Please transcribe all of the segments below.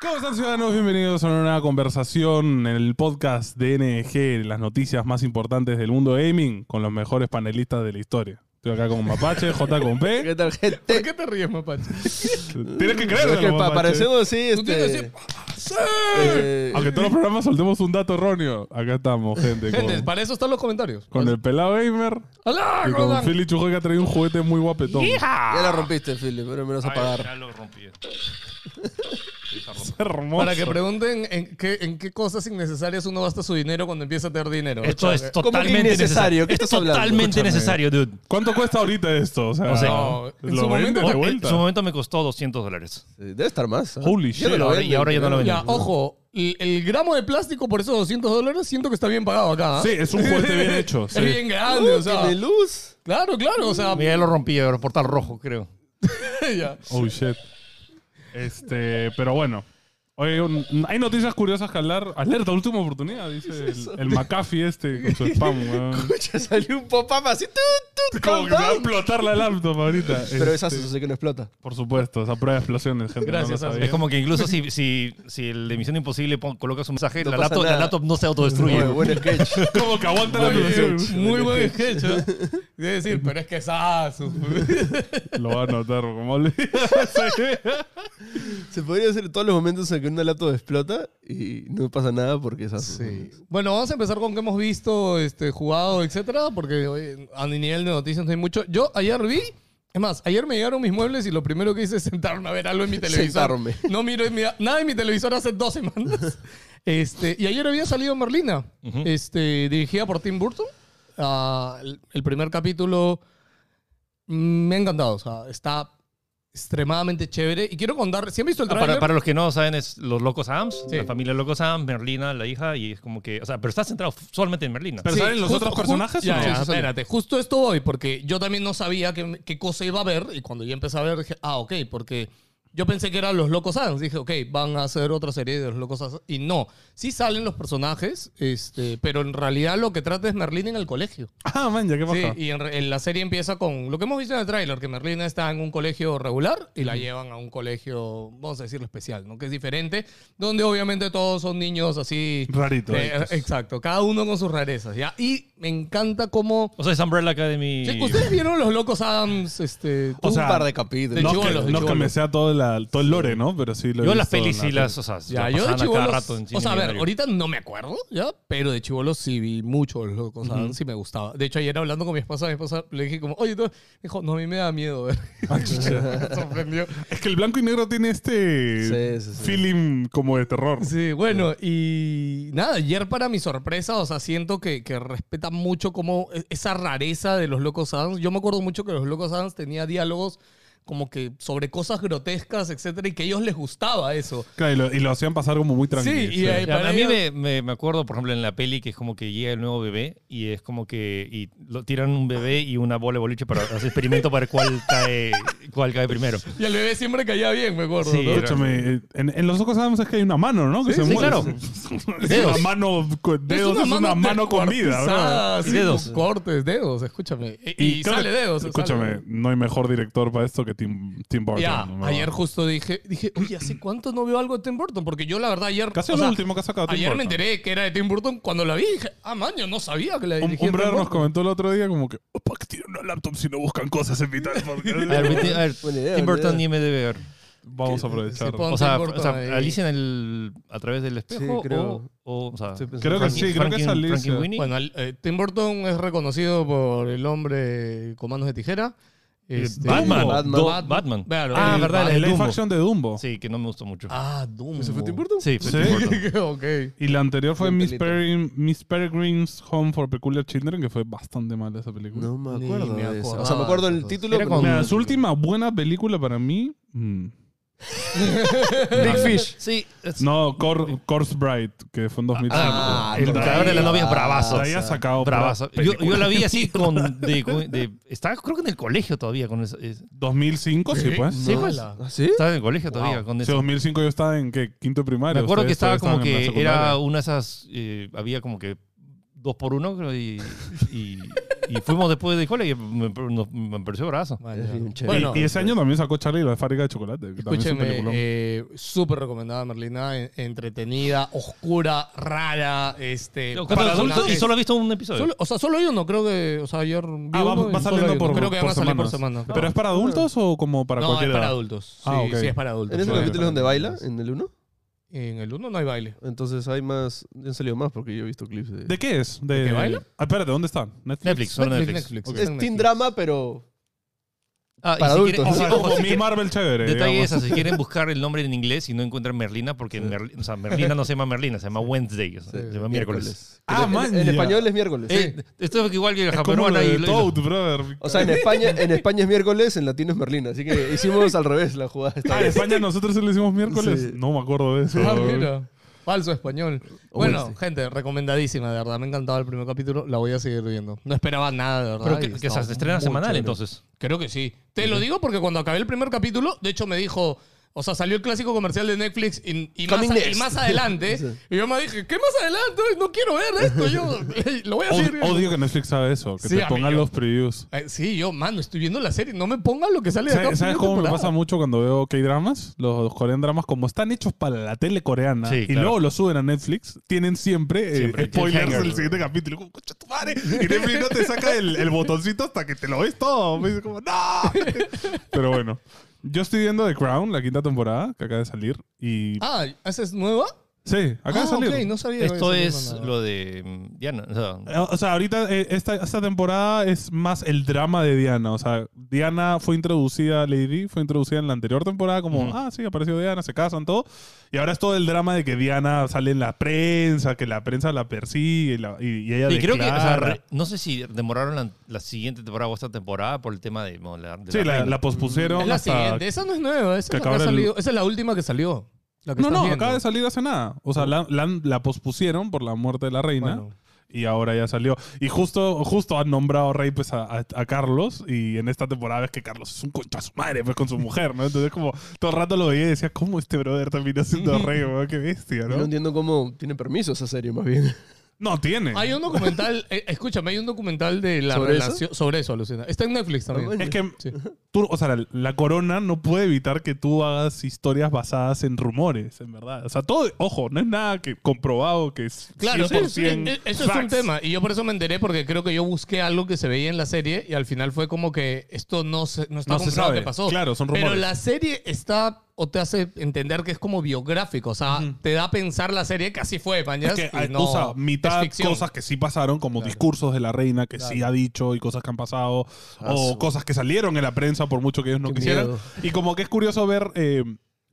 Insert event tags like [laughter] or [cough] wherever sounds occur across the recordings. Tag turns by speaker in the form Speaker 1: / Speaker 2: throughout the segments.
Speaker 1: ¿Cómo están ciudadanos? Bienvenidos a una nueva conversación en el podcast de NG, las noticias más importantes del mundo gaming con los mejores panelistas de la historia. Estoy acá con Mapache, [laughs] J con P.
Speaker 2: ¿Qué tal,
Speaker 3: ¿Por
Speaker 2: gente?
Speaker 3: qué te ríes, mapache?
Speaker 1: Tienes que
Speaker 2: Es que
Speaker 1: creerlo,
Speaker 2: pa-
Speaker 1: Mapache.
Speaker 2: parecemos así,
Speaker 3: Tú tienes que
Speaker 2: este...
Speaker 3: decir, ¡Sí!
Speaker 2: eh,
Speaker 1: Aunque todos los programas soltemos un dato erróneo. Acá estamos, gente.
Speaker 3: Gente,
Speaker 1: Con,
Speaker 3: para eso están los comentarios.
Speaker 1: con el pelado gamer
Speaker 3: ¡Alá,
Speaker 1: y con
Speaker 3: Rodan!
Speaker 1: Philly Chujoy que ha traído un juguete muy guapetón.
Speaker 4: Ah.
Speaker 2: Ya la rompiste, Philip, pero me lo vas a
Speaker 4: Ay,
Speaker 2: pagar.
Speaker 4: Ya lo rompí.
Speaker 1: Es hermoso.
Speaker 3: Para que pregunten en qué, en qué cosas innecesarias uno gasta su dinero cuando empieza a tener dinero.
Speaker 4: Esto es
Speaker 2: ¿Cómo que
Speaker 4: totalmente
Speaker 2: innecesario?
Speaker 4: necesario.
Speaker 2: ¿Qué
Speaker 4: Es
Speaker 2: estás hablando?
Speaker 4: totalmente
Speaker 2: Escúchame.
Speaker 4: necesario, dude.
Speaker 1: ¿Cuánto cuesta ahorita esto? O sea,
Speaker 4: O sea,
Speaker 3: no, en
Speaker 1: lo
Speaker 3: su
Speaker 1: vende
Speaker 3: momento-
Speaker 1: de
Speaker 4: Eh,
Speaker 1: vuelta.
Speaker 4: En su momento me costó 200 dólares.
Speaker 2: Sí, Debe estar más. ¿ah?
Speaker 1: Holy
Speaker 2: Ya no
Speaker 1: shit.
Speaker 2: lo
Speaker 4: Ahora-
Speaker 2: venden,
Speaker 4: y ahora ya no lo
Speaker 2: creo.
Speaker 4: venden.
Speaker 3: Ya, ojo, el, el gramo de plástico por esos 200 dólares siento que está bien pagado acá. ¿ah?
Speaker 1: Sí, es un juguete bien hecho. sí.
Speaker 3: [laughs] Es bien grande, o
Speaker 2: Uh,
Speaker 3: sea.
Speaker 2: tiene luz.
Speaker 3: Claro, claro, o sea.
Speaker 4: Mira, ya lo rompí, el portal rojo, creo.
Speaker 3: ya.
Speaker 1: Oh shit. Este, pero bueno. Oye, un- hay noticias curiosas que hablar. Alerta, última oportunidad, dice el, el McAfee este con su spam, weón.
Speaker 2: Escucha, salió un pop-up así. tut, tut,
Speaker 1: Como que me va a
Speaker 2: countdown.
Speaker 1: explotar la laptop ahorita.
Speaker 2: Pero
Speaker 1: Este,
Speaker 2: es Asus, así que no explota.
Speaker 1: Por supuesto, esa prueba de explosiones, gente.
Speaker 3: Gracias,
Speaker 1: no lo
Speaker 3: Asus.
Speaker 1: sabía.
Speaker 4: Es como que incluso si, si, si el de Misión Imposible pon- coloca su mensaje,
Speaker 2: No
Speaker 4: la,
Speaker 2: pasa
Speaker 4: laptop, la
Speaker 2: nada.
Speaker 4: laptop no se autodestruye.
Speaker 2: Bueno, buen sketch.
Speaker 1: [laughs]
Speaker 2: [laughs]
Speaker 1: Como que aguanta la explosión.
Speaker 3: Muy buen
Speaker 1: [laughs]
Speaker 3: sketch. ¿ah? Debe decir, pero es que es aso.
Speaker 1: Lo va a notar, como le-
Speaker 2: Se podría hacer todos los momentos en que una laptop explota y no pasa nada porque es Asus.
Speaker 3: Bueno, vamos a empezar con qué hemos visto, este, jugado, etcétera, porque oye, a nivel de noticias no hay mucho. Yo ayer vi, es más, ayer me llegaron mis muebles y lo primero que hice es sentarme a ver algo en
Speaker 4: [laughs]
Speaker 3: mi televisor.
Speaker 2: Sentarme.
Speaker 3: No miro en mi- nada en mi televisor hace dos
Speaker 4: [laughs]
Speaker 3: semanas. Este, y ayer había salido Merlina, este, dirigida por Tim Burton. Ah, el, el primer capítulo mm, me ha encantado, o sea, está extremadamente chévere. Y quiero contar, si han visto el
Speaker 4: Ah,
Speaker 3: tráiler?
Speaker 4: Para, para los que no saben, es los Locos Adams,
Speaker 3: Sí.
Speaker 4: la familia Locos Adams, Merlina, la hija, y es como que. O sea, pero está centrado solamente en Merlina.
Speaker 1: Pero- ¿salen los otros personajes o
Speaker 3: ya,
Speaker 1: no? Sí,
Speaker 3: ya,
Speaker 1: sí salen.
Speaker 3: espérate, justo esto voy, porque yo también no sabía qué, qué cosa iba a ver, y cuando ya empecé a ver, dije, ah, ok, porque yo pensé que eran los Locos Adams. Dije, ok, van a hacer otra serie de los Locos Adams. Y no, sí salen los personajes, este, pero en realidad lo que trata es Merlín en el colegio.
Speaker 1: Ah, man, ya qué
Speaker 3: Sí,
Speaker 1: pasa.
Speaker 3: y en, re- en la serie empieza con lo que hemos visto en el tráiler, que Merlina está en un colegio regular y la llevan a un colegio, vamos a decirlo especial, ¿no? Que es diferente, donde obviamente todos son niños así...
Speaker 1: Rarito.
Speaker 3: Eh, exacto, cada uno con sus rarezas, ¿ya? Y me encanta cómo...
Speaker 4: O sea, es Umbrella Academy.
Speaker 3: Sí, ¿Ustedes vieron los locos Adams? Este,
Speaker 1: O
Speaker 2: un
Speaker 1: sea,
Speaker 2: par de capítulos.
Speaker 3: de
Speaker 1: no es
Speaker 3: chibolos,
Speaker 1: que,
Speaker 3: de
Speaker 1: no es que me
Speaker 3: chibolos.
Speaker 1: sea todo, la- todo el lore, ¿no? Pero sí lo he
Speaker 4: Yo las
Speaker 1: visto en
Speaker 4: pelis
Speaker 1: la
Speaker 4: y las. [laughs] O sea,
Speaker 3: ya,
Speaker 4: las
Speaker 3: yo de
Speaker 4: pasaban a cada
Speaker 3: chibolos...
Speaker 4: rato en cine
Speaker 3: O sea, a ver,
Speaker 4: diario.
Speaker 3: ahorita no me acuerdo, ¿ya? Pero de chibolos sí vi mucho los locos Adams y me gustaba. De hecho, ayer hablando con mi esposa, mi esposa le dije como, oye, tú... Me dijo, no, a mí me da miedo ver. me sorprendió.
Speaker 1: Es que el blanco y negro tiene este
Speaker 2: Sí, sí, sí.
Speaker 1: feeling como de terror.
Speaker 3: Sí, bueno, y nada, ayer para mi sorpresa, o sea, siento que, que respeta mucho como e- esa rareza de los Locos Adams. Yo me acuerdo mucho que los Locos Adams tenía diálogos como que sobre cosas grotescas, etcétera, y que a ellos les gustaba eso.
Speaker 1: Claro, y lo, y lo hacían pasar como muy tranquilo.
Speaker 3: Sí, y ahí-
Speaker 4: Ya,
Speaker 3: para
Speaker 4: a mí
Speaker 3: ella-
Speaker 4: me, me- me acuerdo, por ejemplo, en la peli que es como que llega el nuevo bebé y es como que y lo, tiran un bebé y una bola de boliche para hacer experimento para ver cuál cae, cuál cae primero.
Speaker 3: Y al bebé siempre caía bien, me acuerdo.
Speaker 4: Sí,
Speaker 3: ¿no?
Speaker 4: era-
Speaker 1: Escúchame, eh, en, en los ojos sabemos es que hay una mano, ¿no? Que
Speaker 4: Sí, sí, claro.
Speaker 1: [laughs] Es
Speaker 4: Dedos.
Speaker 1: una mano con
Speaker 3: Es
Speaker 1: dedos, es una mano, con vida, bro.
Speaker 3: descuartizada,
Speaker 4: bro.
Speaker 3: sí,
Speaker 4: Y dedos.
Speaker 3: con cortes, dedos, escúchame. Y, y
Speaker 1: creo que-
Speaker 3: sale dedos. sale
Speaker 1: Escúchame,
Speaker 3: dedos.
Speaker 1: no hay mejor director para esto que Tim, Tim Burton.
Speaker 3: Ya,
Speaker 1: ¿no?
Speaker 3: ayer justo dije, dije, oye, ¿hace cuánto no veo algo de Tim Burton? Porque yo la verdad ayer...
Speaker 1: Casi
Speaker 3: o
Speaker 1: lo
Speaker 3: sea,
Speaker 1: último que ha sacado Tim
Speaker 3: Ayer me
Speaker 1: Burton.
Speaker 3: enteré que era de Tim Burton cuando la vi. Dije, ah, man, yo no sabía que la
Speaker 1: Un,
Speaker 3: dirigía
Speaker 1: un brother
Speaker 3: Tim
Speaker 1: nos
Speaker 3: Burton.
Speaker 1: comentó el otro día como que, opa, que tienen una laptop si no buscan cosas en Vital
Speaker 3: [laughs]
Speaker 1: Podcast".
Speaker 4: A ver, vete- a ver,
Speaker 2: Buena idea,
Speaker 4: Tim
Speaker 2: buena
Speaker 4: Burton
Speaker 2: idea.
Speaker 4: y MDB. a ver.
Speaker 1: Vamos a aprovechar.
Speaker 3: Sí, pon-
Speaker 4: O sea,
Speaker 3: Tim
Speaker 4: o sea,
Speaker 3: Burton ahí.
Speaker 4: Alicia en el, a través del espejo
Speaker 2: Sí, creo.
Speaker 4: o, o, o sea,
Speaker 2: Estoy pensando.
Speaker 1: Creo que
Speaker 4: Frankie-
Speaker 1: sí, creo que es
Speaker 4: Frankie-
Speaker 1: Alicia.
Speaker 4: Frankie Winnie.
Speaker 3: Bueno, el- eh, Tim Burton es reconocido por el hombre con manos de tijera.
Speaker 4: Eh,
Speaker 3: Este-
Speaker 4: Batman.
Speaker 2: Batman.
Speaker 4: Do-
Speaker 3: Bat-
Speaker 4: Batman.
Speaker 3: Claro,
Speaker 4: ah,
Speaker 3: el
Speaker 4: verdad,
Speaker 3: Bat-
Speaker 4: el
Speaker 1: El live
Speaker 4: Dumbo.
Speaker 1: action de Dumbo.
Speaker 4: Sí, que no me gustó mucho.
Speaker 3: Ah, Dumbo.
Speaker 2: ¿Ese fue Tim Burton?
Speaker 4: Sí, fue
Speaker 1: Sí.
Speaker 4: Tim Burton.
Speaker 3: [laughs] ok.
Speaker 1: Y la anterior fue
Speaker 2: Bien
Speaker 1: Miss,
Speaker 2: pelito.
Speaker 1: Peregrine- Miss Peregrine's Home for Peculiar Children, que fue bastante mala esa película.
Speaker 2: No me
Speaker 3: Ni
Speaker 2: acuerdo
Speaker 3: me
Speaker 2: de eso. O sea,
Speaker 3: acordaba
Speaker 2: me acuerdo
Speaker 3: de
Speaker 2: del
Speaker 3: esas
Speaker 2: título.
Speaker 4: Era
Speaker 2: pero
Speaker 4: con-
Speaker 2: no-
Speaker 1: La, su última buena película para mí. mm,
Speaker 2: Big Fish.
Speaker 4: Sí, es-
Speaker 1: No, Cor- Corpse Bride, que fue en 2005.
Speaker 4: Ah,
Speaker 1: El
Speaker 4: el cadáver de la novia es bravazo.
Speaker 1: ahí ha sacado.
Speaker 4: Bravazo.
Speaker 1: pura
Speaker 4: Yo,
Speaker 1: película.
Speaker 4: yo la vi así con. De, de- estaba, creo que en el colegio todavía. Con esa- es-
Speaker 1: 2005, sí, pues.
Speaker 4: Sí, pues.
Speaker 3: Ala.
Speaker 2: ¿Ah, sí?
Speaker 4: Estaba en el colegio todavía con
Speaker 1: Sí,
Speaker 4: eso.
Speaker 1: 2005 yo estaba en ¿qué? quinto primario.
Speaker 4: Me acuerdo que
Speaker 1: Ustedes
Speaker 4: estaba
Speaker 1: todavía
Speaker 4: como
Speaker 1: estaban en la
Speaker 4: que
Speaker 1: secundaria.
Speaker 4: era una de esas. eh, había como que dos por uno creo, y, y, Y fuimos después de cola y me, nos- me pareció brazo.
Speaker 3: Vaya.
Speaker 2: Es bien chévere.
Speaker 3: Bueno,
Speaker 1: y, y ese año también sacó Charlie la de fábrica de chocolate. que también es un
Speaker 3: Escúcheme,
Speaker 1: peliculón.
Speaker 3: eh, súper recomendada Merlina, en- entretenida, oscura, rara, este...
Speaker 4: Yo,
Speaker 3: para
Speaker 4: solo-
Speaker 3: adultos.
Speaker 4: Eh, y solo he visto un episodio.
Speaker 3: Solo- o sea, solo hay uno, creo que... O sea, ayer vi
Speaker 1: Ah, va,
Speaker 3: uno y
Speaker 1: va
Speaker 3: solo
Speaker 1: saliendo
Speaker 3: hay uno.
Speaker 1: por,
Speaker 3: Creo que van a salir por semana.
Speaker 1: ¿Pero es para adultos o como para
Speaker 3: no, es
Speaker 1: cualquier
Speaker 3: para
Speaker 1: edad?
Speaker 3: adultos. Sí,
Speaker 1: Ah, ok.
Speaker 3: sí, es para adultos.
Speaker 2: ¿En ese
Speaker 1: Claro.
Speaker 2: capítulo es donde baila? ¿En el 1?
Speaker 3: En el uno no hay baile.
Speaker 2: Entonces hay más. Han salido más porque yo he visto clips de.
Speaker 1: ¿De qué es? ¿De,
Speaker 3: ¿De qué baila?
Speaker 1: Ah, espérate, ¿dónde están? ¿Netflix?
Speaker 4: Netflix, solo Netflix.
Speaker 3: Ok.
Speaker 2: Es teen drama, pero.
Speaker 4: Ah, y
Speaker 2: Para
Speaker 4: si
Speaker 2: adultos.
Speaker 4: quieren-
Speaker 1: O
Speaker 2: O
Speaker 1: sea,
Speaker 2: sea,
Speaker 1: como
Speaker 4: ojo, si
Speaker 1: mi
Speaker 4: quieren-
Speaker 1: Marvel chévere.
Speaker 4: Detalle
Speaker 1: digamos.
Speaker 4: es, si
Speaker 1: [laughs]
Speaker 4: quieren buscar el nombre en inglés y no encuentran Merlina, porque Merli- o sea, Merlina no se llama Merlina, se llama Wednesday, o sea, se llama miércoles.
Speaker 1: Ah,
Speaker 2: En-
Speaker 1: man,
Speaker 2: En,
Speaker 1: ya.
Speaker 2: español es miércoles.
Speaker 4: Eh, esto es
Speaker 3: Ah,
Speaker 4: igual que el
Speaker 1: Es como lo
Speaker 4: japonés
Speaker 1: de
Speaker 4: y, lo- y lo-
Speaker 1: Toad,
Speaker 2: [laughs]
Speaker 1: brother.
Speaker 2: O sea, en España, en España es miércoles, en latino es merlina. Así que hicimos al revés la jugada. esta
Speaker 1: Ah, en
Speaker 2: vez.
Speaker 1: España nosotros se lo hicimos miércoles.
Speaker 2: Sí.
Speaker 1: No me acuerdo de eso.
Speaker 3: Ah, mira. Falso español.
Speaker 2: O
Speaker 3: Bueno,
Speaker 2: este.
Speaker 3: gente, recomendadísima, de verdad. Me encantaba el primer capítulo. La voy a seguir viendo. No esperaba nada, de verdad.
Speaker 4: Pero
Speaker 3: y
Speaker 4: que, que
Speaker 3: estaba
Speaker 4: se estrena
Speaker 3: muy
Speaker 4: semanal
Speaker 3: chévere.
Speaker 4: entonces.
Speaker 3: Creo que sí. Te lo digo porque cuando acabé el primer capítulo, de hecho me dijo, o sea, salió el clásico comercial de Netflix y, y más,
Speaker 2: Coming
Speaker 3: a- y
Speaker 2: next.
Speaker 3: más adelante.
Speaker 2: Sí.
Speaker 3: Y yo me dije, ¿qué más adelante? No quiero ver esto. Yo [laughs] lo voy a seguir
Speaker 1: Od-
Speaker 3: viendo.
Speaker 1: Odio que Netflix sabe eso, que
Speaker 3: Sí,
Speaker 1: te pongan
Speaker 3: amigo.
Speaker 1: los previews.
Speaker 3: Eh, sí, yo, mano, estoy viendo la serie. No me pongan lo que sale de acá.
Speaker 1: ¿Sabes, sabes cómo me
Speaker 3: temporada.
Speaker 1: pasa mucho cuando veo K-dramas? Los corean dramas, como están hechos para la tele coreana
Speaker 4: Sí,
Speaker 1: y
Speaker 4: claro.
Speaker 1: luego los suben a Netflix, tienen siempre, eh,
Speaker 4: Siempre,
Speaker 1: spoilers
Speaker 4: cliffhanger.
Speaker 1: del siguiente capítulo. Como, "Concha tu madre! Y Netflix no te saca el, el botoncito hasta que te lo ves todo. Me dice como, ¡No!
Speaker 3: [laughs]
Speaker 1: Pero bueno, yo estoy viendo The Crown, la quinta temporada, que acaba de salir. Y.
Speaker 3: Ah, ¿esa es nueva?
Speaker 1: sí, acaba
Speaker 3: ah,
Speaker 1: de salir.
Speaker 3: ok, no sabía. que había
Speaker 4: Esto
Speaker 3: salido
Speaker 4: es
Speaker 3: nada.
Speaker 4: lo de mm, Diana. o sea,
Speaker 1: Eh, O sea, ahorita eh, esta, esta temporada es más el drama de Diana. O sea, Diana fue introducida, Lady Di fue introducida en la anterior temporada como,
Speaker 4: Ujú.
Speaker 1: ah, sí, apareció Diana, se casan, todo. Y ahora es todo el drama de que Diana sale en la prensa, que la prensa la persigue y, la- y- y ella
Speaker 4: y creo que, o sea,
Speaker 1: declara.
Speaker 4: re- no sé si demoraron la, la siguiente temporada o esta temporada por el tema de. bueno, la- de
Speaker 1: Sí, la,
Speaker 4: reina.
Speaker 1: la pospusieron
Speaker 3: Es la
Speaker 1: hasta-
Speaker 3: siguiente. Esa no es nueva.
Speaker 1: que
Speaker 3: Esa, es la, que ha
Speaker 1: acabara el-
Speaker 3: salido- esa es la última que salió. La que
Speaker 1: No,
Speaker 3: estás
Speaker 1: no,
Speaker 3: viendo.
Speaker 1: acaba de salir hace nada. O sea, la, la- la pospusieron por la muerte de la reina.
Speaker 3: Bueno.
Speaker 1: Y ahora ya salió. Y justo, justo han nombrado rey pues a, a- a Carlos. Y en esta temporada es que Carlos es un concha a su madre, pues con su mujer, ¿no? Entonces como todo el rato lo veía y decía, ¿cómo este brother terminó siendo rey, weón? Qué bestia,
Speaker 2: Yo no
Speaker 1: ¿no?
Speaker 2: entiendo cómo tiene permiso esa serie, más bien.
Speaker 1: No tiene.
Speaker 3: Hay un documental, eh, escúchame, hay un documental de la
Speaker 2: ¿Sobre
Speaker 3: relación. Sobre eso, alucina. Está en Netflix
Speaker 2: Ah,
Speaker 3: también.
Speaker 2: bueno.
Speaker 1: Es que
Speaker 3: Sí.
Speaker 1: tú, o sea, la, la corona no puede evitar que tú hagas historias basadas en rumores, en verdad. O sea, todo, ojo, no es nada que comprobado que es
Speaker 3: Claro, sí,
Speaker 1: 100%
Speaker 3: sí, eh, eso es un
Speaker 1: facts.
Speaker 3: tema. Y yo por eso me enteré, porque creo que yo busqué algo que se veía en la serie y al final fue como que esto no, se, no está
Speaker 1: No se
Speaker 3: comprobado
Speaker 1: sabe.
Speaker 3: que pasó.
Speaker 1: Claro, son rumores.
Speaker 3: Pero la serie está o te hace entender que es como biográfico. O sea, te da a pensar la serie que así fue,
Speaker 1: Es
Speaker 3: mañana.
Speaker 1: que hay- usa ah, mitad cosas que sí pasaron, como discursos de la reina que sí ha dicho y cosas que han pasado,
Speaker 2: Ah,
Speaker 1: o
Speaker 2: su-
Speaker 1: cosas que salieron en la prensa por mucho que ellos no
Speaker 2: Qué
Speaker 1: quisieran.
Speaker 2: miedo.
Speaker 1: Y como que es curioso ver eh,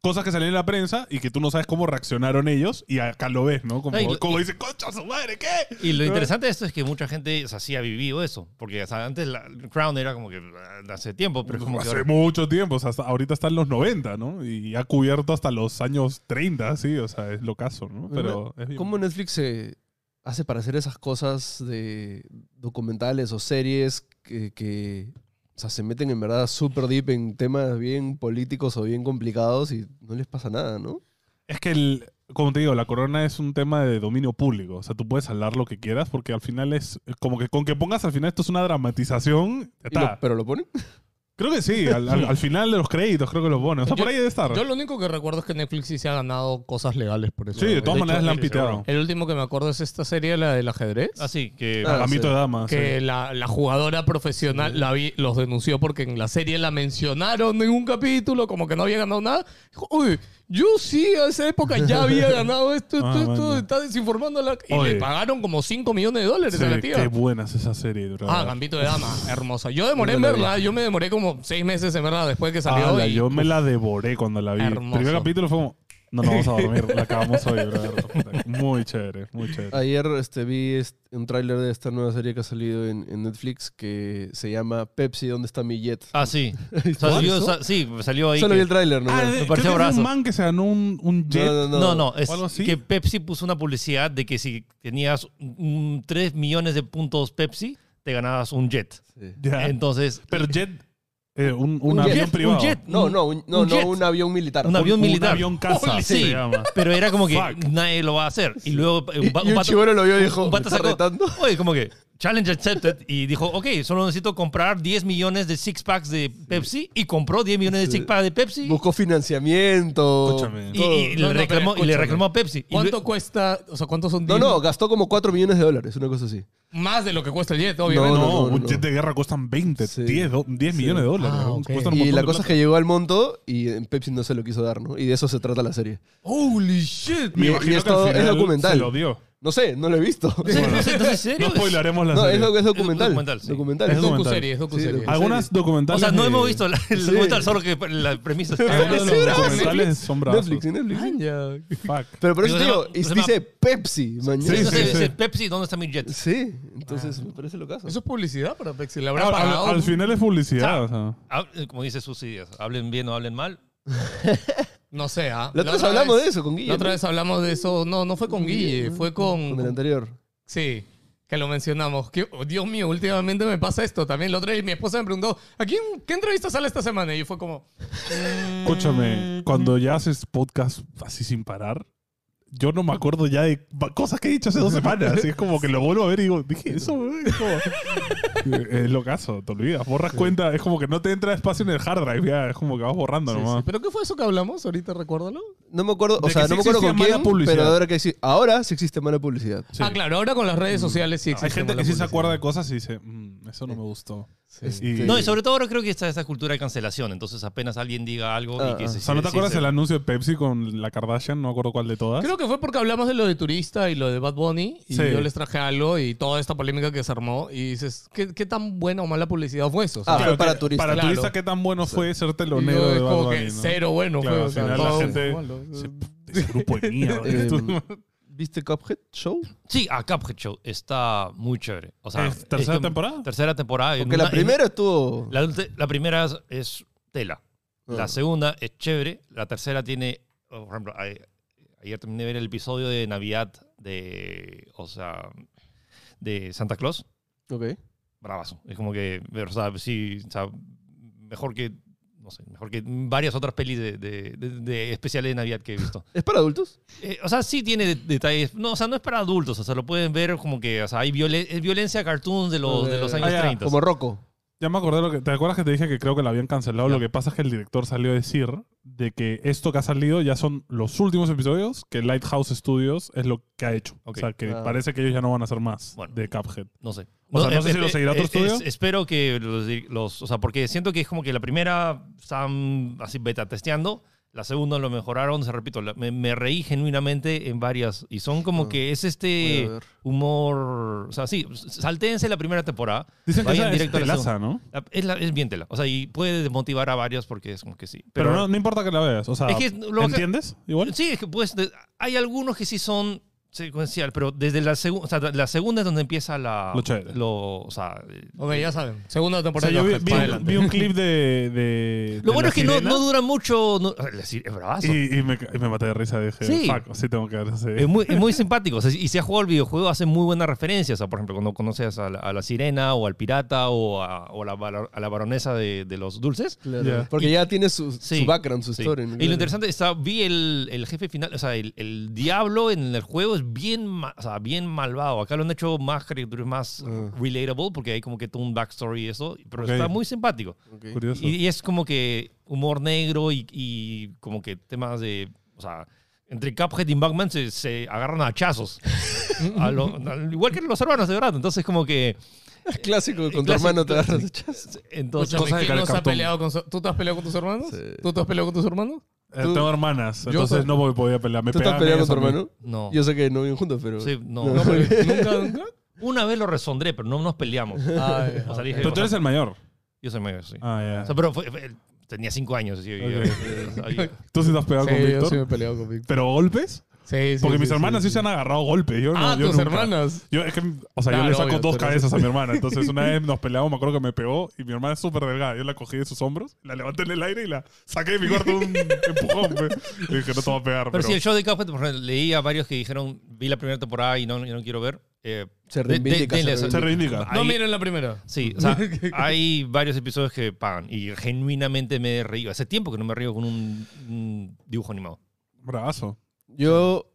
Speaker 1: cosas que salieron en la prensa y que tú no sabes cómo reaccionaron ellos y acá lo ves, ¿no? Como,
Speaker 4: Ay, lo-
Speaker 1: como dice, concha su madre, ¿qué?
Speaker 4: Y lo interesante de esto es que mucha gente o sea, sí ha vivido eso. Porque o sea, antes la Crown era como que ah, hace tiempo, pero es como que.
Speaker 1: Hace
Speaker 4: ahora-
Speaker 1: mucho tiempo, o sea, hasta- ahorita está en los 90, ¿no? Y ha cubierto hasta los años 30, sí, o sea, es lo caso, ¿no? Pero es bien-
Speaker 2: ¿Cómo Netflix se hace para hacer esas cosas de documentales o series que, que, o sea, se meten en verdad súper deep en temas bien políticos o bien complicados y no les pasa nada, ¿no?
Speaker 1: Es que, el, como te digo, la corona es un tema de dominio público. O sea, tú puedes hablar lo que quieras porque al final es es como que con que pongas al final esto es una dramatización. ya
Speaker 2: Y lo-
Speaker 1: Está.
Speaker 2: pero lo ponen.
Speaker 1: creo que
Speaker 3: [laughs]
Speaker 1: sí, al, al- al final de los créditos creo que los ponen. O sea,
Speaker 3: Yo-
Speaker 1: por ahí debe estar.
Speaker 3: Yo lo único que recuerdo es que Netflix sí se ha ganado cosas legales por eso.
Speaker 1: sí, de
Speaker 3: hecho,
Speaker 1: todas maneras la han
Speaker 4: sí,
Speaker 1: piteado.
Speaker 4: seguro.
Speaker 3: El último que me acuerdo es esta serie, la del ajedrez.
Speaker 4: Así que.
Speaker 2: Ah,
Speaker 1: Gambito
Speaker 2: sí.
Speaker 1: de damas.
Speaker 3: que la, la jugadora profesional la vi- los denunció porque en la serie la mencionaron en un capítulo, como que no había ganado nada. Dijo, uy, yo sí, a esa época ya había ganado esto, esto,
Speaker 1: Ah,
Speaker 3: esto,
Speaker 1: bueno.
Speaker 3: está desinformando a la... Y
Speaker 1: Oye.
Speaker 3: le pagaron como 5 millones de dólares
Speaker 1: Sí,
Speaker 3: a la
Speaker 1: qué
Speaker 3: tía.
Speaker 1: buena es esa serie, bro.
Speaker 3: Ah, Gambito de Dama, hermosa. Yo demoré
Speaker 2: Yo
Speaker 3: en
Speaker 2: no la
Speaker 3: verla, yo me demoré como 6 meses en verla después que salió.
Speaker 1: Ala,
Speaker 3: y-
Speaker 1: yo me la devoré cuando la vi.
Speaker 3: Hermoso.
Speaker 1: Primer capítulo fue como, no nos vamos a dormir, la acabamos hoy, bro. Muy chévere, muy chévere.
Speaker 2: Ayer este, vi est- un tráiler de esta nueva serie que ha salido en, en Netflix que se llama Pepsi, ¿dónde está mi jet?
Speaker 1: [laughs]
Speaker 4: Ah, sí. Salió, sa- sí, salió ahí.
Speaker 2: Solo
Speaker 4: que-
Speaker 2: vi el tráiler, ¿no?
Speaker 1: Ah,
Speaker 3: eh,
Speaker 2: No,
Speaker 1: de-
Speaker 4: me
Speaker 1: creo que
Speaker 4: pareció
Speaker 1: había
Speaker 4: brazo.
Speaker 1: un man que se ganó un, un jet.
Speaker 2: no, no.
Speaker 4: No, no, es
Speaker 1: ¿O algo así?
Speaker 4: que Pepsi puso una publicidad de que si tenías mm, 3 millones de puntos Pepsi, te ganabas un jet.
Speaker 2: Sí.
Speaker 1: Ya.
Speaker 4: Entonces,
Speaker 1: Pero jet, eh, un, un
Speaker 2: Un
Speaker 1: avión
Speaker 4: jet, un
Speaker 1: privado.
Speaker 4: jet.
Speaker 2: No, no, un, no,
Speaker 4: Un
Speaker 2: no,
Speaker 4: jet.
Speaker 2: un avión militar.
Speaker 4: Un avión militar.
Speaker 1: Un avión casa,
Speaker 4: Holy-
Speaker 1: se
Speaker 4: sí.
Speaker 1: llama.
Speaker 4: pero era como que
Speaker 1: Fuck.
Speaker 4: nadie lo va a hacer. Y luego eh,
Speaker 2: Y,
Speaker 4: un, pa-
Speaker 2: y
Speaker 4: un
Speaker 2: un
Speaker 4: pato-
Speaker 2: chivolo lo vio y dijo,
Speaker 4: un
Speaker 2: ¿me
Speaker 4: pato
Speaker 2: está
Speaker 4: sacó-
Speaker 2: retando?
Speaker 4: Oye, como que challenge accepted y dijo, ok, solo necesito comprar 10 millones de six packs de Pepsi y compró 10 millones de six packs de Pepsi y,
Speaker 2: Buscó financiamiento.
Speaker 1: Escúchame.
Speaker 3: No,
Speaker 4: y- y le,
Speaker 3: no, pero
Speaker 4: reclamó, y le
Speaker 3: escúchame.
Speaker 4: reclamó a Pepsi. Y
Speaker 3: ¿Cuánto
Speaker 4: lue-
Speaker 3: cuesta? O sea, ¿cuántos son
Speaker 2: No,
Speaker 3: 10?
Speaker 2: no, gastó como 4 millones de dólares, una cosa así.
Speaker 3: Más de lo que cuesta el jet, obviamente.
Speaker 1: No,
Speaker 2: No, no, no,
Speaker 1: un
Speaker 2: no.
Speaker 1: jet de guerra cuestan 20,
Speaker 2: Sí.
Speaker 1: 10, do- 10 millones de dólares.
Speaker 3: Ah,
Speaker 1: ¿no?
Speaker 3: ok.
Speaker 1: Cuestan un
Speaker 2: Y
Speaker 1: montón
Speaker 2: la
Speaker 1: de
Speaker 2: cosa es
Speaker 1: plata.
Speaker 2: que llegó al monto y en Pepsi no se lo quiso dar, ¿no? Y de eso se trata la serie.
Speaker 3: Holy shit.
Speaker 1: Me
Speaker 2: y- y
Speaker 1: imagino que
Speaker 2: esto
Speaker 1: al
Speaker 2: es
Speaker 1: final
Speaker 2: documental.
Speaker 1: Se lo dio.
Speaker 2: No sé, no lo he visto. [laughs]
Speaker 4: No sé, entonces, ¿en serio?
Speaker 1: No spoilaremos la
Speaker 2: No, es,
Speaker 1: serie.
Speaker 2: lo que es
Speaker 4: Es
Speaker 2: documental.
Speaker 4: documental, sí.
Speaker 2: Documental.
Speaker 1: Es
Speaker 3: Es docuserie, es
Speaker 2: Sí,
Speaker 3: docuserie.
Speaker 2: docu-
Speaker 1: Algunas documentales.
Speaker 4: O sea, no
Speaker 1: de-
Speaker 4: hemos visto la- el
Speaker 2: Sí.
Speaker 4: documental, solo que la premisa.
Speaker 2: [laughs]
Speaker 1: Algunos de los
Speaker 2: Netflix.
Speaker 1: documentales son bravos.
Speaker 2: Netflix, sí, Netflix.
Speaker 3: Ah, ya.
Speaker 1: Fuck.
Speaker 2: Pero por eso
Speaker 4: Digo,
Speaker 2: te digo,
Speaker 4: se llama-
Speaker 2: y
Speaker 4: se
Speaker 2: dice
Speaker 4: llama-
Speaker 2: Pepsi, mañana.
Speaker 1: Sí,
Speaker 4: Entonces
Speaker 1: sí,
Speaker 4: dice,
Speaker 1: sí.
Speaker 4: Pepsi, ¿dónde está mi jet?
Speaker 2: Sí, entonces me parece lo caso.
Speaker 3: Eso es publicidad para Pepsi. La habrá
Speaker 1: Al,
Speaker 3: pagado.
Speaker 1: al- al final es publicidad. o sea.
Speaker 4: Hab- Ah, eh, Como dice sus ideas, hablen bien o hablen mal.
Speaker 3: No sé, ¿ah?
Speaker 2: La otra vez hablamos de eso con
Speaker 3: La
Speaker 2: Guille.
Speaker 3: otra
Speaker 2: ¿no?
Speaker 3: vez hablamos de eso. No, no fue con Guille, fue con.
Speaker 2: Con el anterior.
Speaker 3: Sí, que lo mencionamos. Que, oh, Dios mío, últimamente me pasa esto también. La otra vez mi esposa me preguntó: ¿A quién, qué entrevista sale esta semana? Y yo fue como: Mm.
Speaker 1: Escúchame, cuando ya haces podcast así sin parar, yo no me acuerdo ya de ba- cosas que he dicho hace dos semanas. Y es como que lo vuelvo a ver y digo, dije eso, güey?" es, como- es lo caso, te olvidas. Borras cuenta, es como que no te entra espacio en el hard drive, ya, es como que vas borrando
Speaker 3: Sí,
Speaker 1: nomás.
Speaker 3: sí, ¿Pero qué fue eso que hablamos? Ahorita recuérdalo.
Speaker 2: No me acuerdo, o
Speaker 1: De
Speaker 2: sea,
Speaker 1: que sí
Speaker 2: no me acuerdo
Speaker 1: existía
Speaker 2: con
Speaker 1: mala
Speaker 2: quién,
Speaker 1: publicidad.
Speaker 2: pero ahora que sí, ahora sí existe mala publicidad.
Speaker 1: Sí. Mm.
Speaker 3: Ah, claro, ahora con las redes sociales sí existe.
Speaker 1: Hay gente
Speaker 3: mala
Speaker 1: que sí se
Speaker 3: publicidad.
Speaker 1: acuerda de cosas y dice, "Mm, eso no me gustó.
Speaker 2: Este,
Speaker 1: Y-
Speaker 4: No, y sobre todo ahora creo que está esa cultura de cancelación. Entonces, apenas alguien diga algo
Speaker 2: Ah,
Speaker 4: y que
Speaker 2: ah.
Speaker 4: se.
Speaker 1: O sea, ¿no te
Speaker 4: se-
Speaker 1: acuerdas
Speaker 4: se-
Speaker 1: el anuncio de Pepsi con la Kardashian? No me acuerdo cuál de todas.
Speaker 3: Creo que fue porque hablamos de lo de turista y lo de Bad Bunny. Y
Speaker 1: Sí.
Speaker 3: yo les traje algo y toda esta polémica que se armó. Y dices: ¿qué, qué tan buena o mala publicidad fue eso? O sea,
Speaker 2: Ah, fue para
Speaker 1: que-
Speaker 2: turista.
Speaker 1: Para
Speaker 3: Claro.
Speaker 1: turista, ¿qué tan bueno fue ser
Speaker 3: y
Speaker 1: telonero
Speaker 3: yo
Speaker 1: de
Speaker 3: es
Speaker 1: Bad
Speaker 3: como
Speaker 1: Bunny,
Speaker 3: que
Speaker 1: ¿no?
Speaker 3: cero bueno
Speaker 1: Claro,
Speaker 3: fue.
Speaker 1: al
Speaker 3: o sea,
Speaker 1: final la
Speaker 3: todo-
Speaker 1: gente-
Speaker 3: malo.
Speaker 1: Ese- ese grupo de
Speaker 4: [laughs]
Speaker 1: mierda.
Speaker 2: Eh,
Speaker 1: Estuvo-
Speaker 2: ¿Viste Cuphead Show?
Speaker 4: Sí, a Cuphead Show está muy chévere. O sea,
Speaker 1: ¿Es tercera
Speaker 4: que-
Speaker 1: temporada?
Speaker 4: Tercera temporada. En
Speaker 2: Porque
Speaker 4: una-
Speaker 2: la
Speaker 4: en-
Speaker 2: primera estuvo...
Speaker 4: la, ulti- la primera es, es tela. La
Speaker 2: Ah.
Speaker 4: segunda es chévere. La tercera tiene. oh, Por ejemplo, a- ayer terminé de ver el episodio de Navidad de. O sea, de Santa Claus.
Speaker 2: Ok.
Speaker 4: bravazo. Es como que, o sea, sí, o sea, mejor que, no sé, mejor que varias otras pelis de, de- de- de especiales de Navidad que he
Speaker 2: [laughs]
Speaker 4: visto.
Speaker 2: ¿Es para adultos?
Speaker 4: Eh, o sea, sí tiene de- detalles, no, o sea, no es para adultos, o sea, lo pueden ver como que, o sea, hay violen- es violencia cartoons de los, de los
Speaker 2: Ah,
Speaker 4: años
Speaker 1: ya,
Speaker 4: 30.
Speaker 2: Como Rocco.
Speaker 1: Ya me acordé lo que. ¿Te acuerdas que te dije que creo que la habían cancelado?
Speaker 4: Ya.
Speaker 1: Lo que pasa es que el director salió a decir de que esto que ha salido ya son los últimos episodios que Lighthouse Studios es lo que ha hecho.
Speaker 4: Ok.
Speaker 1: O sea, que
Speaker 2: Ah.
Speaker 1: parece que ellos ya no van a hacer más
Speaker 4: Bueno.
Speaker 1: de Cuphead.
Speaker 4: No sé.
Speaker 1: O sea, no sé si
Speaker 4: eh,
Speaker 1: lo
Speaker 4: eh,
Speaker 1: seguirá otro
Speaker 4: eh,
Speaker 1: estudio.
Speaker 4: es- espero que los, di- los- O sea, porque siento que es como que la primera están así beta testeando. La segunda lo mejoraron, se repito, la- me, me reí genuinamente en varias. Y son como
Speaker 2: Ah,
Speaker 4: que es
Speaker 2: voy
Speaker 4: este
Speaker 2: a ver.
Speaker 4: humor. O sea, sí, saltense la primera temporada.
Speaker 1: Dicen que
Speaker 4: vayan
Speaker 1: esa es
Speaker 4: directo a la segunda.
Speaker 1: telaza, ¿no?
Speaker 4: La- es, la- es bien tela. O sea, y puede desmotivar a varios porque es como que sí.
Speaker 1: Pero, no, no importa que la veas. O sea,
Speaker 4: Es que lo que-
Speaker 1: ¿entiendes? Igual.
Speaker 4: Sí, es que pues de- hay algunos que sí son secuencial, pero desde la segunda, o sea, la segunda es donde empieza la
Speaker 1: Lo chévere.
Speaker 4: lo- o sea,
Speaker 3: Ok, ya saben. Segunda
Speaker 1: O sea,
Speaker 3: temporada.
Speaker 1: yo
Speaker 3: de
Speaker 1: vi,
Speaker 3: Ojas,
Speaker 1: vi-
Speaker 3: para adelante.
Speaker 1: vi un clip de. de-
Speaker 4: Lo
Speaker 1: de
Speaker 4: bueno
Speaker 1: La
Speaker 4: es que no,
Speaker 1: Sirena
Speaker 4: no dura mucho. no- ah, la sir- es bravazo.
Speaker 1: Y, y me, y me maté de risa. Dije,
Speaker 4: Sí.
Speaker 1: fuck, sí tengo que ver ese-
Speaker 4: Es muy, es muy simpático. o sea, y si has jugado al videojuego, hace muy buenas referencias. O sea, por ejemplo, cuando conoces a la, a la sirena o al pirata o a, o a la, bar- a la baronesa de, de los dulces.
Speaker 2: Claro.
Speaker 1: Ya.
Speaker 2: Porque ya tiene su, su
Speaker 4: Sí,
Speaker 2: background, su
Speaker 4: Sí.
Speaker 2: story.
Speaker 4: Y
Speaker 2: claro.
Speaker 4: lo interesante está, vi el, el jefe final, o sea, el, el diablo en el juego es bien, ma- o sea, bien malvado. Acá lo han hecho más caricaturas, más
Speaker 2: Ah.
Speaker 4: relatable, porque hay como que todo un backstory y eso, pero
Speaker 1: Ok.
Speaker 4: está muy simpático.
Speaker 2: Ok.
Speaker 1: Curioso.
Speaker 4: Y, y es como que humor negro y, y como que temas de. O sea, entre Cuphead y Bugman se, se agarran a hachazos. A lo- al igual que los hermanos de verdad. Entonces, como que.
Speaker 2: Clásico, con tu
Speaker 4: Clásico,
Speaker 2: hermano te agarras
Speaker 4: sí.
Speaker 2: de chas.
Speaker 4: Entonces,
Speaker 3: Escúchame,
Speaker 1: cosas de
Speaker 3: ¿quién no se ha
Speaker 1: caricatón.
Speaker 3: peleado con su- ¿Tú te has peleado con tus hermanos?
Speaker 2: Sí.
Speaker 3: ¿Tú te has peleado con tus hermanos?
Speaker 1: Eh,
Speaker 2: tú-
Speaker 1: tengo hermanas,
Speaker 2: yo
Speaker 1: entonces
Speaker 2: soy-
Speaker 1: no me podía pelear. Me
Speaker 2: ¿Tú estás
Speaker 1: pegaban
Speaker 2: peleando con tu
Speaker 1: ellas a mí.
Speaker 2: hermano?
Speaker 4: no.
Speaker 2: Yo sé que no viven juntos, pero...
Speaker 4: Sí, no,
Speaker 2: No.
Speaker 4: no, pero
Speaker 3: ¿Nunca, nunca?
Speaker 4: Una vez lo resondré, pero no nos peleamos.
Speaker 3: Ay,
Speaker 4: O sea, dije,
Speaker 1: Pero tú
Speaker 4: o
Speaker 1: eres
Speaker 4: sea,
Speaker 1: el mayor.
Speaker 4: Yo soy mayor, sí.
Speaker 1: Ah, ya.
Speaker 4: O sea, pero fue- fue- tenía cinco años. así,
Speaker 1: Ok.
Speaker 4: yo- yo- yo-
Speaker 1: Tú sí te has pegado con
Speaker 3: Sí, yo
Speaker 1: Víctor.
Speaker 3: sí me he peleado con Víctor.
Speaker 1: ¿Pero golpes?
Speaker 3: Sí, sí,
Speaker 1: Porque
Speaker 3: sí,
Speaker 1: mis
Speaker 3: sí,
Speaker 1: hermanas sí,
Speaker 3: sí.
Speaker 1: se han agarrado golpes. Yo no,
Speaker 3: Ah,
Speaker 1: yo
Speaker 3: tus
Speaker 1: nunca.
Speaker 3: hermanas.
Speaker 1: Yo, es que, o sea, yo
Speaker 3: Claro,
Speaker 1: le saco
Speaker 3: obvio,
Speaker 1: dos
Speaker 3: tú eres-
Speaker 1: cabezas a mi hermana. Entonces, una vez nos peleamos, me acuerdo que me pegó y mi hermana es súper delgada. Yo la cogí de sus hombros, la levanté en el aire y la saqué de mi cuarto un empujón. pe. Y dije, no te va a pegar. Pero,
Speaker 4: Pero sí, el show de Cuphead, por ejemplo, leí a varios que dijeron, vi la primera temporada y no, y no quiero ver. Eh,
Speaker 2: Se
Speaker 4: de- de-
Speaker 2: reivindica,
Speaker 4: denle-
Speaker 2: se
Speaker 1: se reivindica.
Speaker 3: No
Speaker 4: Ahí-
Speaker 3: miren la primera.
Speaker 4: Sí, o sea, hay varios episodios que pagan y genuinamente me he reído. Hace tiempo que no me río con un, un dibujo animado.
Speaker 1: Bravazo.
Speaker 2: Yo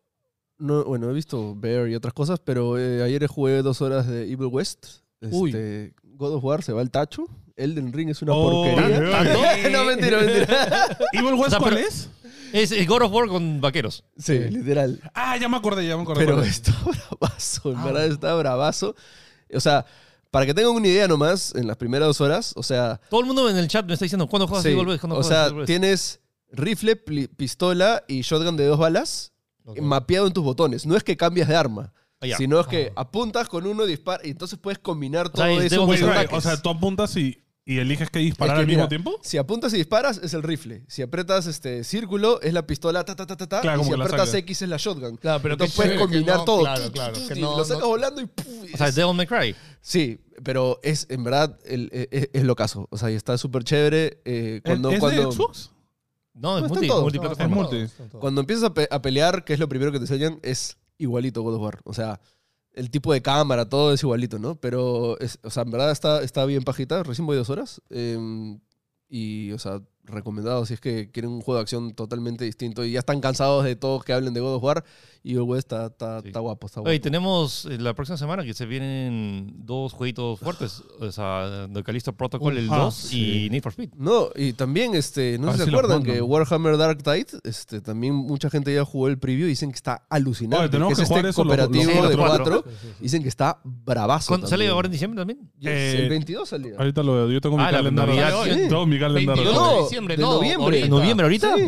Speaker 2: No, bueno, he visto Bear y otras cosas, pero eh, ayer jugué dos horas de Evil West.
Speaker 3: Uy.
Speaker 2: Este, God of War se va al tacho. Elden Ring es una
Speaker 1: Oh,
Speaker 2: porquería.
Speaker 1: ¿tan-
Speaker 4: tanto?
Speaker 2: [laughs] no, mentira, mentira.
Speaker 1: ¿Evil West
Speaker 4: sea,
Speaker 1: cuál
Speaker 4: pero-
Speaker 1: es?
Speaker 4: Es, es God of War con vaqueros.
Speaker 2: Sí, literal.
Speaker 1: Ah, ya me acordé, ya me acordé.
Speaker 2: Pero
Speaker 1: cuál es.
Speaker 2: está [laughs] bravazo, en verdad está bravazo. O sea, para que tengan una idea nomás, en las primeras dos horas, o sea,
Speaker 4: Todo el mundo en el chat me está diciendo, ¿cuándo juegas
Speaker 2: sí,
Speaker 4: Evil West? ¿Cuándo
Speaker 2: o
Speaker 4: juegas
Speaker 2: sea
Speaker 4: Evil West?"
Speaker 2: tienes rifle, pli- pistola y shotgun de dos balas
Speaker 3: Ok.
Speaker 2: mapeado en tus botones. No es que cambias de arma,
Speaker 4: Ah, ya.
Speaker 2: sino es que apuntas con uno, disparas y entonces puedes combinar todo
Speaker 4: sea, es
Speaker 2: eso
Speaker 4: Devil
Speaker 2: con
Speaker 1: Wait,
Speaker 4: May
Speaker 2: tus
Speaker 1: wait,
Speaker 2: ataques.
Speaker 1: o sea, tú apuntas y, y eliges que disparar
Speaker 2: Es que
Speaker 1: al mismo
Speaker 2: mira,
Speaker 1: tiempo.
Speaker 2: Si apuntas y disparas, es el rifle. Si apretas este círculo, es la pistola, ta, ta, ta, ta, ta.
Speaker 1: Claro,
Speaker 2: y
Speaker 1: como
Speaker 2: si
Speaker 1: que la
Speaker 2: apretas
Speaker 1: sacas.
Speaker 2: X es la shotgun.
Speaker 3: Claro, pero
Speaker 2: Entonces
Speaker 3: qué
Speaker 2: puedes
Speaker 3: chévere que
Speaker 2: combinar
Speaker 3: no-
Speaker 2: todo.
Speaker 3: claro,
Speaker 2: Tu, tu,
Speaker 3: claro,
Speaker 2: tu,
Speaker 3: que
Speaker 2: tu,
Speaker 3: no-
Speaker 2: lo sacas
Speaker 3: no-
Speaker 2: volando y ¡puf!
Speaker 4: O sea, es Devil May Cry.
Speaker 2: Sí, pero es en verdad el, e- e- es, lo caso. O sea, y está súper chévere. eh, cuando,
Speaker 1: ¿Es
Speaker 2: cuando,
Speaker 1: de Xbox?
Speaker 4: No, es
Speaker 2: No, está
Speaker 4: multi,
Speaker 2: todo.
Speaker 4: multiplataforma.
Speaker 1: No, multi.
Speaker 2: cuando empiezas a, pe- a pelear, que es lo primero que te enseñan, es igualito God of War. O sea, el tipo de cámara, todo es igualito, ¿no? Pero, es- o sea, en verdad está, está bien pajita. Recién voy dos horas. eh, y, o sea, recomendado si es que quieren un juego de acción totalmente distinto y ya están cansados de todos que hablen de God of War. Y el güey está, está,
Speaker 4: Sí.
Speaker 2: está guapo, está guapo.
Speaker 4: Oye, tenemos eh, la próxima semana que se vienen dos jueguitos fuertes. O sea, The Callisto Protocol el
Speaker 1: Ah,
Speaker 4: 2
Speaker 1: sí.
Speaker 4: y Need for Speed.
Speaker 2: No, y también, este, no
Speaker 1: A
Speaker 2: sé
Speaker 1: ver
Speaker 2: si se
Speaker 1: si lo
Speaker 2: acuerdan
Speaker 1: pongo.
Speaker 2: que Warhammer Dark Tide, este, también mucha gente ya jugó el preview y dicen que está alucinante.
Speaker 1: Oye, tenemos
Speaker 2: es
Speaker 1: que
Speaker 2: este
Speaker 1: jugar eso, lo-
Speaker 2: cooperativo
Speaker 4: lo- lo-
Speaker 2: de
Speaker 4: los cuatro.
Speaker 2: cuatro. Dicen que está bravazo.
Speaker 4: ¿Cuándo sale
Speaker 2: también.
Speaker 4: ahora en diciembre también?
Speaker 2: Yes,
Speaker 1: Eh,
Speaker 2: el 22 salía.
Speaker 1: Ahorita lo veo. Yo tengo mi
Speaker 4: Ah, la
Speaker 1: calendario.
Speaker 4: Navidad,
Speaker 1: Yo
Speaker 4: sí.
Speaker 1: Tengo mi calendario.
Speaker 2: No,
Speaker 3: 22
Speaker 2: no,
Speaker 3: de diciembre,
Speaker 2: de
Speaker 3: no.
Speaker 2: noviembre.
Speaker 3: ahorita.
Speaker 4: ¿En noviembre ahorita?
Speaker 2: Sí.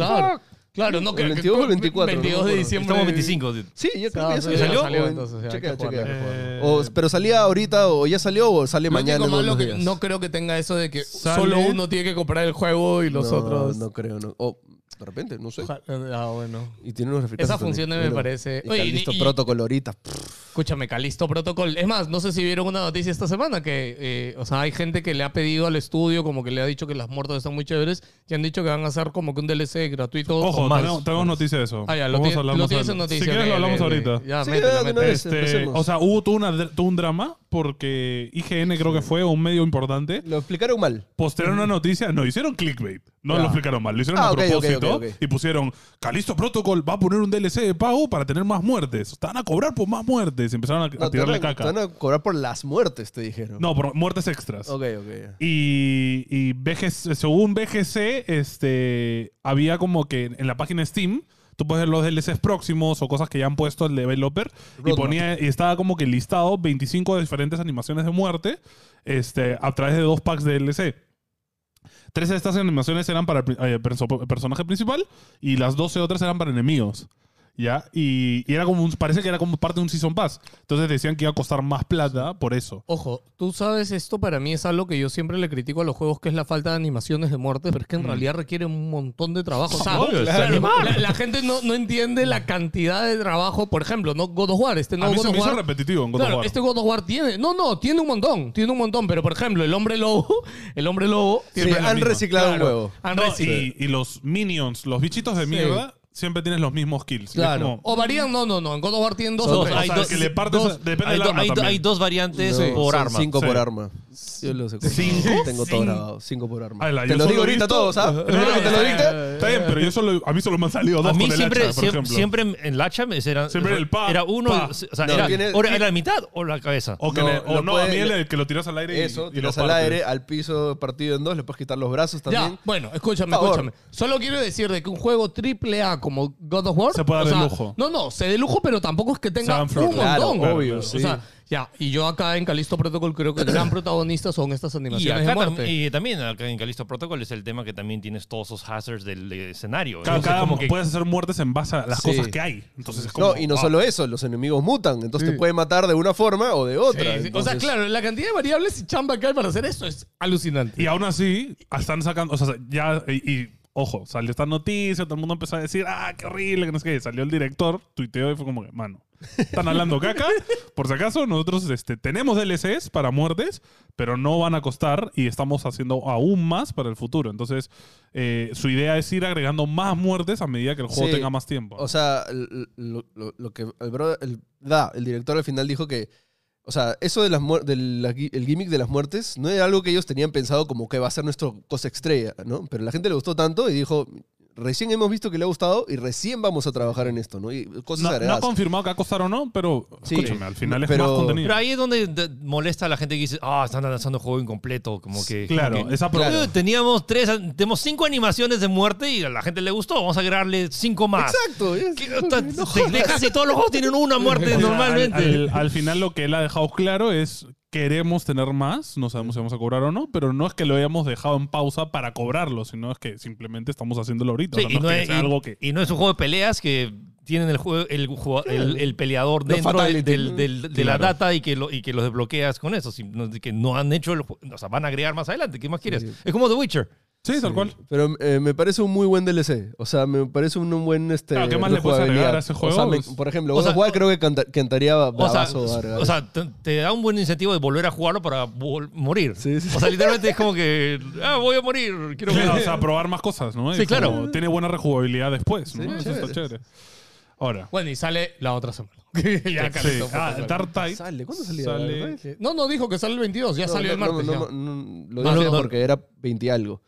Speaker 3: Claro, claro, no que
Speaker 2: El
Speaker 3: que-
Speaker 2: 22 o el 24,
Speaker 3: 22
Speaker 2: no me
Speaker 3: de
Speaker 2: acuerdo.
Speaker 3: diciembre.
Speaker 4: Estamos 25. de-
Speaker 2: Sí, yo creo que ya
Speaker 3: Ah,
Speaker 2: salió.
Speaker 4: ¿Salió?
Speaker 2: O-
Speaker 3: entonces, hay que
Speaker 2: chequea,
Speaker 3: jugarlo, hay que
Speaker 2: chequea.
Speaker 3: jugarlo.
Speaker 1: Eh,
Speaker 2: O- pero salía ahorita o ya salió o sale
Speaker 3: Lo
Speaker 2: mañana.
Speaker 3: único
Speaker 2: en
Speaker 3: malo
Speaker 2: unos
Speaker 3: que
Speaker 2: días.
Speaker 3: no creo que tenga eso de que
Speaker 1: Sale-
Speaker 3: solo uno tiene que comprar el juego y los
Speaker 2: No,
Speaker 3: otros.
Speaker 2: No creo, no. O de repente, no sé.
Speaker 3: Ojalá- Ah, bueno.
Speaker 2: Y tiene unos refritos.
Speaker 3: Esa función me parece. Oye, y-
Speaker 2: listo,
Speaker 3: y-
Speaker 2: protocolo ahorita.
Speaker 3: Escúchame, Calisto Protocol. Es más, no sé si vieron una noticia esta semana que, eh, o sea, hay gente que le ha pedido al estudio, como que le ha dicho que las muertas están muy chéveres y han dicho que van a hacer como que un DLC gratuito.
Speaker 1: Ojo,
Speaker 3: o oh, más.
Speaker 1: tenemos, tenemos noticia de eso.
Speaker 3: Ah, ya, lo,
Speaker 1: Vamos a
Speaker 3: tiene-
Speaker 1: hablar
Speaker 3: lo
Speaker 1: más
Speaker 3: tienes en
Speaker 1: adelante.
Speaker 3: noticia.
Speaker 1: Si quieres,
Speaker 3: ok,
Speaker 1: lo hablamos
Speaker 3: ok,
Speaker 1: ahorita.
Speaker 3: ok. Ya,
Speaker 2: Sí,
Speaker 3: métele,
Speaker 2: de una
Speaker 3: métele.
Speaker 2: vez.
Speaker 1: Este,
Speaker 2: empecemos.
Speaker 1: o sea, hubo tuvo, una dr- tuvo un drama porque IGN creo que fue un medio importante.
Speaker 2: Lo explicaron mal.
Speaker 1: Postearon una noticia, no hicieron clickbait, no
Speaker 3: Ya.
Speaker 1: lo explicaron mal, lo hicieron
Speaker 2: Ah,
Speaker 1: a
Speaker 2: ok, ok,
Speaker 1: propósito
Speaker 2: ok, ok.
Speaker 1: y pusieron Calisto Protocol va a poner un DLC de pago para tener más muertes. Estaban a cobrar por más muertes, empezaron a, a
Speaker 2: No, te
Speaker 1: tirarle
Speaker 2: van a-
Speaker 1: caca.
Speaker 2: Te van a cobrar por las muertes, te dijeron.
Speaker 1: No, por muertes extras.
Speaker 2: Ok, ok. ya.
Speaker 1: Y, y BGC según BGC, este, había como que en la página Steam, tú puedes ver los DLCs próximos o cosas que ya han puesto el developer. Y,
Speaker 2: Roadmap.
Speaker 1: ponía, y estaba como que listado 25 diferentes animaciones de muerte este, a través de dos packs de DLC. Tres de estas animaciones eran para el pri- eh, perso- personaje principal y las 12 otras eran para enemigos. ¿Ya? Y, y era como un- parece que era como parte de un Season Pass. Entonces decían que iba a costar más plata por eso.
Speaker 3: Ojo, tú sabes, esto para mí es algo que yo siempre le critico a los juegos, que es la falta de animaciones de muerte, pero es que en realidad requiere un montón de trabajo. O sea,
Speaker 4: Obvio, es
Speaker 3: claro,
Speaker 4: animar.
Speaker 3: la, la gente no, no entiende la cantidad de trabajo. Por ejemplo, no God of War, este no
Speaker 1: a mí
Speaker 3: God
Speaker 1: se
Speaker 3: of
Speaker 1: me hizo
Speaker 3: War.
Speaker 1: repetitivo en God of
Speaker 3: Claro,
Speaker 1: War.
Speaker 3: este God of War tiene. No, no, tiene un montón. Tiene un montón. Pero por ejemplo, el hombre lobo. [laughs] El hombre lobo.
Speaker 2: Sí,
Speaker 1: siempre es la
Speaker 2: han
Speaker 1: misma.
Speaker 2: reciclado
Speaker 3: Claro,
Speaker 2: un huevo.
Speaker 3: han
Speaker 1: No,
Speaker 3: recibido-
Speaker 1: y, y los minions, los bichitos de
Speaker 3: Sí.
Speaker 1: mierda, siempre tienes los mismos kills. Y es
Speaker 3: Claro.
Speaker 1: como-
Speaker 3: O varían, no, no, no. En God of War tienen dos
Speaker 4: Son
Speaker 3: o
Speaker 1: o
Speaker 4: dos,
Speaker 3: tres.
Speaker 1: sea,
Speaker 4: hay
Speaker 1: es
Speaker 4: dos-
Speaker 1: que le partes.
Speaker 3: dos-
Speaker 1: depende
Speaker 4: Hay,
Speaker 1: del
Speaker 4: do-
Speaker 1: arma
Speaker 4: hay do-
Speaker 1: también.
Speaker 4: hay dos variantes
Speaker 2: No,
Speaker 4: por
Speaker 2: son
Speaker 4: arma.
Speaker 2: Cinco por
Speaker 1: Sí.
Speaker 2: arma. Yo lo sé.
Speaker 1: ¿Cinco?
Speaker 2: Tengo todo grabado. Cinco por arma.
Speaker 1: Ala,
Speaker 2: te
Speaker 1: Ah, yo
Speaker 2: lo
Speaker 1: solo he
Speaker 2: digo ahorita
Speaker 1: visto- [laughs]
Speaker 2: todo, ¿sabes? Primero que te lo
Speaker 1: Está
Speaker 2: dicte.
Speaker 1: bien, Está bien, pero yo solo, a mí solo me han salido dos
Speaker 4: A mí
Speaker 1: con el
Speaker 4: siempre,
Speaker 1: hacha, por
Speaker 4: siem-
Speaker 1: ejemplo.
Speaker 4: siempre en- en la cham era,
Speaker 1: Siempre era el pa,
Speaker 4: era uno,
Speaker 1: pa.
Speaker 4: o sea,
Speaker 2: No,
Speaker 4: era,
Speaker 2: tiene-
Speaker 4: o era la mitad o la cabeza.
Speaker 1: O, que
Speaker 2: No,
Speaker 1: le- o
Speaker 2: lo
Speaker 1: no,
Speaker 2: puede-
Speaker 1: a mí el, el que lo tiras al aire y-
Speaker 2: [laughs] Eso,
Speaker 1: y, lo
Speaker 2: tiras al
Speaker 1: partes.
Speaker 2: aire, al piso, partido en dos, le puedes quitar los brazos también.
Speaker 3: Ya, bueno, escúchame,
Speaker 2: Por favor.
Speaker 3: escúchame. Solo quiero decir de que un juego triple A como God of War.
Speaker 1: Se puede
Speaker 3: o
Speaker 1: dar de
Speaker 3: sea,
Speaker 1: lujo.
Speaker 3: No, no, se de lujo, pero tampoco es que tenga un
Speaker 1: dan flor.
Speaker 3: montón.
Speaker 2: Claro, obvio,
Speaker 3: O
Speaker 2: sí.
Speaker 3: sea, ya, y yo acá en Calisto Protocol creo que el gran protagonista son estas
Speaker 4: Y,
Speaker 3: animaciones
Speaker 4: acá
Speaker 3: de
Speaker 4: tam-
Speaker 3: muerte.
Speaker 4: y también acá en Calisto Protocol es el tema que también tienes todos esos hazards del eh, escenario.
Speaker 1: Cada,
Speaker 4: Entonces,
Speaker 1: cada-
Speaker 4: como que-
Speaker 1: puedes hacer muertes en base a las
Speaker 2: Sí.
Speaker 1: cosas que hay. Entonces es como,
Speaker 2: No, y no
Speaker 1: ah,
Speaker 2: solo eso, los enemigos mutan, entonces
Speaker 3: Sí.
Speaker 2: te puede matar de una forma o de
Speaker 3: Sí,
Speaker 2: otra.
Speaker 3: sí. O sea,
Speaker 2: entonces-
Speaker 3: claro, la cantidad de variables y chamba que hay para hacer eso es alucinante.
Speaker 1: Y aún así, están sacando. O sea, ya. Y, y, ojo, salió esta noticia, todo el mundo empezó a decir, ah, qué horrible, que no sé qué. Salió el director, tuiteó y fue como que, mano, están hablando caca. Por si acaso, nosotros este, tenemos DLCs para muertes, pero no van a costar y estamos haciendo aún más para el futuro. Entonces, eh, su idea es ir agregando más muertes a medida que el juego
Speaker 2: Sí.
Speaker 1: tenga más tiempo.
Speaker 2: O sea, l- lo, lo- lo que el, bro- el- da, el director al final dijo que, o sea, eso de las muer- del la gui- el gimmick de las muertes no era algo que ellos tenían pensado como que va a ser nuestro cosa estrella, ¿no? Pero la gente le gustó tanto y dijo, recién hemos visto que le ha gustado y recién vamos a trabajar en esto, ¿no? Y
Speaker 1: No,
Speaker 2: cosas
Speaker 1: no ha
Speaker 2: agregadas.
Speaker 1: confirmado que acosar o no, pero
Speaker 2: Sí.
Speaker 1: escúchame, al final es
Speaker 2: Pero-
Speaker 1: más contenido.
Speaker 4: Pero ahí es donde de- molesta a la gente que dice, ah, están lanzando juego incompleto, como que...
Speaker 1: claro,
Speaker 4: como que,
Speaker 1: esa
Speaker 2: Claro.
Speaker 4: "Oye, Teníamos tres, tenemos cinco animaciones de muerte y a la gente le gustó, vamos a agregarle cinco más.
Speaker 2: Exacto, es-
Speaker 4: Que- ta- te- de casi todos los juegos tienen una
Speaker 1: O
Speaker 4: muerte
Speaker 1: sea,
Speaker 4: normalmente.
Speaker 1: Al, al- al final lo que él ha dejado claro es queremos tener más, no sabemos si vamos a cobrar o no, pero no es que lo hayamos dejado en pausa para cobrarlo, sino es que simplemente estamos haciéndolo ahorita.
Speaker 4: Sí,
Speaker 1: O sea,
Speaker 4: y, no
Speaker 1: es que
Speaker 4: es,
Speaker 1: sea
Speaker 4: y-
Speaker 1: algo que...
Speaker 4: y no es un juego de peleas que tienen el juego, el, jugua- el- el peleador
Speaker 2: Los
Speaker 4: dentro de,
Speaker 2: fatality.
Speaker 4: del- del- de
Speaker 1: Claro.
Speaker 4: la data y que, lo, y que los desbloqueas con eso, sino de que no han hecho el ju- o sea, van a agregar más adelante, ¿qué más quieres?
Speaker 2: sí.
Speaker 4: Es como The Witcher.
Speaker 1: Sí, tal cual.
Speaker 2: Pero eh, me parece un muy buen DLC. O sea, me parece un, un buen este.
Speaker 1: Claro, ¿qué más le puedes agregar
Speaker 2: rejugabilidad.
Speaker 1: a ese juego?
Speaker 2: O sea, me- por ejemplo,
Speaker 4: O
Speaker 2: vos
Speaker 4: sea,
Speaker 2: jugar creo que canta- cantaría
Speaker 4: O sea,
Speaker 2: bravazo agregar.
Speaker 4: o sea, te, te da un buen incentivo de volver a jugarlo para vol- morir.
Speaker 2: Sí, sí.
Speaker 4: O sea, literalmente es como que, ah, voy a morir, quiero
Speaker 1: Claro,
Speaker 4: ver".
Speaker 1: o sea, probar más cosas, ¿no?
Speaker 4: Sí,
Speaker 1: Es como-
Speaker 4: claro.
Speaker 1: tiene buena rejugabilidad después, ¿no?
Speaker 2: Sí,
Speaker 1: Eso está
Speaker 2: chévere.
Speaker 1: chévere. Ahora.
Speaker 3: Bueno, y sale la otra semana. [laughs] ya
Speaker 1: [laughs] Sí.
Speaker 3: Carlito, por
Speaker 1: Ah,
Speaker 3: favor.
Speaker 1: Dark Tide.
Speaker 2: Sale, ¿cuándo salía?
Speaker 1: Sale-
Speaker 2: ¿Verdad?
Speaker 3: No, no dijo que sale el 22, ya
Speaker 2: No,
Speaker 3: salió el
Speaker 2: no, no,
Speaker 3: martes. ya.
Speaker 2: no, no, lo
Speaker 4: Ah,
Speaker 2: dije
Speaker 4: no, no.
Speaker 2: porque era 20 algo.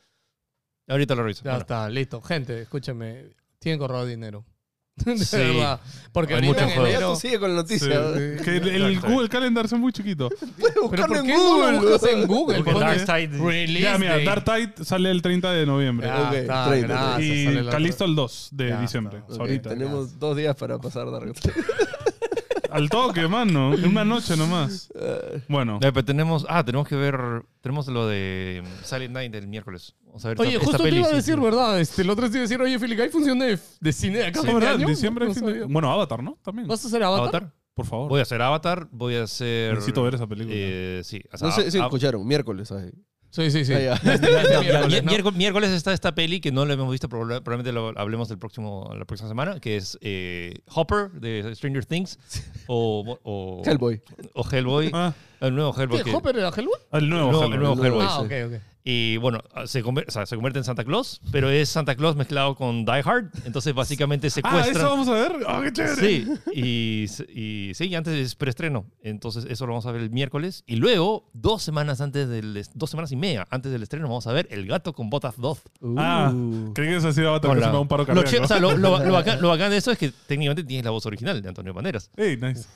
Speaker 4: Ahorita lo reviso.
Speaker 3: Ya
Speaker 4: Bueno.
Speaker 3: está, listo. Gente, escúchame, tienen que ahorrar dinero. [laughs] De
Speaker 4: Sí.
Speaker 3: verdad. Porque
Speaker 4: Hay
Speaker 3: ahorita
Speaker 4: muchos
Speaker 3: en
Speaker 4: juegos.
Speaker 3: enero...
Speaker 2: Tú sigue con la
Speaker 1: Sí.
Speaker 2: noticia. [laughs]
Speaker 1: Que el, el Google Calendar es muy chiquito.
Speaker 2: Puedes
Speaker 3: ¿Pero
Speaker 2: buscarlo
Speaker 3: por
Speaker 2: en
Speaker 3: qué no
Speaker 2: Google.
Speaker 3: lo
Speaker 2: [laughs]
Speaker 3: buscas en Google?
Speaker 4: Porque
Speaker 3: Pones
Speaker 4: Darkseid-
Speaker 3: Release
Speaker 1: Ya, mira,
Speaker 3: date.
Speaker 1: Dark Tide sale el 30 de noviembre.
Speaker 3: Ah,
Speaker 2: Ok,
Speaker 3: está,
Speaker 2: 30,
Speaker 3: gracias, sale
Speaker 1: y
Speaker 3: la-
Speaker 1: Calisto el 2 de
Speaker 3: Ya,
Speaker 1: diciembre.
Speaker 3: está.
Speaker 2: Ok,
Speaker 1: Ahorita.
Speaker 2: tenemos dos días para pasar Dark
Speaker 1: Al toque, mano. En una noche nomás. Bueno.
Speaker 4: Eh, pero tenemos, ah, tenemos que ver, tenemos lo de mm, Silent Night del miércoles. Vamos a ver
Speaker 3: Oye,
Speaker 4: esta-
Speaker 3: justo
Speaker 4: esta
Speaker 3: te
Speaker 4: peli,
Speaker 3: iba a
Speaker 4: sí,
Speaker 3: decir,
Speaker 4: sí.
Speaker 3: ¿verdad? Este, el otro día te iba a decir, oye, Philip, ¿hay función de, de cine de acá
Speaker 1: Sí,
Speaker 3: fin de
Speaker 1: ¿verdad?
Speaker 3: año?
Speaker 1: diciembre.
Speaker 3: No
Speaker 1: fin de-
Speaker 3: sabía.
Speaker 1: Bueno, Avatar, ¿no? También.
Speaker 3: ¿Vas a hacer Avatar?
Speaker 4: ¿Avatar?
Speaker 1: Por favor.
Speaker 4: Voy a hacer Avatar, voy a hacer...
Speaker 1: Necesito ver esa película.
Speaker 4: Eh, sí, o sea,
Speaker 2: No sé si
Speaker 4: a-
Speaker 2: escucharon, miércoles. ahí.
Speaker 3: Sí, sí, sí.
Speaker 2: Ah, ya.
Speaker 4: [laughs] Ya,
Speaker 3: miércoles,
Speaker 4: miércoles,
Speaker 3: ¿no?
Speaker 4: miércoles está esta peli que no la hemos visto, proba- probablemente lo hablemos del próximo, la próxima semana, que es eh, Hopper de Stranger Things o, o,
Speaker 2: Hellboy.
Speaker 4: o Hellboy,
Speaker 1: Ah,
Speaker 4: el nuevo Hellboy.
Speaker 3: ¿Qué,
Speaker 4: que-
Speaker 3: ¿Hopper era Hellboy?
Speaker 1: el nuevo,
Speaker 4: el nuevo-
Speaker 1: Hellboy.
Speaker 4: el nuevo
Speaker 2: El nuevo,
Speaker 4: Hellboy.
Speaker 3: Ah, ok,
Speaker 2: sí.
Speaker 3: ok.
Speaker 4: Y bueno, se convierte, o sea, se convierte en Santa Claus, pero es Santa Claus mezclado con Die Hard, entonces básicamente
Speaker 1: Ah,
Speaker 4: secuestra...
Speaker 1: eso vamos a ver. Ah, qué chévere.
Speaker 4: Sí, y, y sí, y antes es preestreno. Entonces, eso lo vamos a ver el miércoles. Y luego, dos semanas antes del. est- Dos semanas y media antes del estreno, vamos a ver El gato con botas 2.
Speaker 1: Ah,
Speaker 2: Uh.
Speaker 1: creí que eso ha sido Avatar, que
Speaker 4: Con
Speaker 1: se
Speaker 4: la-
Speaker 1: me da un paro
Speaker 4: lo, che-
Speaker 1: cardíaco.
Speaker 4: o sea, lo, lo- lo bacán, lo bacán de eso es que técnicamente tienes la voz original de Antonio Banderas.
Speaker 1: Ey, nice.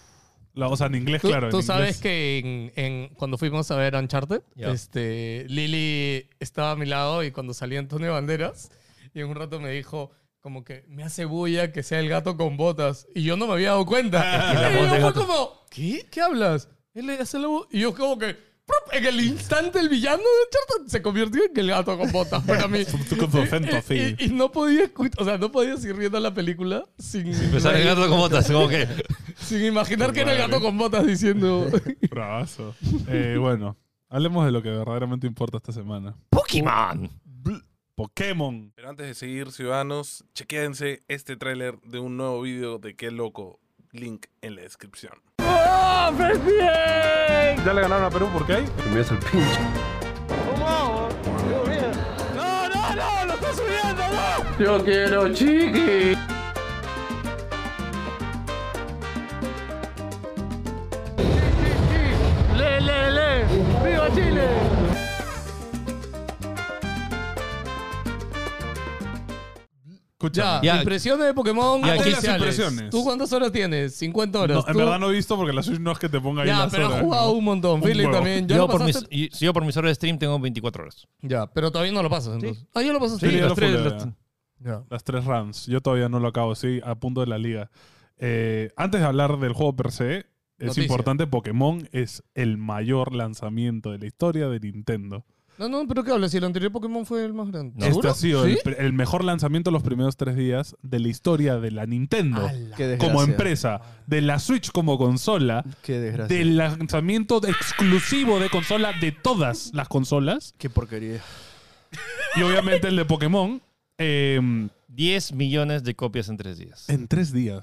Speaker 1: La, o sea, en inglés,
Speaker 3: Tú,
Speaker 1: claro.
Speaker 3: tú
Speaker 1: en
Speaker 3: sabes
Speaker 1: inglés.
Speaker 3: que en- en- cuando fuimos a ver Uncharted,
Speaker 4: Ya.
Speaker 3: este, Lili estaba a mi lado y cuando salía Antonio Banderas, y en un rato me dijo como que me hace bulla que sea el gato con botas. Y yo no me había dado cuenta.
Speaker 4: Es que la
Speaker 3: y
Speaker 4: voz
Speaker 3: yo fue
Speaker 4: del gato.
Speaker 3: como, ¿qué? ¿Qué hablas? Él le hace la voz. Y yo como que... ¡prup! En el instante el villano de Uncharted se convirtió en el gato con botas para mí.
Speaker 1: Tú con tu acento, sí.
Speaker 4: [laughs]
Speaker 3: Y, y no podía escuchar, o sea, no podía seguir viendo la película sin,
Speaker 4: Empezar Pues El gato con botas, como que.
Speaker 3: sin imaginar que era el gato con botas diciendo
Speaker 1: Bravazo. Eh, bueno, hablemos de lo que verdaderamente importa esta semana.
Speaker 4: ¡Pokémon!
Speaker 1: Pokémon.
Speaker 5: Pero antes de seguir, ciudadanos, chequéense este tráiler de un nuevo video de Qué Loco. Link en la descripción.
Speaker 1: Ya le ganaron a Perú, ¿por qué?
Speaker 3: Ya,
Speaker 1: Escucha.
Speaker 4: Ya.
Speaker 3: impresiones de Pokémon.
Speaker 4: Ya,
Speaker 1: ¿qué
Speaker 3: oficiales.
Speaker 1: las impresiones?
Speaker 3: ¿Tú cuántas horas tienes? 50 horas.
Speaker 1: No, en
Speaker 3: Tú-
Speaker 1: verdad no he visto porque la Switch no es que te ponga ahí
Speaker 3: Ya,
Speaker 1: las
Speaker 3: pero has
Speaker 1: horas,
Speaker 3: jugado
Speaker 1: ¿no?
Speaker 3: un montón.
Speaker 1: Un
Speaker 3: Philly
Speaker 1: huevo.
Speaker 3: también. ¿Ya
Speaker 4: Yo
Speaker 3: lo
Speaker 4: por, mis,
Speaker 3: pasaste?
Speaker 4: y- si yo por mis horas de stream tengo 24 horas.
Speaker 3: Ya, pero todavía no lo pasas entonces. Ah, ya lo pasaste.
Speaker 1: Sí, ya
Speaker 4: las
Speaker 1: lo
Speaker 4: tres,
Speaker 1: fuleo,
Speaker 4: las-
Speaker 1: ya.
Speaker 3: Ya.
Speaker 1: Las tres rounds. Yo todavía no lo acabo, sí, a punto de la liga. Eh, antes de hablar del juego per se, es
Speaker 3: Noticia.
Speaker 1: importante, Pokémon es el mayor lanzamiento de la historia de Nintendo.
Speaker 3: No, no, pero ¿qué hablas? Si el anterior Pokémon fue el más grande.
Speaker 4: No.
Speaker 1: Este
Speaker 3: ¿Seguro?
Speaker 1: ha sido
Speaker 3: ¿Sí?
Speaker 1: el, pr- el mejor lanzamiento de los primeros tres días de la historia de la Nintendo.
Speaker 3: Ala.
Speaker 2: Qué desgracia.
Speaker 1: como empresa, de la Switch como consola,
Speaker 2: Qué desgracia.
Speaker 1: del lanzamiento de- exclusivo de consola de todas las consolas,
Speaker 2: Qué porquería.
Speaker 1: y obviamente el de Pokémon, eh, en
Speaker 4: 10 millones de copias en 3 días.
Speaker 1: tres días.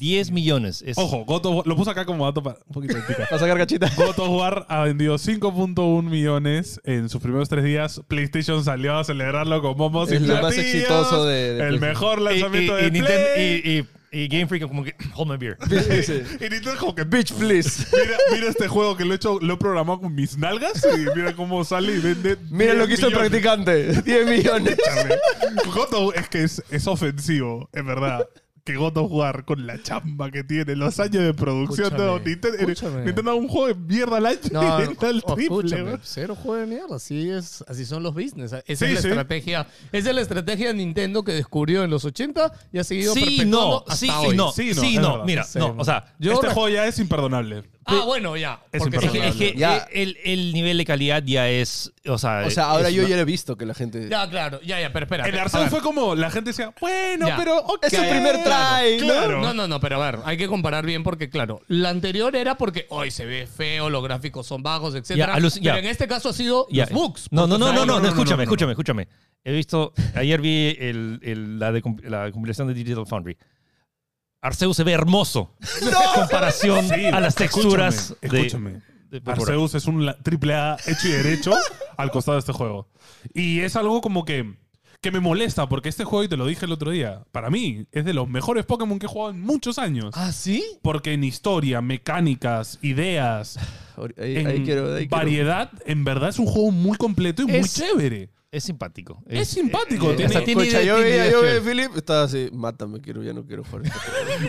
Speaker 4: 10 millones. Es,
Speaker 1: Ojo, God of War- lo puse acá como dato para un poquito de pica.
Speaker 2: [laughs] ¿Vas a sacar cachita?
Speaker 1: God of War ha vendido 5.1 millones en sus primeros tres días. PlayStation salió a celebrarlo con bombos y
Speaker 2: Es lo más
Speaker 1: platillos.
Speaker 2: exitoso de- de
Speaker 1: el
Speaker 2: PlayStation.
Speaker 1: mejor
Speaker 4: Y, y-
Speaker 1: lanzamiento
Speaker 4: y
Speaker 1: de
Speaker 4: Ninten-
Speaker 1: Play.
Speaker 4: y- y Y Game Freak como que, hold my beer.
Speaker 1: [laughs] Y Nintendo como que, bitch, please.
Speaker 3: [laughs]
Speaker 1: Mira, mira este juego que lo he hecho, lo he programado con mis nalgas y mira cómo sale y vende.
Speaker 2: Mira lo que hizo el practicante. [laughs] 10 millones.
Speaker 1: Goto es que es, es ofensivo, es verdad. Que Goto jugar con la chamba que tiene, los años de producción. No,
Speaker 3: Escúchame,
Speaker 1: Nintendo, eh,
Speaker 3: escúchame.
Speaker 1: Nintendo hace un juego de mierda al año [laughs]
Speaker 3: No,
Speaker 1: y vende al
Speaker 3: o-
Speaker 1: triple.
Speaker 3: escúchame,
Speaker 1: weón.
Speaker 3: cero juego de mierda. Así, es, así son los business. Esa
Speaker 1: eh? Sí,
Speaker 3: es la
Speaker 1: sí.
Speaker 3: estrategia. Esa es la estrategia de Nintendo que descubrió en los 80 y ha seguido
Speaker 4: Sí,
Speaker 3: perpetuando
Speaker 4: no,
Speaker 3: hasta
Speaker 4: sí,
Speaker 3: hoy.
Speaker 4: no,
Speaker 1: Sí,
Speaker 4: sí,
Speaker 1: no,
Speaker 4: no,
Speaker 1: es verdad.
Speaker 4: mira,
Speaker 3: Sí,
Speaker 4: no,
Speaker 3: no.
Speaker 4: o sea,
Speaker 3: Yo
Speaker 1: este
Speaker 3: re-
Speaker 1: juego ya es imperdonable.
Speaker 3: Ah, bueno, ya.
Speaker 1: Es
Speaker 3: porque
Speaker 4: es que, es
Speaker 1: imperdonable.
Speaker 4: que
Speaker 2: Ya.
Speaker 4: el, el nivel de calidad ya es, o sea,
Speaker 2: O sea, ahora
Speaker 4: es
Speaker 2: yo
Speaker 4: una-
Speaker 2: ya he visto que la gente.
Speaker 3: Ya, claro, ya, ya, pero espera.
Speaker 1: En Arcade fue como la gente decía, bueno,
Speaker 3: Ya.
Speaker 1: pero ok.
Speaker 2: Es su primer try, ¿no?
Speaker 1: Claro.
Speaker 3: No, no, no, pero a ver, hay que comparar bien porque, claro, la anterior era porque hoy se ve feo, los gráficos son bajos, etc.
Speaker 4: Ya, aluc- ya.
Speaker 3: Pero en este caso ha sido
Speaker 4: ya-
Speaker 3: los bugs.
Speaker 4: No, no,
Speaker 3: porque,
Speaker 4: no,
Speaker 3: o sea,
Speaker 4: no, no,
Speaker 1: no, no,
Speaker 4: no, escúchame,
Speaker 1: no, no, no.
Speaker 4: escúchame, escúchame. He visto, ayer vi el, el- la, de, comp- la compilación de Digital Foundry. Arceus se ve hermoso en comparación
Speaker 1: Sí,
Speaker 4: a las texturas
Speaker 1: escúchame,
Speaker 4: de-
Speaker 1: escúchame.
Speaker 4: de Papura.
Speaker 1: Arceus es un la- triple A hecho y derecho al costado de este juego. Y es algo como que, que me molesta, porque este juego, y te lo dije el otro día, para mí es de los mejores Pokémon que he jugado en muchos años.
Speaker 3: ¿Ah, sí?
Speaker 1: Porque en historia, mecánicas, ideas,
Speaker 2: Ahí,
Speaker 1: en
Speaker 2: ahí quiero, ahí quiero.
Speaker 1: variedad, en verdad es un juego muy completo y muy
Speaker 3: Es-
Speaker 1: chévere.
Speaker 4: Es eh, simpático.
Speaker 1: Es simpático, tiene-
Speaker 4: hasta tiene
Speaker 2: Escucha, yo
Speaker 4: tiene
Speaker 2: veía,
Speaker 4: ideas
Speaker 2: yo veía
Speaker 3: [laughs]
Speaker 4: chéveres.
Speaker 2: a Philip, estaba así, mátame, quiero, ya no quiero jugar.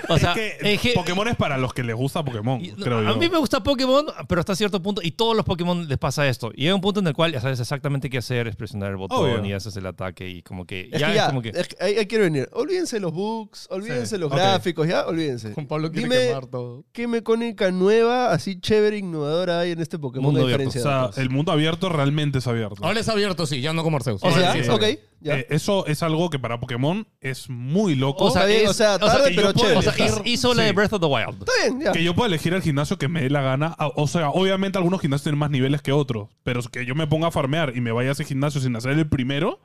Speaker 4: O sea,
Speaker 1: es que,
Speaker 4: es que-
Speaker 1: Pokémon es para los que les gusta Pokémon,
Speaker 4: Y- no,
Speaker 1: creo yo.
Speaker 4: a mí me gusta Pokémon, Ah, pero hasta cierto punto, y todos los Pokémon les pasa esto. Y llega un punto en el cual ya sabes exactamente qué hacer, es presionar el botón
Speaker 1: Obvio.
Speaker 4: y haces el ataque y como que...
Speaker 2: Es
Speaker 4: ya,
Speaker 2: que ya,
Speaker 4: es como que...
Speaker 2: es que ahí, ahí quiero venir. Olvídense los bugs, olvídense los
Speaker 1: ok.
Speaker 2: gráficos, ya, olvídense.
Speaker 3: Juan Pablo quiere
Speaker 2: Dime
Speaker 3: quemar todo.
Speaker 2: qué mecánica nueva, así chévere, innovadora hay en este Pokémon
Speaker 4: Mundo
Speaker 2: de
Speaker 4: abierto,
Speaker 2: diferencia
Speaker 1: o
Speaker 2: de
Speaker 1: sea,
Speaker 2: otros?
Speaker 1: el mundo abierto realmente es abierto.
Speaker 3: Ahora es abierto, sí, ya no como Arceus.
Speaker 2: O sea,
Speaker 1: sí, sí.
Speaker 2: ok, ya.
Speaker 1: Eh, eso es algo que para Pokémon es muy loco.
Speaker 2: O sea, bien, o sea, tarde,
Speaker 4: que
Speaker 2: pero
Speaker 4: yo puedo-
Speaker 2: chévere.
Speaker 4: o sea, hizo- hizo la de
Speaker 1: Sí.
Speaker 4: Breath of the Wild.
Speaker 2: Está bien, ya.
Speaker 1: que yo pueda elegir el gimnasio que me dé la gana. Ah, O sea, obviamente algunos gimnasios tienen más niveles que otros, pero que yo me ponga a farmear y me vaya a ese gimnasio sin hacer el primero,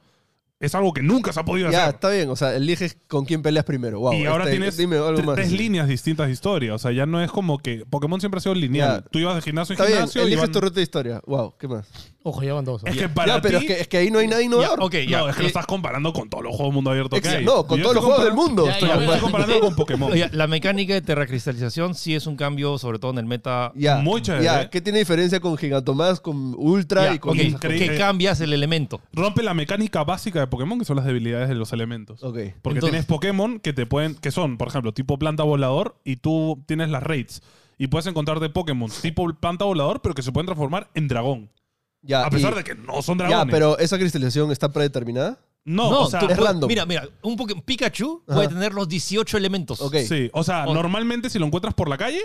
Speaker 1: es algo que nunca se ha podido
Speaker 2: Ya,
Speaker 1: hacer.
Speaker 2: está bien. O sea, eliges con quién peleas primero. Wow,
Speaker 1: y ahora
Speaker 2: este,
Speaker 1: tienes
Speaker 2: dime algo
Speaker 1: tre-
Speaker 2: más.
Speaker 1: tres líneas distintas de historia. O sea, ya no es como que Pokémon siempre ha sido lineal.
Speaker 2: Ya.
Speaker 1: Tú ibas de gimnasio en
Speaker 2: Está bien,
Speaker 1: gimnasio y
Speaker 2: eliges
Speaker 1: iban-
Speaker 2: tu ruta de historia. Wow, ¿qué más?
Speaker 3: Ojo, ya van dos.
Speaker 1: Es
Speaker 3: ¿eh?
Speaker 1: que para
Speaker 2: ya, pero
Speaker 1: ti-
Speaker 2: es, que, es que ahí no hay nada
Speaker 4: Ya,
Speaker 2: innovador.
Speaker 4: ok, ya.
Speaker 1: no, es que
Speaker 4: Eh,
Speaker 1: lo estás comparando con todos los juegos mundo abierto que
Speaker 2: Exa-
Speaker 1: hay.
Speaker 2: no, con
Speaker 1: Yo
Speaker 2: todos
Speaker 1: estoy
Speaker 2: los juegos del
Speaker 1: comparando-
Speaker 2: mundo.
Speaker 3: Ya,
Speaker 1: Estoy,
Speaker 3: ya,
Speaker 1: estoy
Speaker 3: ya.
Speaker 1: comparando con Pokémon.
Speaker 4: Oye, la mecánica de terracristalización sí es un cambio, sobre todo en el meta.
Speaker 2: Ya,
Speaker 1: Muy chévere.
Speaker 2: ya, ¿qué tiene diferencia con Gigantomás, con Ultra
Speaker 4: Ya,
Speaker 2: y con...
Speaker 4: ok,
Speaker 1: esas cosas.
Speaker 4: que cambias el elemento.
Speaker 1: rompe la mecánica básica de Pokémon, que son las debilidades de los elementos.
Speaker 2: Ok.
Speaker 1: Porque
Speaker 4: Entonces-
Speaker 1: tienes Pokémon que te pueden, que son, por ejemplo, tipo planta volador, y tú tienes las raids. Y puedes encontrarte Pokémon tipo planta volador, pero que se pueden transformar en dragón.
Speaker 2: Ya,
Speaker 1: a pesar
Speaker 2: Ah, y-
Speaker 1: de que no son
Speaker 2: Ya,
Speaker 1: dragones.
Speaker 2: pero ¿esa cristalización está predeterminada?
Speaker 1: No,
Speaker 4: no,
Speaker 1: o sea,
Speaker 4: tú
Speaker 2: es
Speaker 4: puedes-
Speaker 2: random.
Speaker 4: Mira, mira, un Poké- Pikachu
Speaker 2: Ajá.
Speaker 4: puede tener los 18 elementos.
Speaker 2: Ok.
Speaker 1: sí, o sea,
Speaker 4: O-
Speaker 1: normalmente si lo encuentras por la calle,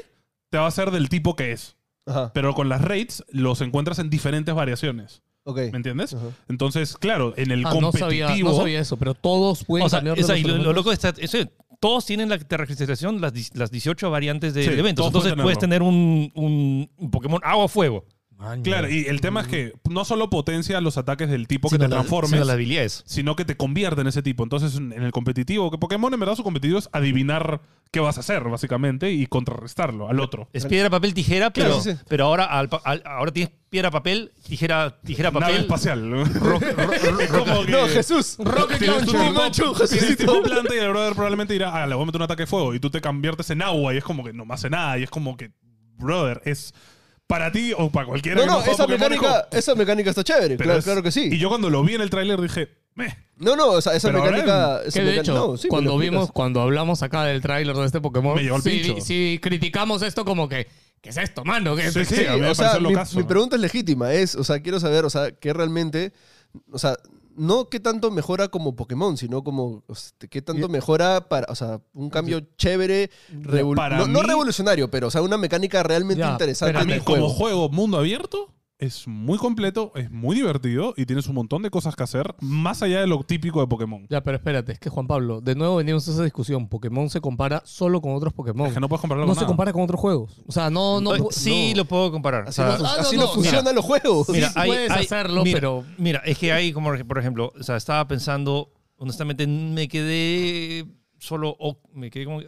Speaker 1: te va a ser del tipo que es.
Speaker 2: Ajá,
Speaker 1: Pero con las raids los encuentras en diferentes variaciones.
Speaker 2: ok.
Speaker 1: ¿Me entiendes?
Speaker 2: Ajá.
Speaker 1: Entonces, claro, en el
Speaker 3: Ah, no
Speaker 1: competitivo.
Speaker 3: sabía, no sabía eso, pero todos pueden
Speaker 4: O sea,
Speaker 3: cambiar de
Speaker 4: esa-
Speaker 3: los
Speaker 4: y lo, lo
Speaker 3: elementos.
Speaker 4: loco está, eso, todos tienen la terracristalización, las, dis- las 18 variantes de
Speaker 1: Sí,
Speaker 4: elementos.
Speaker 1: todos
Speaker 4: Entonces
Speaker 1: pueden
Speaker 4: puedes tener un, un- un Pokémon agua-fuego.
Speaker 3: Maña.
Speaker 1: Claro, y el tema es que no solo potencia los ataques del tipo que
Speaker 4: Sino
Speaker 1: te
Speaker 4: la-
Speaker 1: transformes,
Speaker 4: sino las habilidades.
Speaker 1: sino que te convierte en ese tipo. Entonces, en en el competitivo, que Pokémon en verdad su competitivo es adivinar qué vas a hacer, básicamente, y contrarrestarlo al otro.
Speaker 4: Es piedra, papel, tijera, pero,
Speaker 2: Claro, sí, sí.
Speaker 4: pero ahora, al pa- al- ahora tienes piedra, papel, tijera, tijera,
Speaker 1: Nave
Speaker 4: papel.
Speaker 1: espacial. [laughs] es como que...
Speaker 2: No, Jesús.
Speaker 1: Rocket Launcher, [laughs] este
Speaker 2: Machu,
Speaker 1: Tienes
Speaker 2: Jesucito.
Speaker 1: tipo planta y el brother probablemente dirá, ah, le voy a meter un ataque de fuego. Y tú te conviertes en agua y es como que no me hace nada. Y es como que, brother, es para ti o para cualquiera
Speaker 2: No,
Speaker 1: que
Speaker 2: no,
Speaker 1: juega
Speaker 2: esa
Speaker 1: Pokémon, es como-
Speaker 2: mecánica, esa mecánica está chévere,
Speaker 1: Pero
Speaker 2: claro,
Speaker 1: es-
Speaker 2: claro que sí.
Speaker 1: Y yo cuando lo vi en el tráiler dije, meh.
Speaker 2: No, no, o sea, esa
Speaker 1: Pero ahora
Speaker 2: mecánica... esa
Speaker 3: Que de
Speaker 2: meca-
Speaker 3: hecho,
Speaker 2: no, sí, me
Speaker 3: cuando
Speaker 2: lo explicas.
Speaker 3: vimos, cuando hablamos acá del tráiler de este Pokémon,
Speaker 1: Me llegó el
Speaker 3: sí,
Speaker 1: pincho.
Speaker 3: sí criticamos esto como que, ¿qué es esto, mano? ¿Qué es
Speaker 1: Sí,
Speaker 3: esto?
Speaker 1: sí, a mí me
Speaker 2: o sea,
Speaker 1: pareció
Speaker 2: mi,
Speaker 1: locazo,
Speaker 2: mi
Speaker 1: ¿no?
Speaker 2: pregunta es legítima. Es, o sea, quiero saber, o sea, qué realmente, o sea, no qué tanto mejora como Pokémon, sino como o sea, este, qué tanto mejora para, o sea, un cambio chévere, revol-
Speaker 1: para
Speaker 2: no, no
Speaker 1: mí-
Speaker 2: revolucionario, pero, o sea, una mecánica realmente
Speaker 3: Ya,
Speaker 2: interesante
Speaker 3: pero
Speaker 1: A
Speaker 2: en
Speaker 1: mí,
Speaker 2: el
Speaker 1: como
Speaker 2: juego.
Speaker 1: juego mundo abierto, es muy completo, es muy divertido y tienes un montón de cosas que hacer más allá de lo típico de Pokémon.
Speaker 3: Ya, pero espérate, es que Juan Pablo, de nuevo venimos a esa discusión. Pokémon se compara solo con otros Pokémon.
Speaker 1: Es que no puedes compararlo
Speaker 3: no
Speaker 1: con
Speaker 3: se
Speaker 1: nada.
Speaker 3: compara con otros juegos. O sea, no, no.
Speaker 4: Oye, sí, lo puedo comparar.
Speaker 2: Así,
Speaker 4: O sea,
Speaker 2: no, fun-
Speaker 3: ah, no,
Speaker 2: así no
Speaker 3: no,
Speaker 2: funcionan los juegos.
Speaker 3: Sí, puedes hacerlo,
Speaker 4: mira,
Speaker 3: pero-
Speaker 4: Mira, es que hay como, por ejemplo, o sea, estaba pensando, honestamente, me quedé solo o- me quedé como que,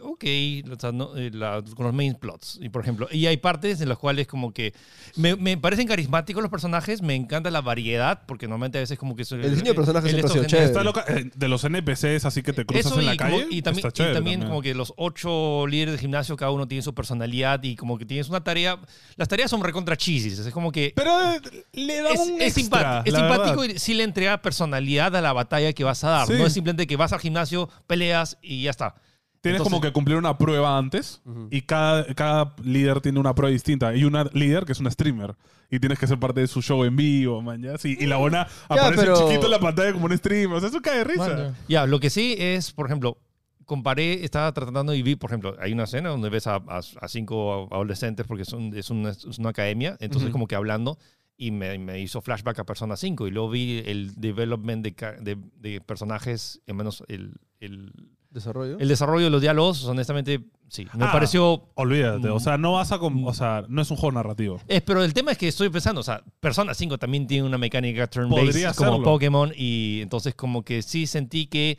Speaker 4: ok, o sea, no, eh, la- con los main plots. Y por ejemplo, y hay partes en las cuales como que me, me parecen carismáticos los personajes, me encanta la variedad, porque normalmente a veces como que...
Speaker 2: El diseño de personajes siempre ha sido chévere.
Speaker 1: Está loca- eh, de los NPCs, así que te cruzas
Speaker 4: Eso
Speaker 1: en la
Speaker 4: y, como-
Speaker 1: calle.
Speaker 4: y también,
Speaker 1: está
Speaker 4: y
Speaker 1: chévere
Speaker 4: también como que los ocho líderes de gimnasio, cada uno tiene su personalidad y como que tienes una tarea. Las tareas son recontra cheesy, es como que.
Speaker 1: Pero eh, le da
Speaker 4: es,
Speaker 1: un
Speaker 4: es
Speaker 1: extra,
Speaker 4: simpático, es
Speaker 1: la
Speaker 4: simpático
Speaker 1: verdad.
Speaker 4: y sí le entrega personalidad a la batalla que vas a dar.
Speaker 1: Sí.
Speaker 4: No es simplemente que vas al gimnasio, peleas y ya está.
Speaker 1: Tienes
Speaker 4: Entonces-
Speaker 1: como que cumplir una prueba antes y cada, cada líder tiene una prueba distinta. Hay una líder que es una streamer y tienes que ser parte de su show en vivo, man. ya, sí. Y la buena aparece
Speaker 2: pero-
Speaker 1: chiquito en la pantalla como un streamer. O sea, eso cae de risa.
Speaker 3: Mano.
Speaker 4: Ya, lo que sí es, por ejemplo, comparé, estaba tratando y vi, por ejemplo, hay una escena donde ves a, a- a cinco adolescentes porque son, es, una, es una academia, entonces como que hablando y me, me hizo flashback a Persona 5 y luego vi el development de, ca- de, de personajes, al menos el, el,
Speaker 2: [laughs] Desarrollo.
Speaker 4: el desarrollo de los diálogos, honestamente, sí, me
Speaker 1: Ah.
Speaker 4: pareció...
Speaker 1: Olvídate. O sea, no vas a. com- O sea, no es un juego narrativo.
Speaker 4: Es, pero el tema es que estoy pensando, o sea, Persona 5 también tiene una mecánica
Speaker 1: Podría
Speaker 4: turn-based como
Speaker 1: serlo.
Speaker 4: Pokémon y entonces como que sí sentí que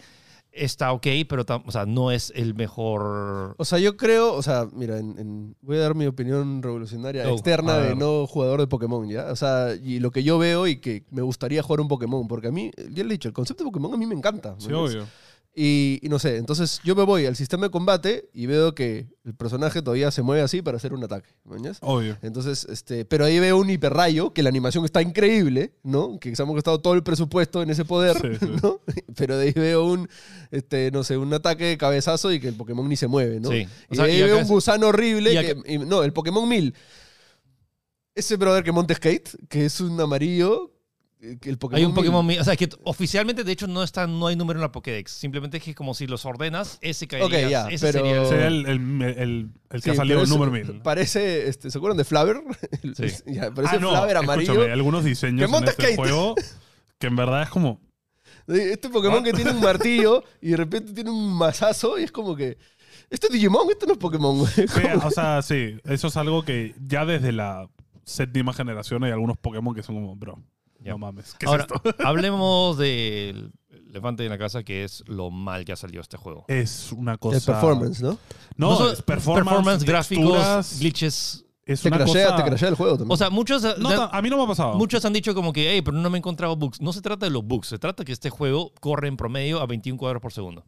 Speaker 4: está ok, pero tam- o sea, no es el mejor...
Speaker 2: O sea, yo creo, o sea, mira, en- en- voy a dar mi opinión revolucionaria
Speaker 4: Oh,
Speaker 2: externa
Speaker 4: a
Speaker 2: de
Speaker 4: ver.
Speaker 2: no jugador de Pokémon, ¿ya? O sea, y lo que yo veo y que me gustaría jugar un Pokémon, porque a mí, ya le he dicho, el concepto de Pokémon a mí me encanta. ¿me
Speaker 1: Sí,
Speaker 2: entiendes?
Speaker 1: obvio.
Speaker 2: Y, y no sé, entonces yo me voy al sistema de combate y veo que el personaje todavía se mueve así para hacer un ataque, ¿me entiendes?
Speaker 1: Obvio.
Speaker 2: Entonces, este, pero ahí veo un hiperrayo, que la animación está increíble, ¿no? Que se hemos gastado todo el presupuesto en ese poder,
Speaker 1: Sí, sí.
Speaker 2: ¿no? [laughs] Pero de ahí veo un, este, no sé, un ataque de cabezazo y que el Pokémon ni se mueve, ¿no?
Speaker 4: Sí. O
Speaker 2: Y
Speaker 4: sea,
Speaker 2: de ahí
Speaker 4: y acá
Speaker 2: veo Eh, un
Speaker 4: es-
Speaker 2: gusano horrible,
Speaker 4: y
Speaker 2: que- y- no, el Pokémon 1000. Ese brother que monta skate, que es un amarillo, eh, que el Pokémon
Speaker 4: Hay un
Speaker 2: 1000.
Speaker 4: Pokémon... mi- O sea, que t- oficialmente, de hecho, no está no hay número en la Pokédex. Simplemente es que como si los ordenas, ese caería.
Speaker 2: Ok, ya,
Speaker 4: ese
Speaker 2: pero-
Speaker 4: sería el-
Speaker 1: Sería el, el, el- el que
Speaker 2: Sí,
Speaker 1: ha salido
Speaker 2: pero
Speaker 1: el
Speaker 2: es-
Speaker 1: número 1000.
Speaker 2: Parece, este, ¿se acuerdan de Flaver? [laughs]
Speaker 4: Sí.
Speaker 2: Ya, parece
Speaker 1: Ah, no,
Speaker 2: Flaver
Speaker 1: escúchame, hay
Speaker 2: amarillo.
Speaker 1: algunos
Speaker 2: Que
Speaker 1: diseños en
Speaker 2: monta
Speaker 1: este
Speaker 2: skate.
Speaker 1: juego que en verdad es como...
Speaker 2: Este Pokémon que tiene
Speaker 1: [laughs]
Speaker 2: un martillo y de repente tiene un mazazo y es como que. Esto es Digimon, esto no es Pokémon, [laughs] güey.
Speaker 1: Fea, o sea, sí, eso es algo que ya desde la séptima generación hay algunos Pokémon que son como, bro,
Speaker 4: Ya.
Speaker 1: no mames, ¿qué
Speaker 4: Ahora,
Speaker 1: es esto? [laughs]
Speaker 4: hablemos del elefante en la casa, que es lo mal que ha salido este juego.
Speaker 1: Es una cosa...
Speaker 2: El performance, ¿no?
Speaker 1: No,
Speaker 4: solo-
Speaker 1: es performance,
Speaker 4: gráficos,
Speaker 1: texturas,
Speaker 4: glitches.
Speaker 1: Es
Speaker 2: Te
Speaker 1: una
Speaker 2: crashea,
Speaker 1: cosa...
Speaker 2: te crashea el juego también.
Speaker 4: O sea, muchos...
Speaker 1: No,
Speaker 4: de-
Speaker 1: ta- a mí no me ha pasado.
Speaker 4: Muchos han dicho como que, hey, pero no me he encontrado bugs. No se trata de los bugs, se trata que este juego corre en promedio a 21 cuadros por segundo.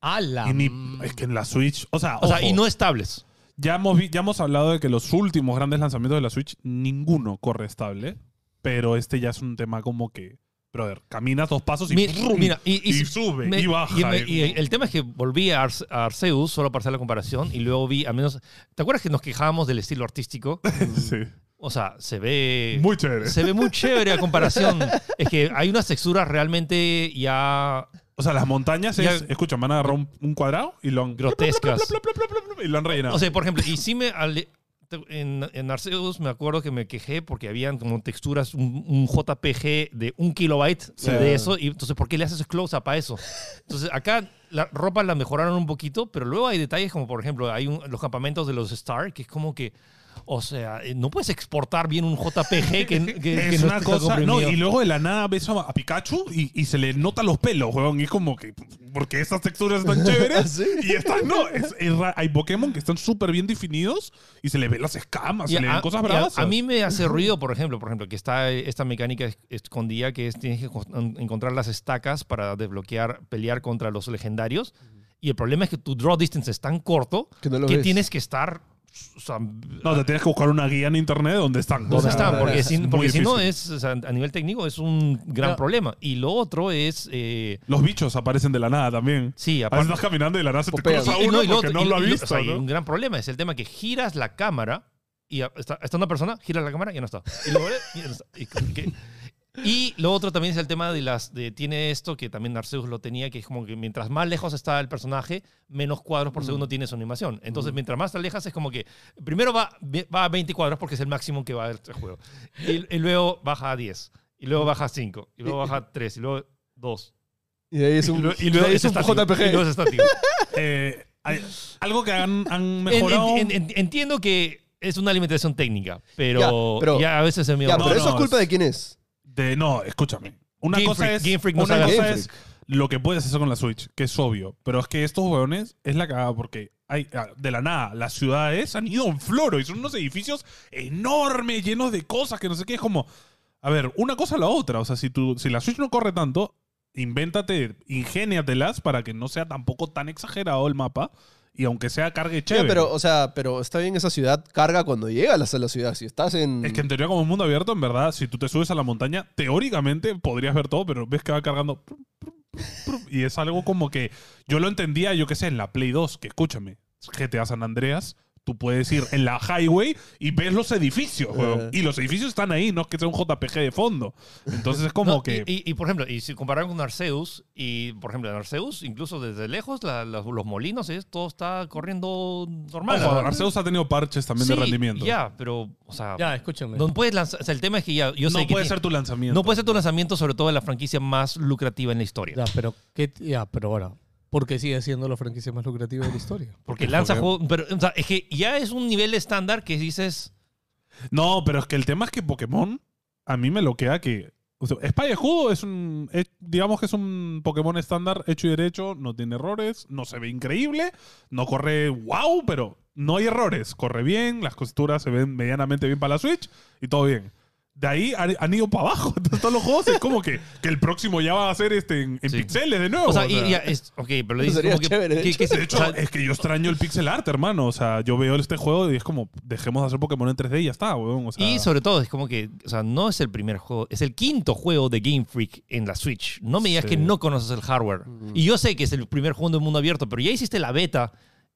Speaker 3: ¡Ala!
Speaker 1: Y ni- es que en la Switch, o sea,
Speaker 4: Mm. O sea,
Speaker 1: ojo,
Speaker 4: y no estables.
Speaker 1: ya, hemos vi- ya hemos hablado de que los últimos grandes lanzamientos de la Switch, ninguno corre estable, pero este ya es un tema como que, brother, caminas dos pasos y,
Speaker 4: Mi-
Speaker 1: ¡brum!
Speaker 4: mira, y, y-
Speaker 1: y sube,
Speaker 4: me-
Speaker 1: y baja. eh.
Speaker 4: Y, me-
Speaker 1: y-
Speaker 4: y el tema es que volví a, Arce- a Arceus solo para hacer la comparación y luego vi, al menos, ¿te acuerdas que nos quejábamos del estilo artístico?
Speaker 1: [laughs] Sí.
Speaker 4: O sea, se ve...
Speaker 1: Muy chévere.
Speaker 4: eh, se ve muy chévere a comparación. Es que hay unas texturas realmente ya
Speaker 1: O sea, las montañas
Speaker 4: Ya-
Speaker 1: es. Escucha, me han agarrado un, un cuadrado y lo han.
Speaker 4: grotescas.
Speaker 1: Y lo han rellenado.
Speaker 4: O sea, por ejemplo, y sí me... ale- te- En, en Arceus me acuerdo que me quejé porque habían como texturas, un, un JPG de un kilobyte
Speaker 2: Sí.
Speaker 4: de eso. Y entonces, ¿por qué le haces close-up a eso? Entonces, acá la ropa la mejoraron un poquito, pero luego hay detalles como, por ejemplo, hay un- los campamentos de los Star, que es como que... O sea, eh, no puedes exportar bien un JPG que, que- que
Speaker 1: es
Speaker 4: no
Speaker 1: una
Speaker 4: está
Speaker 1: cosa. No,
Speaker 4: comprimido.
Speaker 1: y luego de la nada ves a, a Pikachu y, y se le notan los pelos, weón. Y es como que. Porque estas texturas están chéveres
Speaker 2: Sí.
Speaker 1: y estas no. Es- es ra- hay Pokémon que están súper bien definidos y se le ven las escamas,
Speaker 4: Y
Speaker 1: se le ven cosas
Speaker 4: y
Speaker 1: bravas.
Speaker 4: a mí me hace ruido, por ejemplo, por ejemplo, que está esta mecánica es- escondida que es tienes que con- encontrar las estacas para desbloquear, pelear contra los legendarios. Y el problema es que tu draw distance es tan corto
Speaker 2: Que no lo
Speaker 4: que
Speaker 2: ves.
Speaker 4: tienes que estar. o sea,
Speaker 1: No, te tienes que buscar una guía en internet donde están.
Speaker 4: ¿Dónde
Speaker 1: O sea,
Speaker 4: están? Porque,
Speaker 1: es
Speaker 4: si,
Speaker 1: muy
Speaker 4: porque si no,
Speaker 1: difícil.
Speaker 4: es, o sea, a nivel técnico es un gran
Speaker 3: No.
Speaker 4: problema. Y lo otro es. eh,
Speaker 1: Los bichos aparecen de la nada también.
Speaker 4: sí,
Speaker 1: A veces
Speaker 4: aparte.
Speaker 1: estás caminando y de la nada se te
Speaker 2: Popean.
Speaker 1: cruza
Speaker 4: y- y
Speaker 1: uno
Speaker 4: y
Speaker 1: porque
Speaker 4: otro-
Speaker 1: no
Speaker 4: y-
Speaker 1: lo ha
Speaker 4: y- o
Speaker 1: visto.
Speaker 4: sea, y
Speaker 1: ¿no?
Speaker 4: un gran problema es el tema que giras la cámara y a- está, está una persona, giras la cámara y ya no está. Y luego, y ya no está. Y como que- y lo otro también es el tema de las. de- tiene esto que también Arceus lo tenía, que es como que mientras más lejos está el personaje, menos cuadros
Speaker 1: Mm.
Speaker 4: por segundo tiene su animación. Entonces, mientras más te alejas, es como que. Primero va, va a 20 cuadros porque es el máximo que va a este juego. Y, y luego baja a 10. Y luego baja a 5. Y luego baja a 3. Y luego 2.
Speaker 2: y de ahí es un,
Speaker 4: Y luego,
Speaker 2: de ahí es un
Speaker 4: estático, Y luego
Speaker 2: JPG.
Speaker 4: es estático.
Speaker 1: Eh, hay- algo que han, han
Speaker 4: En-
Speaker 1: mejorado.
Speaker 4: en- en- entiendo que es una alimentación técnica, pero
Speaker 2: Ya,
Speaker 4: ya,
Speaker 2: pero-
Speaker 4: a veces se me
Speaker 2: Ya,
Speaker 1: No,
Speaker 2: pero
Speaker 1: no,
Speaker 2: eso es culpa
Speaker 1: es-
Speaker 2: de quién es.
Speaker 1: de, no, escúchame. Una
Speaker 4: Game
Speaker 1: cosa
Speaker 4: Freak,
Speaker 1: es.
Speaker 4: Game Freak no
Speaker 1: una
Speaker 4: sabe
Speaker 1: cosa
Speaker 2: hacer.
Speaker 1: es lo que puedes hacer con la Switch, que es obvio. Pero es que estos hueones es la cagada porque hay, ah, de la nada las ciudades han ido en floro y son unos edificios enormes, llenos de cosas que no sé qué. Es como, a ver, una cosa a la otra. O sea, si, tú, si la Switch no corre tanto, invéntate, ingéniatelas para que no sea tampoco tan exagerado el mapa y aunque sea cargue
Speaker 2: Ya,
Speaker 1: chévere.
Speaker 2: pero, o sea, pero está bien esa ciudad carga cuando llegas a la ciudad. Si estás en.
Speaker 1: Es que en teoría, como mundo abierto, en verdad, si tú te subes a la montaña, teóricamente podrías ver todo, pero ves que va cargando. prum, prum, prum, prum, Y es algo como que yo lo entendía, yo qué sé, en la Play 2, que escúchame, GTA San Andreas, tú puedes ir en la highway y ves los edificios,
Speaker 2: Eh.
Speaker 1: weón. Y los edificios están ahí, no es que sea un JPG de fondo. Entonces es como
Speaker 4: No,
Speaker 1: que.
Speaker 4: y, y, y, por ejemplo, y si compararon con Arceus, y por ejemplo, en Arceus, incluso desde lejos, la- las- los molinos, es, todo está corriendo normal.
Speaker 1: Ojo,
Speaker 4: Ah,
Speaker 1: Arceus ha tenido parches también
Speaker 4: sí,
Speaker 1: de rendimiento.
Speaker 4: Ya, pero, o sea,
Speaker 3: Ya, escúchame.
Speaker 4: no puedes lanzar. O sea, el tema es que ya, yo
Speaker 1: no
Speaker 4: sé que
Speaker 1: puede
Speaker 4: ti-
Speaker 1: ser tu lanzamiento.
Speaker 4: no puede ser tu lanzamiento, sobre todo en la franquicia más lucrativa en la historia.
Speaker 3: Ya, pero, ¿qué, ya, pero ahora, ¿por qué sigue siendo la franquicia más lucrativa de la historia?
Speaker 4: Porque lanza
Speaker 1: Porque-
Speaker 4: juegos. Pero, o sea, es que ya es un nivel estándar que dices.
Speaker 1: No, pero es que el tema es que Pokémon a mí me lo queda que. O sea, Espada y Escudo es un. es- digamos que es un Pokémon estándar hecho y derecho, no tiene errores, no se ve increíble, no corre wow, pero no hay errores. Corre bien, las costuras se ven medianamente bien para la Switch y todo bien. De ahí han, han ido para abajo. [laughs] Entonces, todos los juegos es como que, que el próximo ya va a ser este en, en
Speaker 4: Sí.
Speaker 1: pixeles de nuevo.
Speaker 4: O sea,
Speaker 1: o
Speaker 4: y-
Speaker 1: sea.
Speaker 4: y ya es- Ok, pero le dices.
Speaker 2: Sería
Speaker 4: como que-
Speaker 2: chévere, de
Speaker 4: que- que-
Speaker 1: De hecho,
Speaker 4: o sea,
Speaker 1: es que yo extraño el pixel art, hermano. O sea, yo veo este juego y es como, dejemos de hacer Pokémon en 3D y ya está, weón. O sea,
Speaker 4: Y sobre todo, es como que, o sea, no es el primer juego, es el quinto juego de Game Freak en la Switch. No me digas
Speaker 1: Sí. Mm.
Speaker 4: que no conoces el hardware. Y yo sé que es el primer juego del mundo abierto, pero ya hiciste la beta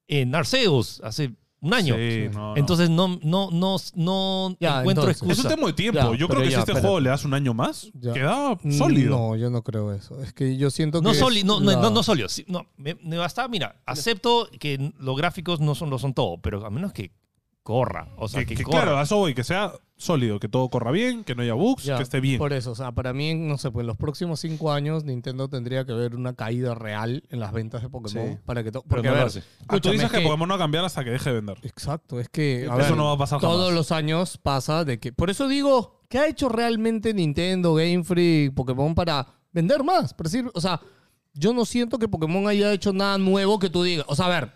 Speaker 4: en Arceus hace un año.
Speaker 1: Sí, no, no.
Speaker 4: Entonces no, no, no, no
Speaker 3: Ya,
Speaker 4: encuentro
Speaker 3: entonces.
Speaker 1: Es un
Speaker 4: excusa.
Speaker 1: tema de tiempo.
Speaker 3: Ya,
Speaker 1: yo creo
Speaker 3: pero
Speaker 1: que
Speaker 3: ya,
Speaker 1: si este
Speaker 3: espérate.
Speaker 1: juego le das un año más,
Speaker 3: Ya. Mm,
Speaker 1: queda sólido.
Speaker 3: No, yo no creo eso. Es que yo siento que.
Speaker 4: No,
Speaker 3: es
Speaker 4: soli- no, no,
Speaker 3: la-
Speaker 4: no, no sólido. Sí, no, me, me basta, mira, acepto que los gráficos no son, lo son todo, pero a menos que corra. O sea,
Speaker 1: que,
Speaker 4: que,
Speaker 1: que
Speaker 4: corra.
Speaker 1: claro, a eso voy, que sea sólido, que todo corra bien, que no haya bugs,
Speaker 3: Ya,
Speaker 1: pues, que esté bien. Ah,
Speaker 3: Por eso, o sea, para mí, no sé, pues en los próximos cinco años Nintendo tendría que ver una caída real en las ventas de Pokémon
Speaker 2: Sí.
Speaker 3: para que todo.
Speaker 4: Pero
Speaker 3: Porque,
Speaker 4: no
Speaker 3: a
Speaker 4: lo
Speaker 3: ver,
Speaker 4: hace.
Speaker 1: Ah, tú
Speaker 3: escúchame,
Speaker 1: dices
Speaker 3: es
Speaker 1: que, Pokémon no va a cambiar hasta que deje de vender.
Speaker 3: Exacto, es que. a
Speaker 1: Eso
Speaker 3: ver,
Speaker 1: no va a pasar jamás.
Speaker 3: Todos los años pasa de que. Por eso digo, ¿qué ha hecho realmente Nintendo, Game Freak, Pokémon para vender más? Para decir, o sea, yo no siento que Pokémon haya hecho nada nuevo que tú digas. O sea, a ver,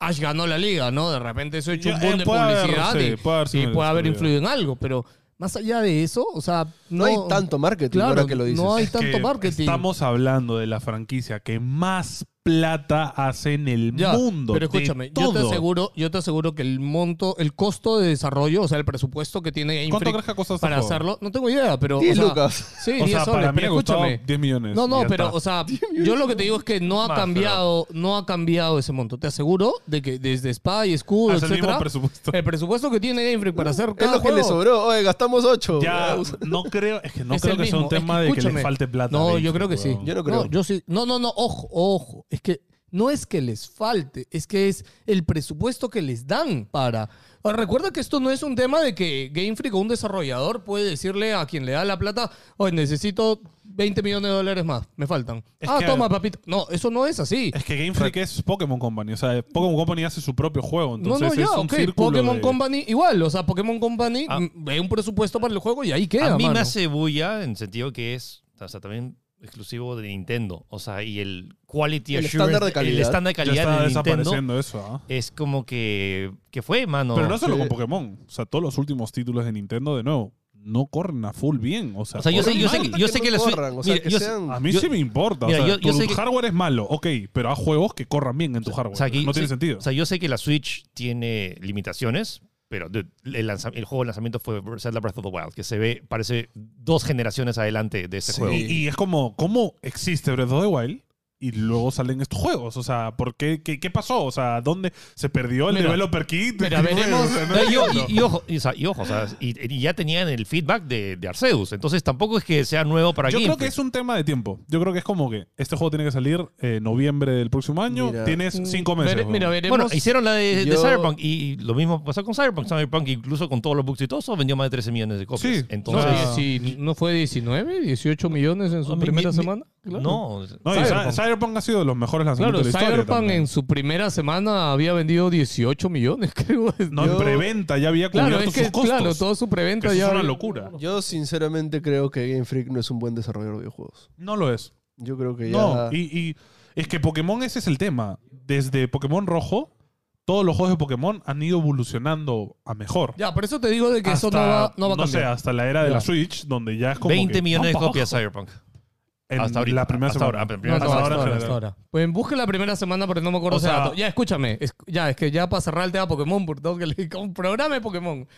Speaker 3: Ash ganó la liga, ¿no? De repente eso ha hecho
Speaker 1: Ya,
Speaker 3: un
Speaker 1: eh,
Speaker 3: boom de
Speaker 1: puede haber,
Speaker 3: publicidad
Speaker 1: sí,
Speaker 3: y
Speaker 1: puede haber sido
Speaker 3: y
Speaker 1: una
Speaker 3: puede haber
Speaker 1: casualidad.
Speaker 3: influido en algo, pero más allá de eso, o sea, no.
Speaker 2: no, hay tanto marketing
Speaker 3: Claro,
Speaker 2: ahora que lo dices.
Speaker 3: no hay
Speaker 1: Es que
Speaker 3: tanto marketing.
Speaker 1: Estamos hablando de la franquicia que más plata hace en el
Speaker 3: Ya,
Speaker 1: mundo.
Speaker 3: Pero
Speaker 1: de
Speaker 3: escúchame, yo te
Speaker 1: todo.
Speaker 3: aseguro, yo te aseguro que el monto, el costo de desarrollo, o sea, el presupuesto que tiene Game
Speaker 1: ¿Cuánto
Speaker 3: Freak
Speaker 1: crees que ha costado este
Speaker 3: para
Speaker 1: juego?
Speaker 3: hacerlo, no tengo idea, pero.
Speaker 2: 10
Speaker 3: o sea,
Speaker 2: lucas.
Speaker 3: Sí,
Speaker 1: O
Speaker 3: 10
Speaker 1: sea,
Speaker 3: soles,
Speaker 1: para mí ha
Speaker 3: pero
Speaker 1: costado
Speaker 3: escúchame.
Speaker 1: 10 millones.
Speaker 3: No,
Speaker 1: y
Speaker 3: no,
Speaker 1: ya
Speaker 3: pero,
Speaker 1: está.
Speaker 3: o sea, yo lo que te digo es que no ha
Speaker 4: Más,
Speaker 3: cambiado, no ha cambiado ese monto. Te aseguro de que desde Spy, Escudo,
Speaker 1: Hace el mismo
Speaker 3: etcétera,
Speaker 1: presupuesto.
Speaker 3: el presupuesto que tiene Game Freak para hacer
Speaker 2: Es
Speaker 3: cada
Speaker 2: lo que le
Speaker 3: juego,
Speaker 2: sobró. Oye, gastamos 8.
Speaker 3: [laughs]
Speaker 1: Ya, no creo, es que no
Speaker 3: Es
Speaker 1: creo
Speaker 3: el
Speaker 1: que sea un
Speaker 3: mismo, es
Speaker 1: tema
Speaker 3: que
Speaker 1: de que le
Speaker 3: escúchame.
Speaker 1: falte plata.
Speaker 3: No,
Speaker 1: Dave,
Speaker 3: yo creo que sí.
Speaker 1: weón.
Speaker 2: Yo no creo.
Speaker 3: No, yo sí. No, no, no, ojo, ojo. Es que no es que les falte, es que es el presupuesto que les dan para. Ahora, recuerda que esto no es un tema de que Game Freak o un desarrollador puede decirle a quien le da la plata, hoy necesito 20 millones de dólares más, me faltan.
Speaker 1: Es
Speaker 3: ah,
Speaker 1: que-
Speaker 3: toma, papito. No, eso no es así.
Speaker 1: Es que Game Freak es Pokémon Company. O sea, Pokémon Company hace su propio juego.
Speaker 3: No,
Speaker 1: Entonces
Speaker 3: no, ya,
Speaker 1: es un
Speaker 3: ok.
Speaker 1: círculo
Speaker 3: Pokémon
Speaker 1: de-
Speaker 3: Company igual. O sea, Pokémon Company
Speaker 4: Ah.
Speaker 3: mm, ve un presupuesto para el juego y ahí queda.
Speaker 4: a mí me
Speaker 3: mano.
Speaker 4: hace bulla en el sentido que es, o sea, también exclusivo de Nintendo. O sea, y el quality
Speaker 2: El
Speaker 4: assurance,
Speaker 2: estándar de calidad.
Speaker 4: el estándar de
Speaker 1: Ya
Speaker 4: calidad
Speaker 1: está
Speaker 4: de Nintendo
Speaker 1: desapareciendo eso. ¿ah?
Speaker 4: es como que, que fue, mano.
Speaker 1: Pero no solo
Speaker 2: sí.
Speaker 1: con Pokémon. O sea, todos los últimos títulos de Nintendo, de nuevo, no corren a full bien. O sea,
Speaker 4: o sea, yo sé, yo sé,
Speaker 1: corren
Speaker 4: que-
Speaker 1: mal.
Speaker 4: yo sé que, la Switch-
Speaker 2: corran, o sea,
Speaker 4: mira,
Speaker 2: que
Speaker 4: yo sé-
Speaker 2: sean-
Speaker 1: A mí
Speaker 4: yo-
Speaker 1: sí me importa.
Speaker 4: Mira,
Speaker 1: o sea,
Speaker 4: yo- yo
Speaker 1: tu
Speaker 4: sé que-
Speaker 1: hardware es malo, ok, pero hay juegos que corran bien en tu hardware.
Speaker 4: o sea, aquí-
Speaker 1: no tiene
Speaker 4: sí,
Speaker 1: sentido.
Speaker 4: O sea, yo sé que la Switch tiene limitaciones, pero dude, el, lanza- el juego de lanzamiento fue Zelda Breath of the Wild, que se ve, parece dos generaciones adelante de ese
Speaker 2: Sí.
Speaker 4: juego.
Speaker 1: y, y es como, ¿cómo existe Breath of the Wild? Y luego salen estos juegos. O sea, ¿por qué, qué, qué pasó? O sea, ¿dónde se perdió el
Speaker 3: Mira,
Speaker 1: developer kit?
Speaker 3: mira, veremos-
Speaker 1: O sea, no
Speaker 4: No, y-
Speaker 1: entiendo.
Speaker 4: y, y ojo, y, o sea, y ojo, o sea, y- y ya tenían el feedback de, de Arceus, entonces tampoco es que sea nuevo para
Speaker 1: Yo
Speaker 4: Game
Speaker 1: creo que
Speaker 4: Freak.
Speaker 1: es un tema de tiempo. Yo creo que es como que este juego tiene que salir eh, noviembre del próximo año.
Speaker 2: Mira.
Speaker 1: Tienes cinco meses.
Speaker 3: Vere-
Speaker 1: weón.
Speaker 3: mira, veremos.
Speaker 4: Bueno, hicieron la de, de
Speaker 2: Yo-
Speaker 4: Cyberpunk y lo mismo pasó con Cyberpunk. Cyberpunk, incluso con todos los bugs y todo eso, vendió más de 13 millones de copias.
Speaker 1: Sí.
Speaker 3: No,
Speaker 4: Entonces,
Speaker 1: O sea,
Speaker 3: dieci- ¿No fue 19, 18 millones en su
Speaker 4: mi-
Speaker 3: primera
Speaker 4: mi-
Speaker 3: semana? Claro.
Speaker 4: no.
Speaker 1: no, y Cy- Cyberpunk. ha sido de los mejores
Speaker 3: Claro,
Speaker 1: lanzamientos de la historia.
Speaker 3: Cyberpunk
Speaker 1: también.
Speaker 3: en su primera semana había vendido 18 millones, [laughs] creo.
Speaker 1: No, en
Speaker 2: Yo-
Speaker 1: preventa ya había
Speaker 3: claro,
Speaker 1: cubierto
Speaker 3: es
Speaker 1: sus
Speaker 3: que
Speaker 1: costos.
Speaker 3: claro, toda su
Speaker 1: Que
Speaker 3: preventa
Speaker 1: eso
Speaker 3: ya.
Speaker 1: es una locura.
Speaker 2: Yo sinceramente creo que Game Freak no es un buen desarrollador de videojuegos.
Speaker 1: No lo es.
Speaker 2: Yo creo que ya.
Speaker 1: No, y, y es que Pokémon ese es el tema. Desde Pokémon Rojo, todos los juegos de Pokémon han ido evolucionando a mejor.
Speaker 3: Ya, por eso te digo de que eso no
Speaker 1: Hasta,
Speaker 3: va, no va a
Speaker 1: sé,
Speaker 3: cambiar.
Speaker 1: hasta la era de
Speaker 3: Ya.
Speaker 1: la Switch, donde ya es como
Speaker 4: 20
Speaker 1: que,
Speaker 4: millones de
Speaker 1: vamos
Speaker 4: copias
Speaker 1: abajo.
Speaker 4: Cyberpunk.
Speaker 1: En
Speaker 4: hasta ahorita.
Speaker 1: La primera
Speaker 4: hasta
Speaker 1: semana.
Speaker 4: ahora,
Speaker 3: No,
Speaker 4: primera
Speaker 3: no,
Speaker 1: hasta
Speaker 3: hasta
Speaker 1: ahora en
Speaker 3: ahora,
Speaker 1: general.
Speaker 3: hasta ahora. Pues busque la primera semana porque no me acuerdo
Speaker 1: O
Speaker 3: ese
Speaker 1: sea-
Speaker 3: dato. Ya, escúchame. es- ya, es que ya para cerrar el tema Pokémon, por todo que le [laughs] un programa de Pokémon.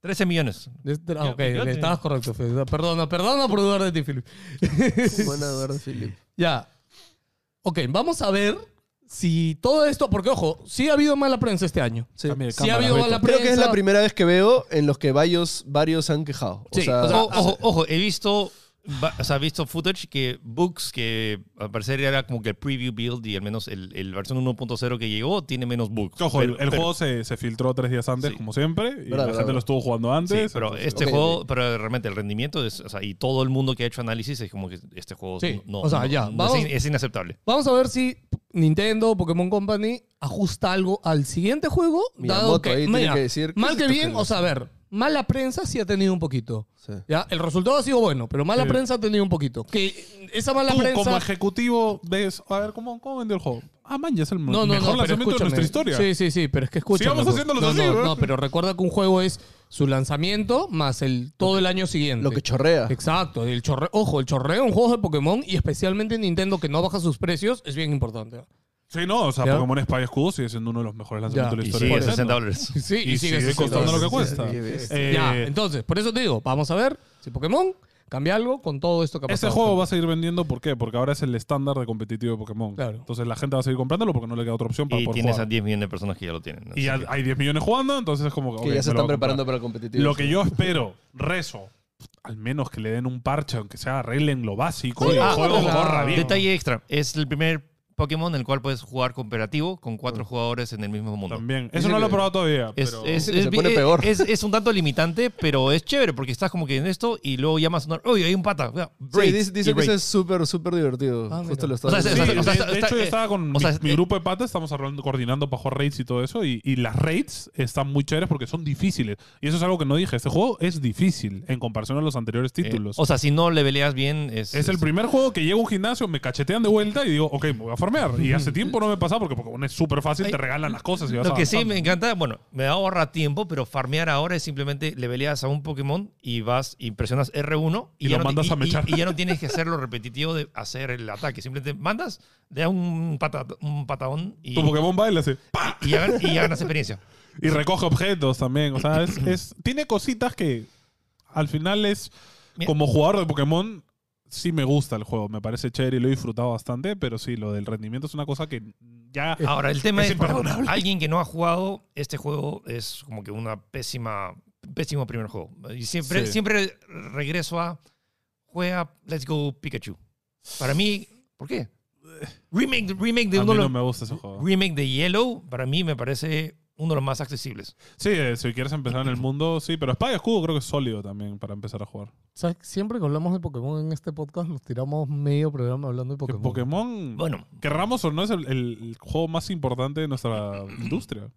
Speaker 4: 13 millones.
Speaker 3: Es- Ah, ok,
Speaker 4: yo te-
Speaker 3: estabas correcto, Felipe. Perdona, perdona por dudar de ti, Philip.
Speaker 2: [laughs] Buena Eduardo Philip.
Speaker 3: Ya. Ok, vamos a ver si todo esto, porque ojo, sí ha habido mala prensa este año.
Speaker 2: Sí.
Speaker 1: Cambio de
Speaker 3: Sí ha
Speaker 1: Eh, cámara,
Speaker 3: habido
Speaker 1: Beto.
Speaker 3: mala prensa.
Speaker 2: Creo que es la primera vez que veo en los que varios, varios han quejado. O
Speaker 3: Sí,
Speaker 2: sea, ah,
Speaker 3: o sea,
Speaker 4: O- ojo, ojo, he visto, va- o sea, he visto footage que books que al parecer era como que el preview build y al menos el, el versión 1.0 que llegó tiene menos bugs.
Speaker 1: Ojo, el-
Speaker 4: Pero-
Speaker 1: el
Speaker 4: pero-
Speaker 1: juego se, se filtró tres días antes,
Speaker 4: Sí.
Speaker 1: como siempre, y la
Speaker 2: Verdad,
Speaker 1: gente
Speaker 2: verdad.
Speaker 1: lo estuvo jugando
Speaker 4: Sí,
Speaker 1: antes.
Speaker 4: pero
Speaker 1: entonces-
Speaker 4: este
Speaker 2: Ok,
Speaker 4: juego,
Speaker 2: ok.
Speaker 4: pero realmente el rendimiento es, o sea, y todo el mundo que ha hecho análisis es como que este juego
Speaker 3: Sí,
Speaker 4: no,
Speaker 3: o sea,
Speaker 4: no-
Speaker 3: ya,
Speaker 4: no,
Speaker 3: vamos-
Speaker 4: es, in- es inaceptable.
Speaker 3: Vamos a ver si Nintendo, Pokémon Company, ajusta algo al siguiente juego. dado
Speaker 2: Miyamoto
Speaker 3: que,
Speaker 2: ahí tiene
Speaker 3: mira,
Speaker 2: que decir,
Speaker 3: mal
Speaker 2: ¿qué
Speaker 3: que
Speaker 2: es esto
Speaker 3: bien,
Speaker 2: que
Speaker 3: o sea, a ver, mala prensa sí ha tenido un poquito.
Speaker 2: sí.
Speaker 3: Ya, el resultado ha sido bueno, pero mala
Speaker 1: Sí.
Speaker 3: prensa ha tenido un poquito. Que esa mala
Speaker 1: Tú,
Speaker 3: prensa.
Speaker 1: como ejecutivo, ves, a ver, ¿cómo, cómo vendió el juego? Ah, man, ya es el
Speaker 3: No, no,
Speaker 1: mejor
Speaker 3: no, pero
Speaker 1: lanzamiento de
Speaker 3: escúchame.
Speaker 1: nuestra historia.
Speaker 3: Sí, sí, sí, pero es que escúchame.
Speaker 1: Sigamos
Speaker 3: pues.
Speaker 1: haciéndolos
Speaker 3: no,
Speaker 1: así,
Speaker 3: no,
Speaker 1: ¿verdad?
Speaker 3: no, pero recuerda que un juego es su lanzamiento más el todo el año siguiente.
Speaker 2: lo que
Speaker 3: Ah.
Speaker 2: chorrea.
Speaker 3: Exacto, el chorreo, ojo, el chorreo en juegos de Pokémon y especialmente en Nintendo que no baja sus precios es bien importante. [laughs]
Speaker 1: Sí, no, o sea,
Speaker 3: Ya.
Speaker 1: Pokémon Espada y Escudo sigue siendo uno de los mejores lanzamientos de la
Speaker 4: Y
Speaker 1: historia.
Speaker 4: sigue
Speaker 1: de
Speaker 4: 60
Speaker 1: Nintendo. [laughs]
Speaker 4: dólares.
Speaker 3: Sí,
Speaker 1: Y sigue
Speaker 3: siendo-
Speaker 1: costando lo que cuesta.
Speaker 2: Qué bestia.
Speaker 1: Eh,
Speaker 3: Ya, entonces, por eso te digo, vamos a ver si Pokémon cambia algo con todo esto que ha
Speaker 1: Ese
Speaker 3: pasado.
Speaker 1: juego va a seguir vendiendo, ¿por qué? Porque ahora es el estándar de competitivo de Pokémon.
Speaker 3: Claro.
Speaker 1: Entonces la gente va a seguir comprándolo porque no le queda otra opción para
Speaker 4: Y
Speaker 1: poder
Speaker 4: tienes a
Speaker 1: jugar.
Speaker 4: 10 millones de personas que ya lo tienen. así
Speaker 1: Y ya
Speaker 4: que-
Speaker 1: hay 10 millones jugando, entonces es como
Speaker 2: Que
Speaker 1: ok,
Speaker 2: ya se
Speaker 1: me lo
Speaker 2: están
Speaker 1: voy a comprar.
Speaker 2: preparando para el competitivo.
Speaker 1: Lo que yo espero, rezo, al menos que le den un parche, aunque sea arreglen lo básico y el
Speaker 4: Ah,
Speaker 1: juego
Speaker 4: ojo,
Speaker 1: corra bien.
Speaker 4: Detalle extra, es el primer Pokémon en el cual puedes jugar cooperativo con cuatro jugadores en el mismo mundo.
Speaker 1: También. Eso
Speaker 2: Dicen
Speaker 1: no lo he
Speaker 2: que-
Speaker 1: probado todavía.
Speaker 4: Es,
Speaker 1: pero...
Speaker 4: es,
Speaker 2: Dice que
Speaker 4: es
Speaker 2: se
Speaker 4: bi-
Speaker 2: pone
Speaker 4: eh,
Speaker 2: peor.
Speaker 4: es- es un tanto limitante, pero es chévere porque estás como que en esto y luego llamas a sonar. Oye, hay un pata. vea, raid",
Speaker 2: sí, dice, dice
Speaker 4: y
Speaker 2: que
Speaker 4: raid.
Speaker 2: ese es súper, súper divertido.
Speaker 3: Ah,
Speaker 2: Justo
Speaker 3: mira.
Speaker 2: lo
Speaker 4: O sea,
Speaker 2: estaba
Speaker 4: es-
Speaker 1: Sí,
Speaker 2: diciendo.
Speaker 4: o sea,
Speaker 1: de,
Speaker 4: o sea,
Speaker 1: de
Speaker 4: está- eh,
Speaker 1: hecho, yo estaba con
Speaker 4: o sea,
Speaker 1: mi,
Speaker 4: es-
Speaker 1: mi grupo de patas, estamos hablando- coordinando para jugar raids y todo eso. Y, y las raids están muy chéveres porque son difíciles. Y eso es algo que no dije. Este juego es difícil en comparación a los anteriores
Speaker 4: Eh,
Speaker 1: títulos.
Speaker 4: o sea, si no le peleas bien, es.
Speaker 1: es el primer juego que llego a un gimnasio, me cachetean de vuelta y digo, ok, me voy a farmear. Y
Speaker 4: [laughs]
Speaker 1: hace tiempo no me pasa porque Pokémon es súper fácil, te regalan las cosas y vas
Speaker 4: Lo que sí
Speaker 1: avanzando.
Speaker 4: me encanta, bueno, me ahorra tiempo, pero farmear ahora es simplemente le peleas a un Pokémon y vas y presionas R1
Speaker 1: Y
Speaker 4: ya
Speaker 1: lo
Speaker 4: no ti-
Speaker 1: mandas a
Speaker 4: y-
Speaker 1: mechar.
Speaker 4: y ya
Speaker 1: [laughs]
Speaker 4: no tienes que hacer lo repetitivo de hacer el ataque. Simplemente mandas, le das un, pata- un patadón y,
Speaker 1: Tu Pokémon baila así.
Speaker 4: y, ya, gan- y ya ganas experiencia.
Speaker 1: Y recoge objetos también. O sea, es, es- tiene cositas que al final es.
Speaker 4: Mira.
Speaker 1: Como jugador de Pokémon, sí me gusta el juego. Me parece chévere y lo he disfrutado bastante. Pero sí, lo del rendimiento es una cosa que ya.
Speaker 4: Ahora, el
Speaker 1: [laughs]
Speaker 4: tema
Speaker 1: es
Speaker 4: es,
Speaker 1: imperdonable.
Speaker 4: alguien que no ha jugado este juego es como que una pésima, pésimo primer juego. Y siempre,
Speaker 1: Sí.
Speaker 4: siempre regreso a juega Let's Go Pikachu. Para mí, ¿por qué? Remake, remake de
Speaker 1: a
Speaker 4: uno
Speaker 1: mí no
Speaker 4: de los-
Speaker 1: me gusta ese juego.
Speaker 4: remake de Yellow, para mí me parece uno de los más accesibles.
Speaker 1: Sí, eh, si quieres empezar en el mundo, sí. Pero Espada y Escudo creo que es sólido también para empezar a jugar.
Speaker 3: ¿Sabes? Siempre que hablamos de Pokémon en este podcast nos tiramos medio programa hablando de
Speaker 1: Que
Speaker 3: Pokémon.
Speaker 1: Pokémon.
Speaker 4: Bueno,
Speaker 1: Querramos o no, es el, el juego más importante de nuestra industria.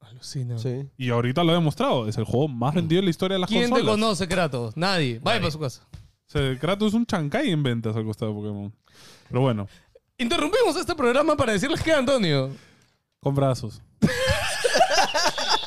Speaker 3: Alucina.
Speaker 2: Sí.
Speaker 1: Y ahorita lo he demostrado. Es el juego más vendido en la historia de las
Speaker 3: ¿Quién te
Speaker 1: consolas.
Speaker 3: conoce, Kratos? Nadie. Vaya
Speaker 4: Nadie.
Speaker 3: para su casa.
Speaker 1: O sea, Kratos es un chancay en ventas al costado de Pokémon. Pero bueno,
Speaker 3: Interrumpimos este programa para decirles que Antonio.
Speaker 1: con brazos.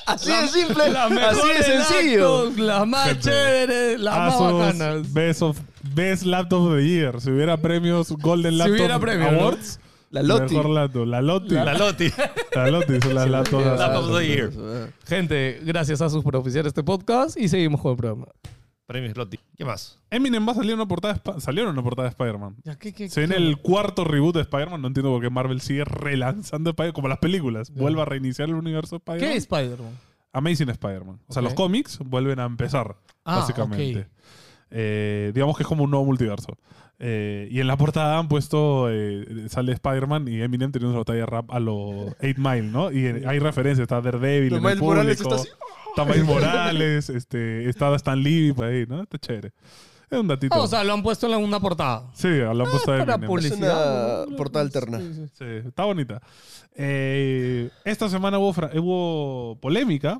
Speaker 2: Así de simple,
Speaker 3: Las
Speaker 2: así de
Speaker 3: mejores
Speaker 2: sencillo.
Speaker 3: laptops, las más
Speaker 1: Gente. Ah,
Speaker 3: chéveres, las más
Speaker 1: Asus
Speaker 3: bacanas.
Speaker 1: Best, of- Best Laptop of the Year. Si hubiera premios Golden
Speaker 3: Si
Speaker 1: Laptop
Speaker 3: hubiera premio, ¿no?
Speaker 1: Awards.
Speaker 2: La Lotti.
Speaker 1: Mejor laptop. La Lotti.
Speaker 4: la Loti.
Speaker 1: La Lotti son las laptops.
Speaker 4: Laptop of the
Speaker 2: Ah.
Speaker 4: Year.
Speaker 3: Gente, gracias a sus por oficiar este podcast y seguimos con el programa.
Speaker 4: Premios Loti. ¿Qué más?
Speaker 1: Eminem va a salir en una portada de, Spa- salieron en una portada de Spider-Man.
Speaker 3: Ya, ¿qué- qué-
Speaker 1: Se viene
Speaker 3: qué-
Speaker 1: el cuarto reboot de Spider-Man. No entiendo por qué Marvel sigue relanzando Spider-Man como las películas. Vuelve a reiniciar el universo de
Speaker 3: ¿Qué
Speaker 1: Spider-Man.
Speaker 3: es Spider-Man?
Speaker 1: Amazing Spider-Man. O sea,
Speaker 3: Ok.
Speaker 1: los cómics vuelven a empezar,
Speaker 3: Ah,
Speaker 1: básicamente.
Speaker 3: ok.
Speaker 1: Eh, digamos que es como un nuevo multiverso. Eh, y en la portada han puesto, eh, sale Spider-Man y Eminem teniendo una batalla de rap a los 8 Mile, ¿no? Y eh, hay referencias, está Daredevil,
Speaker 2: Lo
Speaker 1: en el
Speaker 2: Miles Morales
Speaker 1: público,
Speaker 2: está así. ¡ah!
Speaker 1: está Miles Morales, este, está Stan Lee por ahí, ¿no? Está chévere. Es un datito.
Speaker 3: Ah, o sea, lo han puesto en la- una portada.
Speaker 1: sí, lo han puesto de
Speaker 3: para
Speaker 1: Eminem.
Speaker 3: puli-
Speaker 2: Es
Speaker 3: Publicidad,
Speaker 2: una
Speaker 3: ¿no?
Speaker 2: portada alterna.
Speaker 1: Sí, está bonita. Eh, esta semana hubo, fra- hubo polémica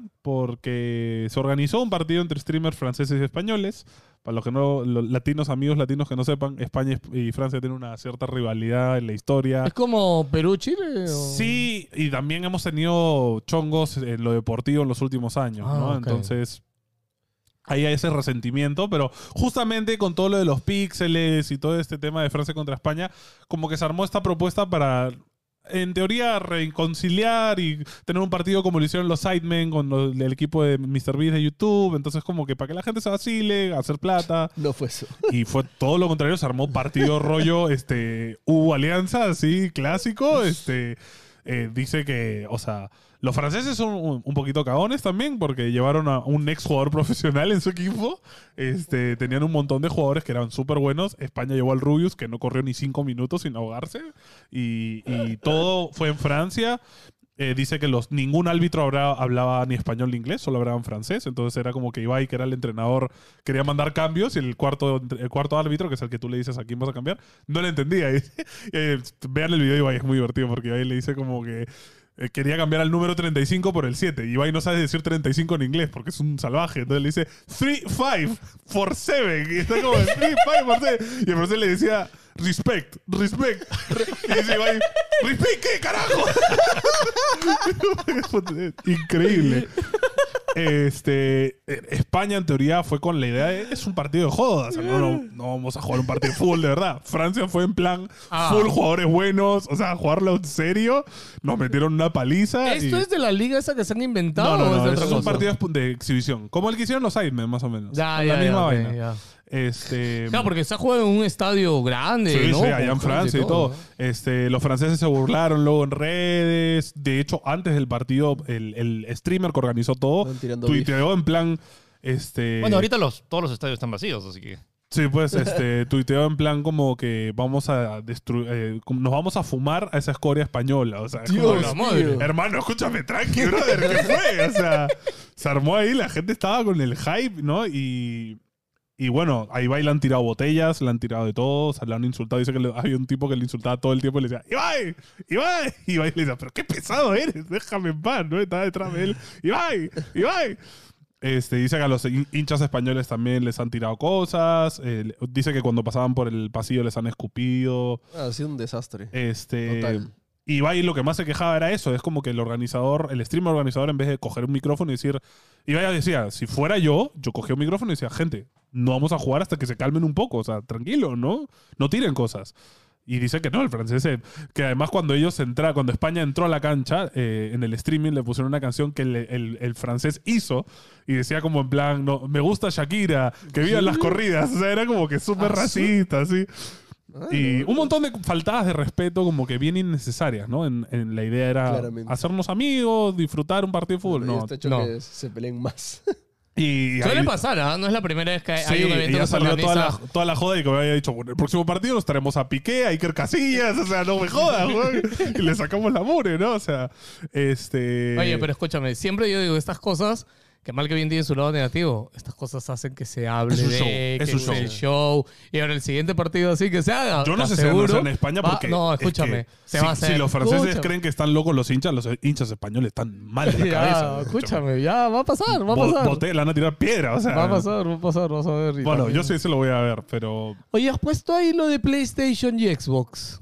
Speaker 1: porque se organizó un partido entre streamers franceses y españoles. Para los que no, los latinos, amigos latinos que no sepan, España y Francia tienen una cierta rivalidad en la historia.
Speaker 3: ¿Es como Perú-Chile? o-
Speaker 1: Ah. Sí, y también hemos tenido chongos en lo deportivo en los últimos años,
Speaker 3: Ah,
Speaker 1: ¿no?
Speaker 3: ok.
Speaker 1: Entonces, ahí hay ese resentimiento, pero justamente con todo lo de los píxeles y todo este tema de Francia contra España, como que se armó esta propuesta para, en teoría, reconciliar y tener un partido como lo hicieron los Sidemen con los- el equipo de Mr. Beast de YouTube. Entonces, como que para que la gente se vacile, hacer plata.
Speaker 2: No fue eso.
Speaker 1: Y fue todo lo contrario, se armó partido rollo, este, hubo alianza, así, clásico, este, eh, dice que, o sea, los franceses son un, un poquito cagones también porque llevaron a un ex jugador profesional en su equipo, este, tenían un montón de jugadores que eran súper buenos, España llevó al Rubius que no corrió ni cinco minutos sin ahogarse y, y todo fue en Francia. Eh, dice que los, ningún árbitro habrá- hablaba ni español ni inglés, solo hablaban francés. Entonces era como que Ibai, que era el entrenador, quería mandar cambios y el cuarto, el cuarto árbitro, que es el que tú le dices a quién vas a cambiar, no le entendía. [laughs] Y, eh, vean el video de Ibai, es muy divertido porque Ibai le dice como que eh, quería cambiar al número 35 por el 7. Y Ibai no sabe decir 35 en inglés porque es un salvaje. Entonces le dice 3-5 for 7. Y está como 3-5 for 7. Y el profesor le decía respect, respect. Y dice Ibai, respect, ¿qué carajo? [laughs] Increíble. Este, eh, España en teoría fue con la idea de es un partido de jodas, o sea, no, no- no vamos a jugar un partido de fútbol de verdad. Francia fue en plan
Speaker 3: Ah.
Speaker 1: full jugadores buenos, o sea, jugarlo en serio, nos metieron una paliza. y-
Speaker 3: ¿Esto es de la liga esa que se han
Speaker 1: no,
Speaker 3: inventado?
Speaker 1: no,
Speaker 3: o es
Speaker 1: no,
Speaker 3: de
Speaker 1: es,
Speaker 3: otra
Speaker 1: un
Speaker 3: cosa?
Speaker 1: partido de exhibición, como el que hicieron los Ironman más o menos.
Speaker 3: Ya,
Speaker 1: Con
Speaker 3: ya,
Speaker 1: la misma
Speaker 3: ya, ok,
Speaker 1: vaina.
Speaker 3: ya.
Speaker 1: Este,
Speaker 3: Claro, porque se ha jugado en un estadio grande,
Speaker 1: Sí,
Speaker 3: ¿no?
Speaker 1: sí,
Speaker 3: Con
Speaker 1: allá en
Speaker 3: gente
Speaker 1: Francia y todo. Este, los franceses se burlaron luego en redes. De hecho, antes del partido, el, el streamer que organizó todo
Speaker 2: Estaban tirando
Speaker 1: tuiteó en plan. Este,
Speaker 4: Bueno, ahorita los, todos los estadios están vacíos, así que.
Speaker 1: Sí, pues este, tuiteó en plan como que vamos a destruir. nos vamos a fumar a esa escoria española. O sea, es como
Speaker 3: Dios
Speaker 1: la-
Speaker 3: madre.
Speaker 2: mío.
Speaker 1: [laughs] Hermano, escúchame, tranqui, brother, ¿qué fue? O sea, se armó ahí, la gente estaba con el hype, ¿no? Y, y bueno, ahí va y le han tirado botellas, le han tirado de todo, o sea, le han insultado. Dice que le- había un tipo que le insultaba todo el tiempo y le decía, ¡Ibai! ¡Ibai! Y Ibai le decía, pero qué pesado eres, déjame en paz, ¿no? Estaba detrás de él, ¡Ibai! ¡Ibai! Este, dice que a los hin- hinchas españoles también les han tirado cosas. eh, le- dice que cuando pasaban por el pasillo les han escupido.
Speaker 2: Ah, Ha sido un desastre.
Speaker 1: Este,
Speaker 2: Total.
Speaker 1: y Ibai lo que más se quejaba era eso, es como que el organizador, el streamer organizador, en vez de coger un micrófono y decir, Ibai decía, si fuera yo, yo cogía un micrófono y decía, gente, no vamos a jugar hasta que se calmen un poco, o sea, tranquilo, ¿no? No tiren cosas. Y dice que no, el francés, se- que además cuando ellos entra, cuando España entró a la cancha, eh, en el streaming le pusieron una canción que el, el- el francés hizo y decía como en plan, no, me gusta Shakira, que vivan las corridas, o sea, era como que súper racista, así. Y un montón de faltadas de respeto como que bien innecesarias, ¿no? En, en la idea era
Speaker 2: Claramente.
Speaker 1: hacernos amigos, disfrutar un partido de fútbol.
Speaker 2: no,
Speaker 1: No.
Speaker 2: está este hecho
Speaker 3: no.
Speaker 2: que se peleen
Speaker 1: [laughs]
Speaker 2: más.
Speaker 1: Y
Speaker 3: Suele
Speaker 1: ahí-
Speaker 3: pasar, ¿ah? No es la primera vez que hay
Speaker 1: Sí,
Speaker 3: hay un evento
Speaker 1: y ya
Speaker 3: que se
Speaker 1: salió toda la,
Speaker 3: organiza.
Speaker 1: toda la joda y que me había dicho, bueno, el próximo partido nos traemos a Piqué, a Iker Casillas, [laughs] o sea, no me
Speaker 3: [laughs]
Speaker 1: jodas, güey. Y le sacamos la mure, ¿no? O sea, este...
Speaker 3: Oye, pero escúchame, siempre yo digo estas cosas, que mal que bien tiene su lado negativo, estas cosas hacen que se hable
Speaker 1: Es un
Speaker 3: de,
Speaker 1: show,
Speaker 3: que
Speaker 1: es un show.
Speaker 3: el show, y ahora el siguiente partido así que se haga.
Speaker 1: Yo no sé
Speaker 3: te
Speaker 1: si van a
Speaker 3: aseguro,
Speaker 1: hacer en España
Speaker 3: va-
Speaker 1: porque...
Speaker 3: no,
Speaker 1: es que
Speaker 3: escúchame, se
Speaker 1: si,
Speaker 3: va a hacer.
Speaker 1: Si los franceses
Speaker 3: Escúchame.
Speaker 1: creen que están locos los hinchas, los hinchas españoles están mal de la
Speaker 3: [laughs] Ya,
Speaker 1: cabeza. güey.
Speaker 3: escúchame, ya va a pasar, va a
Speaker 1: Bo-
Speaker 3: pasar.
Speaker 1: bote- le van a tirar piedra, o sea...
Speaker 3: Va a pasar, va a pasar, vas a ver. y
Speaker 1: Bueno,
Speaker 3: también-
Speaker 1: yo sí se lo voy a ver, pero...
Speaker 3: Oye, has puesto ahí lo de PlayStation y Xbox.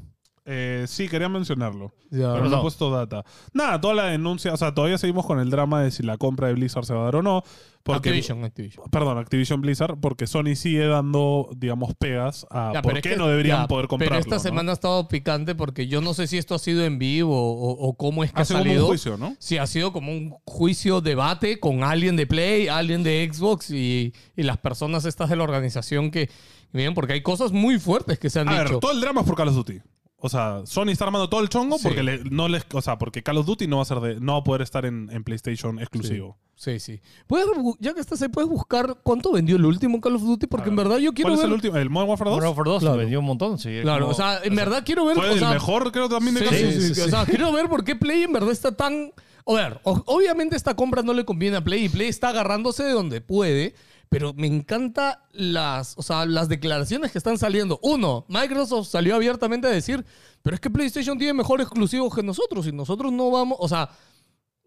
Speaker 1: Eh, sí, quería mencionarlo.
Speaker 3: Ya.
Speaker 1: Pero no
Speaker 4: no.
Speaker 1: he puesto data. Nada, toda la denuncia. O sea, todavía seguimos con el drama de si la compra de Blizzard se va a dar o no. Porque,
Speaker 3: Activision, Activision.
Speaker 1: Perdón, Activision Blizzard, porque Sony sigue dando, digamos, pegas a
Speaker 3: Ya, pero
Speaker 1: Ah, por
Speaker 3: es
Speaker 1: qué
Speaker 3: que-
Speaker 1: no deberían
Speaker 3: ya,
Speaker 1: poder comprarlo.
Speaker 3: Pero esta
Speaker 1: ¿no?
Speaker 3: semana ha estado picante porque yo no sé si esto ha sido en vivo o, o cómo es que
Speaker 1: Hace
Speaker 3: ha
Speaker 1: como Ah, un
Speaker 3: salido.
Speaker 1: juicio, ¿no?
Speaker 3: Sí, ha sido como un juicio debate con alguien de Play, alguien de Xbox y, y las personas estas de la organización que bien, porque hay cosas muy fuertes que se han
Speaker 1: A
Speaker 3: dicho.
Speaker 1: ver, todo el drama es por Call of Duty. O sea, Sony está armando todo el chongo
Speaker 3: Sí.
Speaker 1: porque le- no les, o sea, porque Call of Duty no va a ser de, no va a poder estar en, en PlayStation exclusivo.
Speaker 3: Sí, sí. Puedes bu- ya que estás ahí, puedes buscar cuánto vendió el último Call of Duty, porque en verdad yo quiero
Speaker 1: ¿Cuál es
Speaker 3: ver.
Speaker 1: el último? ¿El Modern Warfare 2?
Speaker 4: Modern Warfare 2
Speaker 3: Claro.
Speaker 4: vendió un montón, sí.
Speaker 3: Claro,
Speaker 4: como-
Speaker 3: o sea, en verdad quiero ver.
Speaker 1: Fue
Speaker 3: o
Speaker 1: el
Speaker 3: sea,
Speaker 1: mejor, creo, también de
Speaker 3: Sí,
Speaker 1: Call of Duty.
Speaker 3: sí, sí, O sea, quiero ver por qué Play en verdad está tan. A ver, o- obviamente esta compra no le conviene a Play y Play está agarrándose de donde puede, Pero me encanta las, o sea, las declaraciones que están saliendo. Uno, Microsoft salió abiertamente a decir, pero es que PlayStation tiene mejores exclusivos que nosotros y nosotros no vamos, o sea,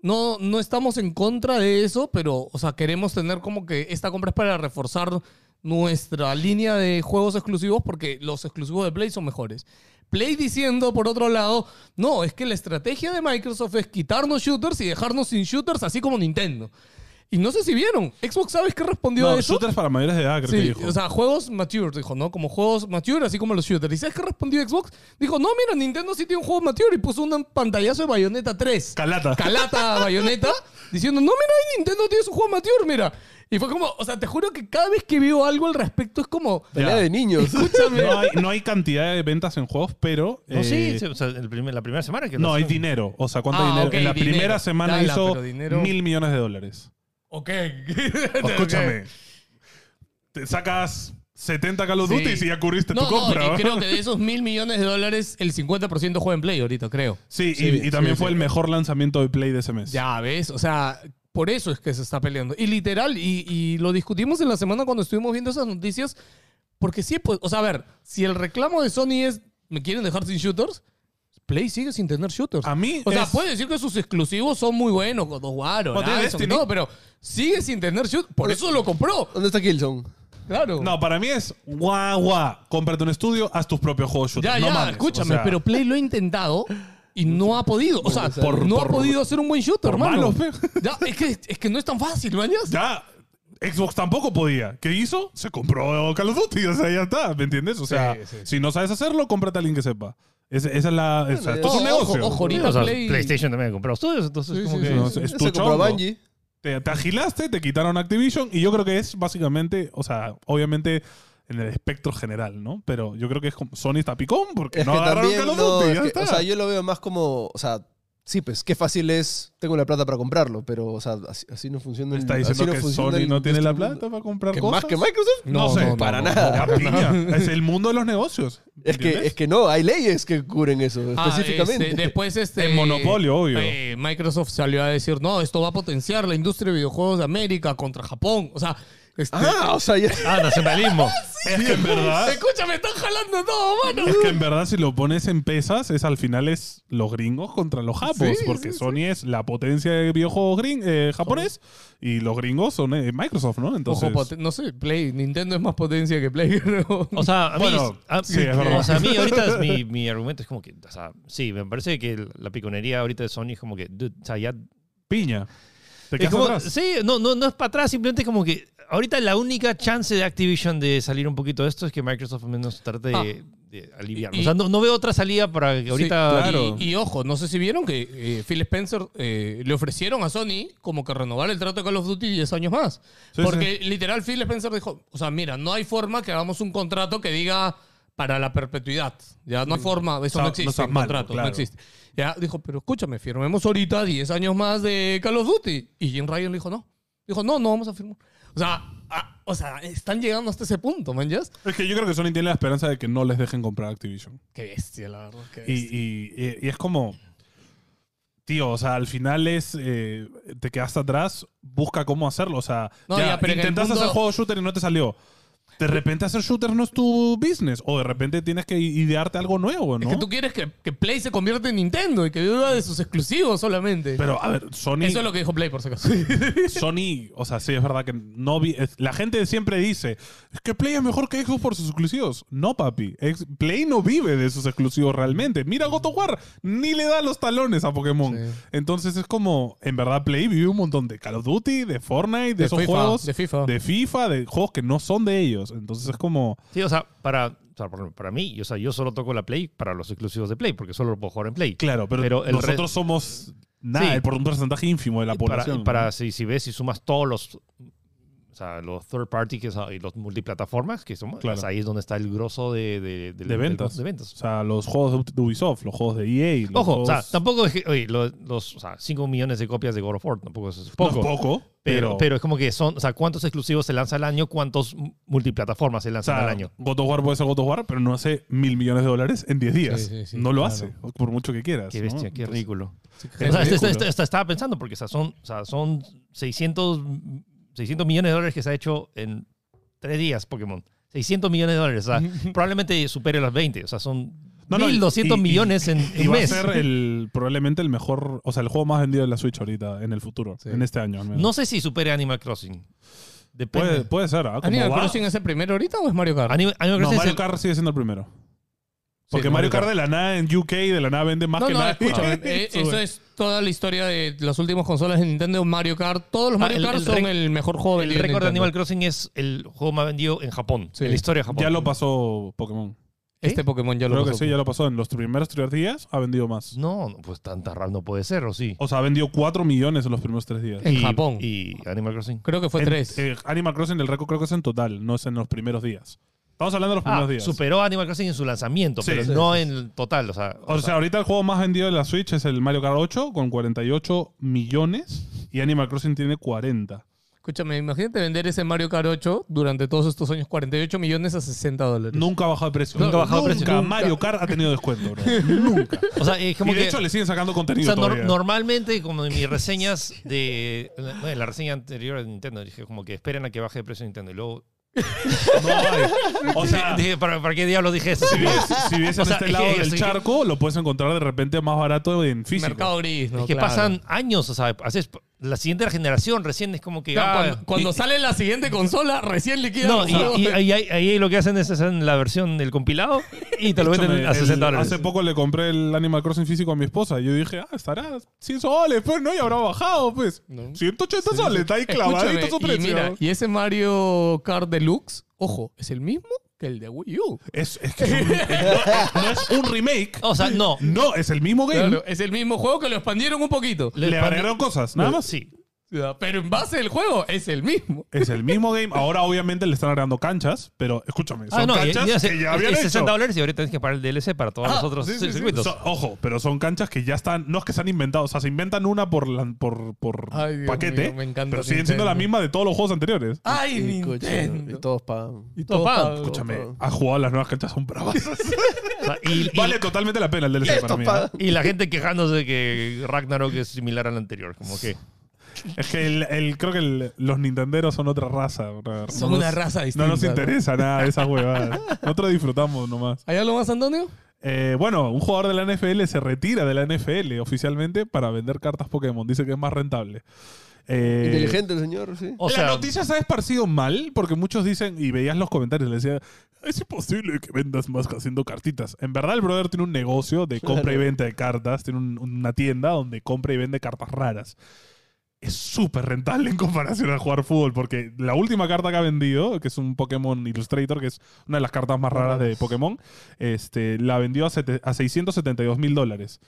Speaker 3: no, no estamos en contra de eso, pero, o sea, queremos tener como que esta compra es para reforzar nuestra línea de juegos exclusivos porque los exclusivos de Play son mejores. Play diciendo, por otro lado, no, es que la estrategia de Microsoft es quitarnos shooters y dejarnos sin shooters, así como Nintendo. Y no sé si vieron, Xbox, ¿sabes qué respondió a
Speaker 1: No,
Speaker 3: eso?
Speaker 1: shooters para mayores de edad, creo que
Speaker 3: Sí,
Speaker 1: dijo.
Speaker 3: o sea, juegos mature, dijo, ¿no? Como juegos mature, así como los shooters. ¿Y sabes qué respondió Xbox? Dijo, no, mira, Nintendo sí tiene un juego mature y puso un pantallazo de Bayonetta 3
Speaker 1: Calata.
Speaker 3: calata bayoneta diciendo, no, mira, ahí Nintendo tiene su juego amateur, mira. Y fue como, o sea, te juro que cada vez que veo algo al respecto es como,
Speaker 1: Ya.
Speaker 2: Pelea
Speaker 1: [laughs]
Speaker 2: de niños.
Speaker 1: No hay, no hay cantidad de ventas en juegos, pero.
Speaker 4: No,
Speaker 1: eh,
Speaker 4: sí, sí, o sea, el primer- la primera semana que
Speaker 1: No, hay
Speaker 4: lanzó.
Speaker 1: dinero. O sea, ¿cuánto
Speaker 3: Ah,
Speaker 1: dinero?
Speaker 3: ok,
Speaker 1: en la
Speaker 3: dinero.
Speaker 1: primera semana
Speaker 3: Dala,
Speaker 1: hizo
Speaker 3: pero dinero.
Speaker 1: mil millones de dólares. [laughs]
Speaker 3: ok.
Speaker 1: Escúchame. Te sacas 70 Call of
Speaker 3: Sí.
Speaker 1: Duty y ya cubriste
Speaker 3: No,
Speaker 1: tu compra.
Speaker 3: no,
Speaker 1: ¿verdad?
Speaker 3: y creo que de esos mil millones de dólares, el 50% juega en Play ahorita, creo.
Speaker 1: Sí, y-
Speaker 3: Sí,
Speaker 1: y,
Speaker 3: sí,
Speaker 1: también
Speaker 3: sí.
Speaker 1: fue el mejor lanzamiento de Play de ese mes.
Speaker 3: Ya ves, o sea, por eso es que se está peleando. Y literal, y, y lo discutimos en la semana cuando estuvimos viendo esas noticias, porque sí, pues, o sea, a ver, si el reclamo de Sony es, ¿me quieren dejar sin shooters? Play sigue sin tener shooters.
Speaker 1: A mí.
Speaker 3: O sea,
Speaker 1: es-
Speaker 3: puede decir que sus exclusivos son muy buenos, God of War,
Speaker 1: No, tiene
Speaker 3: Horizon,
Speaker 1: Destiny.
Speaker 3: no, pero sigue sin tener shoot. Por eso lo compró,
Speaker 2: ¿Dónde está Killzone?
Speaker 3: claro.
Speaker 1: No, para mí es guau, guau. Cómprate un estudio, haz tus propios juegos shooters.
Speaker 3: ya,
Speaker 1: no
Speaker 3: ya,
Speaker 1: mames. O
Speaker 3: escúchame,
Speaker 1: sea,
Speaker 3: pero Play lo ha intentado y no ha podido. O sea,
Speaker 2: Por-
Speaker 3: no ha
Speaker 1: por-
Speaker 3: podido hacer un buen shooter,
Speaker 1: por
Speaker 3: hermano.
Speaker 1: malo, pe.
Speaker 3: [laughs] Ya, es, que, es que no es tan fácil, mañas.
Speaker 1: Ya. Xbox tampoco podía. ¿Qué hizo? Se compró Call of Duty. O sea, ya está. ¿Me entiendes? O sea,
Speaker 3: Sí, sí.
Speaker 1: si no sabes hacerlo, cómprate a alguien que sepa. Es- esa es la. o sea, esto
Speaker 2: Bueno,
Speaker 1: es un
Speaker 3: ojo,
Speaker 1: negocio.
Speaker 3: ojo,
Speaker 4: Sí,
Speaker 3: ahorita
Speaker 4: o sea,
Speaker 3: Play-
Speaker 4: PlayStation también ha comprado estudios, entonces
Speaker 3: Sí,
Speaker 4: como
Speaker 3: sí,
Speaker 4: que...
Speaker 3: sí.
Speaker 1: No, es- es tu
Speaker 2: Se compró
Speaker 1: chongo.
Speaker 2: Bungie.
Speaker 1: te, te agilaste, te quitaron Activision y yo creo que es básicamente, o sea, obviamente en el espectro general, ¿no? Pero yo creo que es como Sony está picón porque
Speaker 2: Es
Speaker 1: no
Speaker 2: que
Speaker 1: agarraron
Speaker 2: también
Speaker 1: Call of
Speaker 2: no,
Speaker 1: Duty,
Speaker 2: es
Speaker 1: ya
Speaker 2: que,
Speaker 1: está.
Speaker 2: O sea, yo lo veo más como, o sea, sí, pues qué fácil es, tengo la plata para comprarlo, pero, o sea, así, así no funciona. el-
Speaker 1: está
Speaker 2: así
Speaker 1: diciendo que
Speaker 2: funciona
Speaker 1: Sony
Speaker 2: el-
Speaker 1: no tiene la
Speaker 2: este
Speaker 1: plata
Speaker 2: mundo.
Speaker 1: para comprar
Speaker 2: ¿Que
Speaker 1: cosas.
Speaker 2: más que Microsoft?
Speaker 1: No, sé,
Speaker 2: para nada.
Speaker 1: La
Speaker 2: [laughs]
Speaker 1: piña. Es el mundo de los negocios.
Speaker 2: Es que,
Speaker 1: ¿entiendes?
Speaker 2: es que no, hay leyes que cubren eso
Speaker 3: Ah,
Speaker 2: específicamente.
Speaker 3: este, después este
Speaker 1: En monopolio, obvio.
Speaker 3: eh, Microsoft salió a decir, "No, esto va a potenciar la industria de videojuegos de América contra Japón." O sea, este,
Speaker 2: Ah, o sea, ya.
Speaker 3: [laughs]
Speaker 4: Ah, nacionalismo.
Speaker 1: Es que en verdad.
Speaker 3: escúchame, están jalando todo, mano.
Speaker 1: Es que en verdad si lo pones en pesas es al final es los gringos contra los japos
Speaker 3: Sí,
Speaker 1: porque Sony es la potencia de videojuegos gring- eh, japonés y los gringos son eh, Microsoft, ¿no?
Speaker 3: Ojo,
Speaker 1: Entonces
Speaker 3: poten- no sé, Play, Nintendo es más potencia que Play. [laughs] creo.
Speaker 4: O sea, a mí,
Speaker 1: Bueno,
Speaker 4: a-
Speaker 1: sí, es verdad.
Speaker 4: o sea, a mí ahorita es mi, mi argumento es como que, o sea, sí, me parece que la piconería ahorita de Sony es como que, dude, o sea, ya
Speaker 1: piña. Te
Speaker 4: Es
Speaker 1: quedas
Speaker 4: como-
Speaker 1: atrás.
Speaker 4: Sí, no, no, no es para atrás, simplemente como que ahorita la única chance de Activision de salir un poquito de esto es que Microsoft al menos trate
Speaker 3: Ah.
Speaker 4: de, de aliviar.
Speaker 3: Y-
Speaker 4: o sea, no, no veo otra salida para que ahorita...
Speaker 3: Sí,
Speaker 1: claro.
Speaker 3: y, y ojo, no sé si vieron que eh, Phil Spencer eh, le ofrecieron a Sony como que renovar el trato de Call of Duty 10 años más.
Speaker 1: Sí,
Speaker 3: Porque literal Phil Spencer dijo, o sea, mira, no hay forma que hagamos un contrato que diga para la perpetuidad. Ya no hay forma, eso
Speaker 1: O sea,
Speaker 3: no
Speaker 1: no
Speaker 3: existe,
Speaker 1: seas
Speaker 3: un
Speaker 1: malo,
Speaker 3: contrato,
Speaker 1: claro.
Speaker 3: no existe. Ya dijo, pero escúchame, firmemos ahorita 10 años más de Call of Duty. Y Jim Ryan le dijo, no. Dijo, no, no vamos a firmar. O sea, ah, o sea, están llegando hasta ese punto, man, ¿ya?
Speaker 1: Es que yo creo que Sony tiene la esperanza de que no les dejen comprar Activision.
Speaker 3: Qué bestia, la verdad. qué
Speaker 1: Y,
Speaker 3: bestia.
Speaker 1: y- y es como. Tío, o sea, al final es. eh, te quedaste atrás, busca cómo hacerlo. O sea,
Speaker 3: No,
Speaker 1: ya,
Speaker 3: ya, pero en el
Speaker 1: intentaste
Speaker 3: mundo-
Speaker 1: hacer juego shooter y no te salió. De repente hacer shooter no es tu business. O de repente tienes que idearte algo nuevo, ¿no?
Speaker 3: Es que tú quieres que, que Play se convierta en Nintendo y que viva de sus exclusivos solamente.
Speaker 1: Pero, a ver, Sony.
Speaker 3: Eso es lo que dijo Play, por si
Speaker 4: [laughs]
Speaker 3: acaso.
Speaker 4: Ah,
Speaker 1: Sony, o sea, sí, es verdad que no vi- es- La gente siempre dice, es que Play es mejor que Xbox por sus exclusivos. No, papi. Ex- Play no vive de sus exclusivos realmente. Mira God of War, ni le da los talones a Pokémon.
Speaker 3: Sí.
Speaker 1: Entonces es como, en verdad, Play vive un montón de Call of Duty, de Fortnite, de,
Speaker 3: De
Speaker 1: esos
Speaker 3: FIFA,
Speaker 1: juegos.
Speaker 3: de FIFA.
Speaker 1: De FIFA, de juegos que no son de ellos. Entonces es como,
Speaker 4: Sí, o sea, para, o sea, por- para mí, o sea, yo solo toco la Play para los exclusivos de Play, porque solo lo puedo jugar en Play.
Speaker 1: claro, pero,
Speaker 4: Pero el
Speaker 1: nosotros somos nada,
Speaker 4: Sí.
Speaker 1: por un porcentaje ínfimo de la
Speaker 4: Y para,
Speaker 1: población.
Speaker 4: y para-
Speaker 1: ¿no?
Speaker 4: si, si ves, si sumas todos los, o sea, los third party que son- y los multiplataformas, que son,
Speaker 1: Claro.
Speaker 4: o sea, ahí es donde está el grosso de, de- del-
Speaker 1: De
Speaker 4: del-
Speaker 1: ventas.
Speaker 4: de ventas.
Speaker 1: O sea, los juegos de Ubisoft, los juegos de EA. los
Speaker 4: Ojo, o sea,
Speaker 1: juegos-
Speaker 4: tampoco es que, oye, lo- los, o sea, 5 millones de copias de God of War tampoco es
Speaker 1: No
Speaker 4: poco.
Speaker 1: es poco,
Speaker 4: Pero, pero es como que son, o sea, ¿cuántos exclusivos se lanza al año? ¿Cuántos m- multiplataformas se
Speaker 1: O
Speaker 4: lanzan
Speaker 1: sea,
Speaker 4: al año?
Speaker 1: God of War puede ser God of War, pero no hace mil millones de dólares en 10 días.
Speaker 3: Sí, sí, sí,
Speaker 1: no lo
Speaker 3: claro.
Speaker 1: hace, por mucho que quieras.
Speaker 4: Qué
Speaker 1: ¿no?
Speaker 4: bestia, qué
Speaker 1: Entonces,
Speaker 4: ridículo.
Speaker 1: es
Speaker 4: O sea, esto-
Speaker 1: ridículo.
Speaker 4: esto- esto- esto estaba pensando porque o sea, son, o sea, son 600 600 millones de dólares que se ha hecho en tres días Pokémon. 600 millones de dólares. O sea,
Speaker 1: [laughs]
Speaker 4: probablemente supere las 20. O sea, son
Speaker 1: No, no, y-
Speaker 4: 1.200
Speaker 1: y- y-
Speaker 4: millones en
Speaker 1: Y
Speaker 4: un
Speaker 1: va a
Speaker 4: mes.
Speaker 1: ser el, probablemente el mejor, o sea, el juego más vendido de la Switch ahorita, en el futuro,
Speaker 2: Sí.
Speaker 1: en este año. al menos.
Speaker 4: No sé si supere Animal Crossing. Depende.
Speaker 1: puede, puede ser, ¿ah? Como
Speaker 3: ¿Animal
Speaker 1: va-
Speaker 3: Crossing es el primero ahorita o es Mario Kart?
Speaker 4: Anim- Animal
Speaker 1: No,
Speaker 4: Crossing es
Speaker 1: Mario
Speaker 4: el-
Speaker 1: Kart sigue siendo el primero. Porque Mario
Speaker 4: Sí, Mario
Speaker 1: Kart
Speaker 4: Kart.
Speaker 1: de la nada en UK de la nada vende más
Speaker 3: no,
Speaker 1: que
Speaker 3: no,
Speaker 1: nada. [laughs]
Speaker 3: escúchame. eh, eso es toda la historia de las últimas consolas de Nintendo, Mario Kart. Todos los
Speaker 4: Ah,
Speaker 3: Mario
Speaker 4: el-
Speaker 3: Kart
Speaker 4: el
Speaker 3: son
Speaker 4: rec-
Speaker 3: el mejor juego
Speaker 4: El
Speaker 3: vendido en
Speaker 4: récord de
Speaker 3: Nintendo.
Speaker 4: Animal Crossing es el juego más vendido en Japón.
Speaker 3: Sí.
Speaker 4: En la historia de Japón.
Speaker 1: Ya lo pasó Pokémon.
Speaker 3: Este Pokémon ya lo
Speaker 1: Creo que
Speaker 3: pasó.
Speaker 1: sí, ya lo pasó. En los primeros tres días ha vendido más.
Speaker 4: No, no, pues tanta raro no puede ser, ¿o sí?
Speaker 1: O sea, ha vendido 4 millones en los primeros tres días.
Speaker 3: En
Speaker 4: Y-
Speaker 3: Japón.
Speaker 4: Y Animal Crossing.
Speaker 3: Creo que fue
Speaker 1: En-
Speaker 3: tres.
Speaker 1: eh, Animal Crossing, el récord creo que es en total, no es en los primeros días. Estamos hablando de los
Speaker 4: Ah,
Speaker 1: primeros días.
Speaker 4: superó a Animal Crossing en su lanzamiento,
Speaker 1: Sí,
Speaker 4: pero
Speaker 1: sí,
Speaker 4: no en el total. O sea,
Speaker 1: O sea, ahorita el juego más vendido de la Switch es el Mario Kart 8 con 48 millones y Animal Crossing tiene 40.
Speaker 3: Escúchame, imagínate vender ese Mario Kart 8 durante todos estos años, 48 millones a 60 dólares.
Speaker 1: Nunca ha bajado de precio.
Speaker 4: Nunca ha bajado de precio.
Speaker 1: Nunca Mario Kart ha tenido descuento,
Speaker 4: [laughs]
Speaker 1: bro. Nunca.
Speaker 4: o sea, es como
Speaker 1: Y de
Speaker 4: que-
Speaker 1: hecho le siguen sacando
Speaker 4: o
Speaker 1: contenido
Speaker 4: sea, nor-
Speaker 1: todavía.
Speaker 4: normalmente, como en mis reseñas de. bueno, En la reseña anterior de Nintendo, dije como que esperen a que baje de precio Nintendo. Y luego.
Speaker 1: No hay. O sea,
Speaker 4: [laughs] dije, ¿para, para qué diablos dije eso?
Speaker 1: si vives, si vives
Speaker 4: O
Speaker 1: en
Speaker 4: sea,
Speaker 1: este
Speaker 4: es
Speaker 1: lado
Speaker 4: que- es
Speaker 1: del
Speaker 4: que-
Speaker 1: charco, lo puedes encontrar de repente más barato en físico.
Speaker 3: Mercado gris, ¿no?
Speaker 4: Es que
Speaker 3: Claro.
Speaker 4: pasan años, o sea, haces- la siguiente generación recién es como que.
Speaker 3: Claro,
Speaker 4: ah,
Speaker 3: cuando cuando
Speaker 4: y-
Speaker 3: sale la siguiente consola, recién liquida.
Speaker 4: No, y, y- ahí, ahí- ahí lo que hacen es hacer la versión del compilado
Speaker 1: [laughs]
Speaker 4: y te lo venden
Speaker 1: Escúchame,
Speaker 4: a 60
Speaker 1: el-
Speaker 4: dólares.
Speaker 1: Hace poco le compré el Animal Crossing físico a mi esposa. Yo dije, ah, estará 100 soles, pues, ¿no? Y habrá bajado, pues.
Speaker 3: No.
Speaker 1: 180 soles, está ahí clavadito su
Speaker 3: y
Speaker 1: precio.
Speaker 3: mira, y ese Mario Kart Deluxe, ojo, es el mismo que el de Wii U.
Speaker 1: es, es que es un- es- no, no es un remake.
Speaker 4: O sea, no.
Speaker 1: No, es el mismo game.
Speaker 3: Claro, es el mismo juego que lo expandieron un poquito.
Speaker 1: Le agregaron cosas, nada más.
Speaker 4: Sí.
Speaker 3: Pero en base del juego es el mismo.
Speaker 1: Es el mismo game. Ahora, obviamente, le están agregando canchas, pero escúchame, son
Speaker 4: Ah, no, y-
Speaker 1: canchas
Speaker 4: y hace-
Speaker 1: que ya
Speaker 4: es-
Speaker 1: habían
Speaker 4: es
Speaker 1: hecho.
Speaker 4: 60 dólares y ahorita tienes que pagar el DLC para todos
Speaker 3: Ah,
Speaker 4: los otros
Speaker 3: sí, sí, sí.
Speaker 4: circuitos.
Speaker 1: So- ojo, pero son canchas que ya están. No es que se han inventado, o sea, se inventan una por, la- por, por
Speaker 3: Ay, Dios
Speaker 1: paquete,
Speaker 3: mío, me encanta
Speaker 1: pero siguen
Speaker 3: Nintendo.
Speaker 1: siendo la misma de todos los juegos anteriores.
Speaker 3: Ay,
Speaker 2: Y, coche,
Speaker 3: Nintendo.
Speaker 2: y todos pagan.
Speaker 3: Y
Speaker 4: todo pago.
Speaker 3: pago.
Speaker 1: Escúchame, ha jugado las nuevas canchas, son [laughs] bravas.
Speaker 4: O sea, y, y-
Speaker 1: vale totalmente la pena el DLC para mí. ¿eh?
Speaker 4: y la gente quejándose de que Ragnarok es similar al anterior. Como que.
Speaker 1: Es que el, el- creo que el- los nintenderos son otra raza. brother.
Speaker 3: Son
Speaker 1: No
Speaker 3: una
Speaker 1: nos-
Speaker 3: raza distinta.
Speaker 1: No nos interesa nada de esas [laughs] huevadas. Nosotros disfrutamos nomás.
Speaker 3: ¿Hay algo más, Antonio?
Speaker 1: Eh, bueno, un jugador de la NFL se retira de la NFL oficialmente para vender cartas Pokémon. Dice que es más rentable. Eh,
Speaker 2: Inteligente el señor, sí.
Speaker 4: O sea,
Speaker 1: la noticia se ha esparcido mal porque muchos dicen, y veías los comentarios, le decía, es imposible que vendas más haciendo cartitas. En verdad, el brother tiene un negocio de compra y venta de cartas, tiene un- una tienda donde compra y vende cartas raras. Es súper rentable en comparación a jugar fútbol, porque la última carta que ha vendido, que es un Pokémon Illustrator, que es una de las cartas más raras de Pokémon, este, la vendió a, sete- a 672 mil dólares.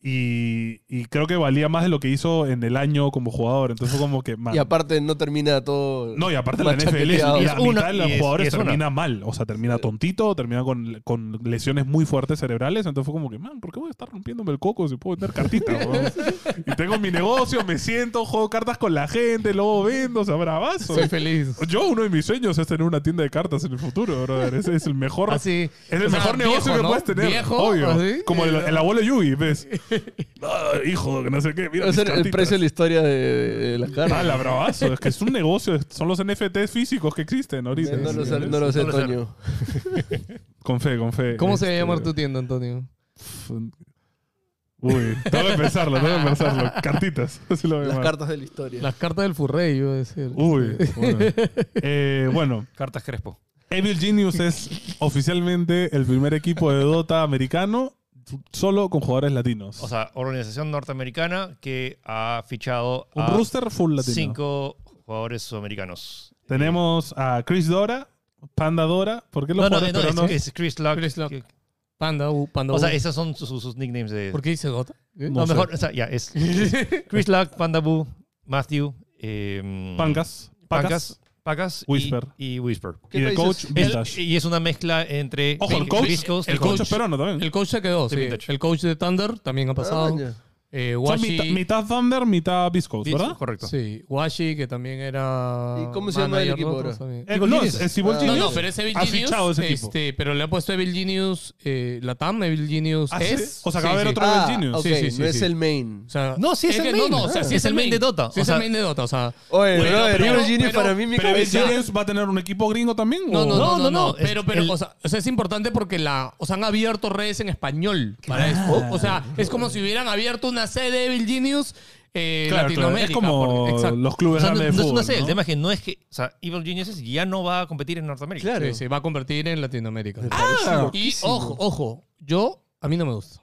Speaker 1: Y, y creo que valía más de lo que hizo en el año como jugador. Entonces fue como que... man,
Speaker 2: Y aparte no termina todo.
Speaker 1: no, y aparte la NFL es,
Speaker 2: machaqueteado.
Speaker 4: y es
Speaker 1: la
Speaker 4: una-
Speaker 1: mitad de los
Speaker 4: y es-
Speaker 1: jugadores
Speaker 4: y es una.
Speaker 1: termina mal. O sea, termina tontito, termina con, con lesiones muy fuertes cerebrales. Entonces fue como que, man, ¿por qué voy a estar rompiéndome el coco si puedo vender cartitas? weón?" y tengo mi negocio, me siento, juego cartas con la gente, luego vendo, o sea, bravazo.
Speaker 3: Soy feliz.
Speaker 1: Yo, uno de mis sueños es tener una tienda de cartas en el futuro, brother. Ese es el mejor.
Speaker 3: Así.
Speaker 1: Es el
Speaker 3: Ah, O sea,
Speaker 1: mejor negocio
Speaker 3: viejo,
Speaker 1: que
Speaker 3: ¿no?
Speaker 1: puedes tener.
Speaker 3: Viejo, ¿ah,
Speaker 1: obvio.
Speaker 3: así.
Speaker 1: Como el, el abuelo Yugi, ¿ves? Ah, hijo, que no sé qué. Mira,
Speaker 2: Ese
Speaker 1: mis
Speaker 2: era el
Speaker 1: cartitas.
Speaker 2: precio de la historia de, de las
Speaker 1: Ah,
Speaker 2: cartas.
Speaker 1: la bravazo. Es que es un negocio. Son los NFTs físicos que existen ahorita.
Speaker 2: No lo sé, no lo sé,
Speaker 4: No lo sé.
Speaker 2: Toño.
Speaker 1: Con fe, con fe.
Speaker 3: ¿Cómo se va a
Speaker 1: Este,
Speaker 3: llamar tu tienda, Antonio?
Speaker 1: Uy, tengo que pensarlo, tengo que pensarlo. Cartitas. Así lo voy a
Speaker 2: Las
Speaker 1: llamar.
Speaker 2: cartas de la historia.
Speaker 3: Las cartas del Furrey, yo iba a decir.
Speaker 1: Uy. Bueno. Eh, bueno,
Speaker 4: cartas Crespo.
Speaker 1: Evil Genius es oficialmente el primer equipo de Dota americano solo con jugadores latinos.
Speaker 4: O sea, organización norteamericana que ha fichado
Speaker 1: un
Speaker 4: a
Speaker 1: rooster full latino.
Speaker 4: ah, cinco jugadores sudamericanos.
Speaker 1: Tenemos a Chris Dora, Panda Dora. ¿Por qué los
Speaker 4: No, no,
Speaker 1: jugadores
Speaker 4: no, es,
Speaker 1: peruanos?
Speaker 4: es Chris Lock.
Speaker 3: Chris Lock.
Speaker 4: Que-
Speaker 3: Panda U, Panda
Speaker 4: O sea,
Speaker 3: U.
Speaker 4: esos son sus, sus nicknames de.
Speaker 3: ¿Por qué dice Gota? ¿Eh? [laughs]
Speaker 1: No
Speaker 4: No,
Speaker 1: sé.
Speaker 4: mejor, o sea, ya, es Chris Luck, Panda Boo, Matthew, eh,
Speaker 1: Pancas. Pacas.
Speaker 4: Pacas, Pacas y-
Speaker 1: Whisper.
Speaker 4: y, Whisper.
Speaker 1: Y el coach, Vintage.
Speaker 4: El- y es una mezcla entre
Speaker 1: Ojo, el
Speaker 4: Briscoes
Speaker 1: coach.
Speaker 4: y
Speaker 1: El coach es peruano también.
Speaker 3: El coach se quedó,
Speaker 4: Sí,
Speaker 3: sí.
Speaker 4: vintage.
Speaker 2: Ah,
Speaker 3: El coach de Thunder también ha pasado.
Speaker 2: maña.
Speaker 3: Eh,
Speaker 1: Son
Speaker 3: Washi,
Speaker 1: mitad, mitad Thunder, mitad Biscos,
Speaker 4: Dicho,
Speaker 1: ¿verdad?
Speaker 4: Correcto.
Speaker 3: Sí, Washi, que también era.
Speaker 2: ¿Y cómo se llama el
Speaker 3: manager,
Speaker 2: equipo
Speaker 3: ¿no?
Speaker 2: ahora?
Speaker 3: También.
Speaker 1: Eh,
Speaker 3: Evil
Speaker 1: no,
Speaker 3: Genius.
Speaker 1: es, es Evil
Speaker 2: Ah,
Speaker 3: No,
Speaker 1: Genius.
Speaker 3: no, pero es Evil
Speaker 1: ha
Speaker 3: Genius.
Speaker 1: fichado ese equipo.
Speaker 3: este, pero le ha puesto Evil Genius, eh, Latam, Evil Genius
Speaker 1: Ah, ¿sí?
Speaker 3: es.
Speaker 1: O sea, acaba de ver otro
Speaker 2: Ah,
Speaker 1: Evil Genius.
Speaker 2: ok,
Speaker 3: Sí, sí, sí,
Speaker 2: no es
Speaker 3: sí.
Speaker 2: el main.
Speaker 3: O sea,
Speaker 4: No, sí es el
Speaker 3: que-
Speaker 4: main.
Speaker 3: No, no, o sea,
Speaker 4: Ah.
Speaker 3: sí es el main de Dota.
Speaker 4: Sí
Speaker 3: o
Speaker 4: es
Speaker 3: sea,
Speaker 4: el
Speaker 3: main de Dota, o sea.
Speaker 2: Oye,
Speaker 3: Bueno,
Speaker 2: brother,
Speaker 3: pero-
Speaker 2: Evil Genius
Speaker 3: pero-
Speaker 2: para mí mi
Speaker 1: ¿Pero Evil
Speaker 2: cabeza.
Speaker 1: Genius va a tener un equipo gringo también?
Speaker 3: No,
Speaker 1: o-
Speaker 3: no, no, no,
Speaker 4: No, no,
Speaker 3: no,
Speaker 4: no.
Speaker 3: Pero, pero
Speaker 4: El-
Speaker 3: o, sea, o sea, es importante porque la, o sea, han abierto redes en español para esto. O sea, es como si hubieran abierto una sede de Evil Genius eh,
Speaker 1: Claro, claro,
Speaker 3: Latinoamérica.
Speaker 1: Es como
Speaker 3: por- exacto.
Speaker 1: los clubes
Speaker 4: O sea, no,
Speaker 1: grandes
Speaker 4: no
Speaker 1: de
Speaker 4: es-
Speaker 1: fútbol.
Speaker 4: no sé, el
Speaker 1: ¿no?
Speaker 4: tema es que no es que. O sea, Evil Geniuses ya no va a competir en Norteamérica.
Speaker 3: Sí, se va a convertir en Latinoamérica.
Speaker 1: Ah,
Speaker 3: y ojo, ojo, yo a mí no me gusta.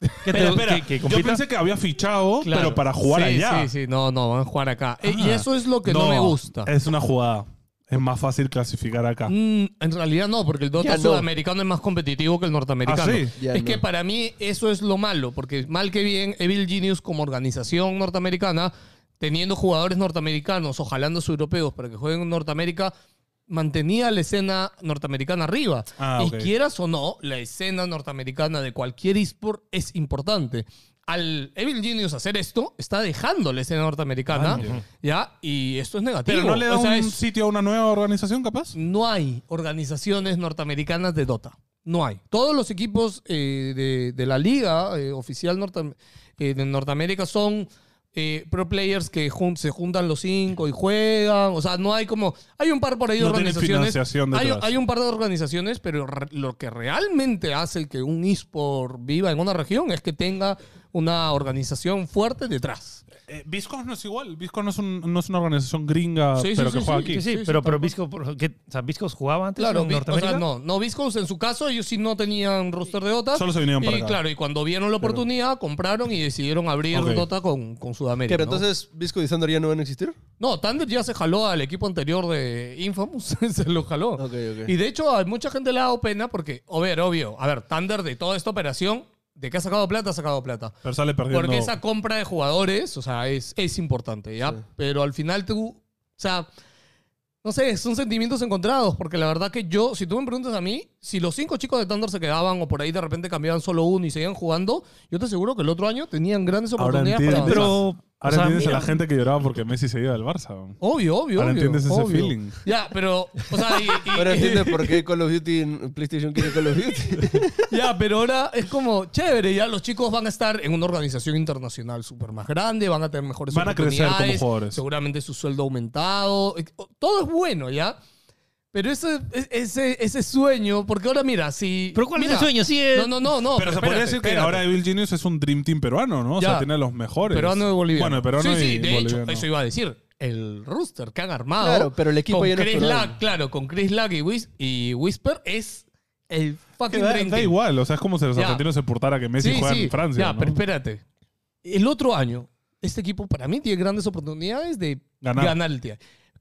Speaker 4: Que te-
Speaker 1: Pero espera,
Speaker 4: que- que
Speaker 1: yo
Speaker 4: compita-
Speaker 1: pensé que había fichado,
Speaker 3: Claro.
Speaker 1: pero para jugar
Speaker 3: Sí,
Speaker 1: allá.
Speaker 3: Sí, sí, no, no, van a jugar acá. Eh, y
Speaker 1: Ah.
Speaker 3: eso es lo que no, me gusta.
Speaker 1: Es una jugada. Es más fácil clasificar acá.
Speaker 3: Mm, en realidad no, porque el Dota
Speaker 2: Ya no.
Speaker 3: sudamericano es más competitivo que el norteamericano.
Speaker 1: ¿Ah, sí?
Speaker 2: Ya
Speaker 3: es
Speaker 2: no.
Speaker 3: que para mí eso es lo malo, porque mal que bien, Evil Genius como organización norteamericana, teniendo jugadores norteamericanos o jalando europeos para que jueguen en Norteamérica, mantenía la escena norteamericana arriba.
Speaker 1: Ah,
Speaker 3: y
Speaker 1: ok.
Speaker 3: quieras o no, la escena norteamericana de cualquier esport es importante. Al Evil Genius hacer esto, está dejando la escena norteamericana, ¿ya? Y esto es negativo.
Speaker 1: Pero no le da
Speaker 3: O sea,
Speaker 1: un
Speaker 3: es-
Speaker 1: sitio a una nueva organización, capaz.
Speaker 3: no hay organizaciones norteamericanas de Dota. No hay. Todos los equipos eh, de, de la liga eh, oficial norte- eh, de Norteamérica son eh, pro players que jun- se juntan los cinco y juegan. O sea, no hay como... Hay un par por ahí de
Speaker 1: No tienen
Speaker 3: organizaciones.
Speaker 1: financiación
Speaker 3: Hay,
Speaker 1: detrás.
Speaker 3: hay un par de organizaciones, pero re- lo que realmente hace que un eSport viva en una región es que tenga una organización fuerte detrás.
Speaker 1: Eh, Viscos no es igual. Viscos no, es un- no es una organización gringa,
Speaker 3: Sí, sí,
Speaker 1: pero
Speaker 3: sí,
Speaker 1: que
Speaker 3: sí,
Speaker 1: juega
Speaker 3: sí,
Speaker 1: aquí.
Speaker 4: Sí, sí,
Speaker 3: sí,
Speaker 4: pero,
Speaker 3: sí,
Speaker 4: pero
Speaker 3: tal
Speaker 4: Viscos, por- ¿qué? o sea, Viscos jugaba antes
Speaker 3: Claro,
Speaker 4: en
Speaker 3: vi- o
Speaker 4: Norteamérica.
Speaker 3: sea, no, no, Viscons en su caso, ellos sí no tenían roster de Dota.
Speaker 1: Solo se vinieron
Speaker 3: y,
Speaker 1: para acá.
Speaker 3: Claro, y cuando vieron la oportunidad, compraron y decidieron abrir
Speaker 1: Ok.
Speaker 3: Dota con, con
Speaker 2: ¿Qué,
Speaker 3: Sudamérica.
Speaker 2: Pero
Speaker 3: ¿no?
Speaker 2: entonces, Visco y Sandor ya no van a existir.
Speaker 3: No, Thunder ya se jaló al equipo anterior de Infamous, [laughs] se lo jaló.
Speaker 2: Ok, ok.
Speaker 3: Y de hecho, a mucha gente le ha dado pena porque, a ver, obvio, a ver, Thunder de toda esta operación, de que ha sacado plata, ha sacado plata.
Speaker 1: Pero sale perdiendo.
Speaker 3: Porque esa compra de jugadores, o sea, es, es importante, ¿ya?
Speaker 2: Sí.
Speaker 3: Pero al final tú, o sea, no sé, son sentimientos encontrados, porque la verdad que yo, si tú me preguntas a mí, si los cinco chicos de Thunder se quedaban o por ahí de repente cambiaban solo uno y seguían jugando, yo te aseguro que el otro año tenían grandes
Speaker 1: Ahora
Speaker 3: oportunidades
Speaker 1: entiendes,
Speaker 3: para avanzar.
Speaker 1: ahora
Speaker 4: o sea,
Speaker 1: entiendes a la
Speaker 4: mira.
Speaker 1: gente que lloraba porque Messi se iba del Barça. ¿no?
Speaker 3: Obvio, obvio,
Speaker 1: Ahora
Speaker 3: obvio,
Speaker 1: entiendes ese
Speaker 3: obvio.
Speaker 1: feeling.
Speaker 3: Ya, pero, o sea, y- y- [laughs]
Speaker 2: Ahora entiendes por qué Call of Duty, PlayStation quiere Call of Duty.
Speaker 3: Ya, pero ahora es como chévere, ya los chicos van a estar en una organización internacional súper más grande, van a tener mejores
Speaker 1: Van a crecer como
Speaker 3: oportunidades,
Speaker 1: jugadores.
Speaker 3: Seguramente su sueldo aumentado, eh, todo es bueno, ¿ya? Pero ese, ese, ese sueño, porque ahora mira, si...
Speaker 4: Pero ¿cuál
Speaker 3: mira,
Speaker 4: es el sueño? Sí, es-
Speaker 3: No, no, no, no.
Speaker 1: pero se podría
Speaker 3: espérate,
Speaker 1: decir que
Speaker 3: espérate.
Speaker 1: ahora Evil Genius es un Dream Team peruano, ¿no? O sea,
Speaker 3: Ya.
Speaker 1: tiene a los mejores.
Speaker 3: Peruano de Bolivia.
Speaker 1: Bueno, peruano
Speaker 3: Sí, sí,
Speaker 1: y
Speaker 3: de
Speaker 1: boliviano.
Speaker 3: hecho, eso iba a decir. El rooster que han armado.
Speaker 2: Claro, pero el equipo
Speaker 3: con
Speaker 2: ya no es
Speaker 3: Chris
Speaker 2: peruano.
Speaker 3: Lack, Claro, con Chris Lack y, Whis- y Whisper es el
Speaker 1: Que
Speaker 3: fucking
Speaker 1: da,
Speaker 3: dream
Speaker 1: da
Speaker 3: team.
Speaker 1: igual, o sea, es como si los
Speaker 3: Ya.
Speaker 1: argentinos se portara que Messi juega en Francia.
Speaker 3: Ya,
Speaker 1: ¿no?
Speaker 3: pero espérate. El otro año, este equipo para mí tiene grandes oportunidades de
Speaker 1: Ganar.
Speaker 3: ganar, el TI.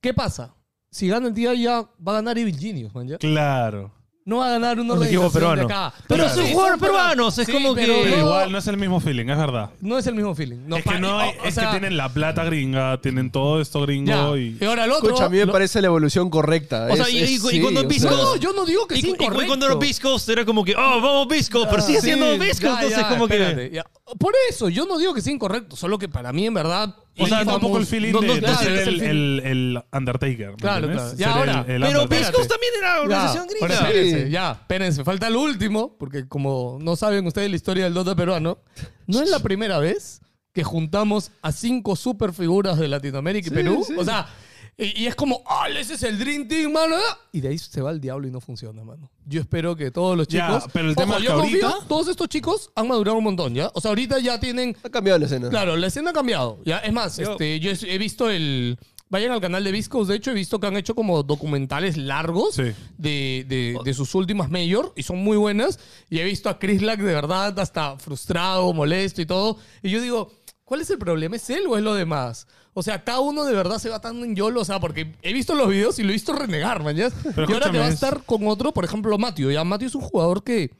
Speaker 3: ¿Qué pasa? Si gana el TI ya va a ganar Evil Genius, man, ya.
Speaker 1: Claro.
Speaker 3: No va a ganar una
Speaker 4: Un equipo
Speaker 3: organización
Speaker 4: peruano.
Speaker 3: de acá.
Speaker 4: Pero
Speaker 3: Claro.
Speaker 4: son
Speaker 3: Sí,
Speaker 4: jugadores
Speaker 3: son peruanos.
Speaker 4: peruanos, es
Speaker 3: pero
Speaker 4: como que-
Speaker 1: Pero
Speaker 3: no-
Speaker 1: igual no es el mismo feeling, es verdad.
Speaker 3: No es el mismo feeling. No,
Speaker 1: es que
Speaker 3: pa-
Speaker 1: no
Speaker 3: o-
Speaker 1: hay,
Speaker 3: o
Speaker 1: es
Speaker 3: sea,
Speaker 1: que tienen la plata gringa, tienen todo esto
Speaker 3: ya.
Speaker 1: gringo y.
Speaker 3: Y ahora el otro...
Speaker 2: Escucha, a mí me
Speaker 3: lo-
Speaker 2: parece la evolución correcta.
Speaker 4: O sea,
Speaker 2: Es-
Speaker 4: y-
Speaker 2: es-
Speaker 4: y- y
Speaker 2: sí,
Speaker 4: cuando
Speaker 2: o sea,
Speaker 4: Visco-
Speaker 3: No, yo no digo que
Speaker 4: Y,
Speaker 3: es
Speaker 4: cu- y cu-
Speaker 3: incorrecto.
Speaker 4: cuando era Viscos era como que, oh, vamos Viscos, pero sigue
Speaker 3: Sí,
Speaker 4: siendo Viscos,
Speaker 3: ya,
Speaker 4: entonces
Speaker 3: ya,
Speaker 4: como
Speaker 3: espérate,
Speaker 4: que...
Speaker 3: ya. Por eso, yo no digo que sea incorrecto, solo que para mí en verdad...
Speaker 1: O sea,
Speaker 3: Infamous-
Speaker 1: tampoco el feeling
Speaker 3: no,
Speaker 1: de,
Speaker 3: no,
Speaker 1: de
Speaker 3: claro,
Speaker 1: ser
Speaker 3: es
Speaker 1: el,
Speaker 3: feeling.
Speaker 1: el- el Undertaker. ¿me
Speaker 3: Claro,
Speaker 1: entiendes?
Speaker 3: claro. Ya,
Speaker 1: Ser
Speaker 3: ahora,
Speaker 1: el- el
Speaker 4: Pero
Speaker 1: Undertaker.
Speaker 4: Viscos también era organización
Speaker 3: Ya, ahora
Speaker 4: gringa.
Speaker 3: espérense,
Speaker 2: Sí.
Speaker 3: ya, espérense. Falta el último, porque como no saben ustedes la historia del Dota peruano, no es la primera vez que juntamos a cinco super figuras de Latinoamérica y
Speaker 2: Sí,
Speaker 3: Perú.
Speaker 2: sí.
Speaker 3: O sea, y, y es como, ¡ah, ese es el Dream Team, mano! Y de ahí se va el diablo y no funciona, mano. Yo espero que todos los
Speaker 1: Ya,
Speaker 3: chicos.
Speaker 1: pero el tema
Speaker 3: Ojo,
Speaker 1: es
Speaker 3: yo
Speaker 1: que
Speaker 3: confío,
Speaker 1: ahorita-
Speaker 3: todos estos chicos han madurado un montón, ¿ya? O sea, ahorita ya tienen
Speaker 2: Ha cambiado la escena.
Speaker 3: Claro, la escena ha cambiado. Ya, es más, este, yo he he visto el. Vayan al canal de Viscos, de hecho he visto que han hecho como documentales largos
Speaker 1: Sí.
Speaker 3: de, de- de sus últimas mayor y son muy buenas. Y he visto a Chris Lack de verdad hasta frustrado, molesto y todo. Y yo digo, ¿cuál es el problema? ¿Es él o es lo demás? O sea, cada uno de verdad se va tan en yolo, o sea, porque he visto los videos y lo he visto renegar, man. ¿ya? Y ahora que
Speaker 1: escúchame,
Speaker 3: va a
Speaker 1: es-
Speaker 3: estar con otro, por ejemplo, Matthew. Ya Matthew es un jugador que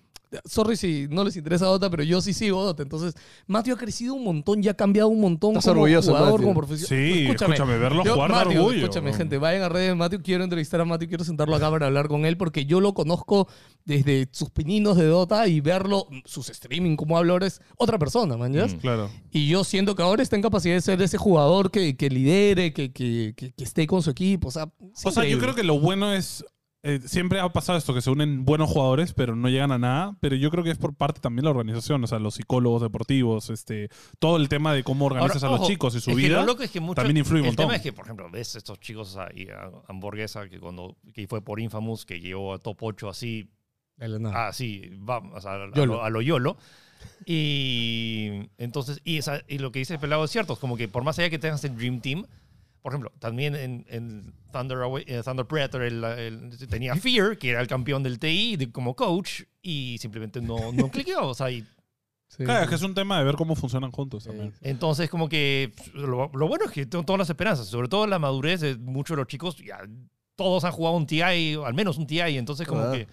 Speaker 3: sorry si no les interesa Dota, pero yo sí sigo Dota. Entonces, Matthew ha crecido un montón y ha cambiado un montón
Speaker 2: Estás
Speaker 3: como
Speaker 2: orgulloso,
Speaker 3: jugador,
Speaker 2: Matthew.
Speaker 3: como profesional.
Speaker 1: Sí, escúchame, verlo
Speaker 3: yo-
Speaker 1: jugar da
Speaker 3: Matthew,
Speaker 1: orgullo.
Speaker 3: Escúchame,
Speaker 1: weón.
Speaker 3: gente, vayan a redes de Matthew. Quiero entrevistar a Matthew, quiero sentarlo acá para hablar con él porque yo lo conozco desde sus pininos de Dota y verlo, sus streaming, cómo habla ahora es otra persona, man. ¿ya?
Speaker 4: Mm.
Speaker 1: Claro.
Speaker 3: Y yo siento que ahora está en capacidad de ser ese jugador que, que lidere, que, que, que- que esté con su equipo. O sea, es
Speaker 1: O sea, yo
Speaker 3: increíble.
Speaker 1: creo que lo bueno es. eh, siempre ha pasado esto, que se unen buenos jugadores, pero no llegan a nada. Pero yo creo que es por parte también de la organización, o sea, los psicólogos deportivos, este, todo el tema de cómo organizas
Speaker 4: Ahora,
Speaker 1: a los
Speaker 4: ojo,
Speaker 1: chicos y su
Speaker 4: es que
Speaker 1: vida.
Speaker 4: lo loco es que mucho-
Speaker 1: también influye un
Speaker 4: El
Speaker 1: montón.
Speaker 4: tema es que, por ejemplo, ves estos chicos ahí, a- ah, hamburguesa, que cuando que fue por Infamous, que llegó a top 8 así, ah,
Speaker 3: De la
Speaker 1: Ah,
Speaker 3: nada.
Speaker 4: así, vamos, a, a
Speaker 3: Yolo.
Speaker 4: lo, a lo YOLO. Y entonces, y, esa- y lo que dice el pelado es cierto, es como que por más allá que tengas el Dream Team, por ejemplo, también en, en Thunder, Away- eh, Thunder Predator el- el- tenía Fear, que era el campeón del TI de- como coach, y simplemente no,
Speaker 1: [laughs]
Speaker 4: no cliqueó. O sea, y
Speaker 3: Sí.
Speaker 1: Claro, es que es un tema de ver cómo funcionan juntos también.
Speaker 3: Sí.
Speaker 4: Entonces, como que pf, lo, lo bueno es que tengo todas las esperanzas, sobre todo la madurez de muchos de los chicos. Ya, todos han jugado un TI, o al menos un TI, entonces, como
Speaker 2: Ah,
Speaker 4: que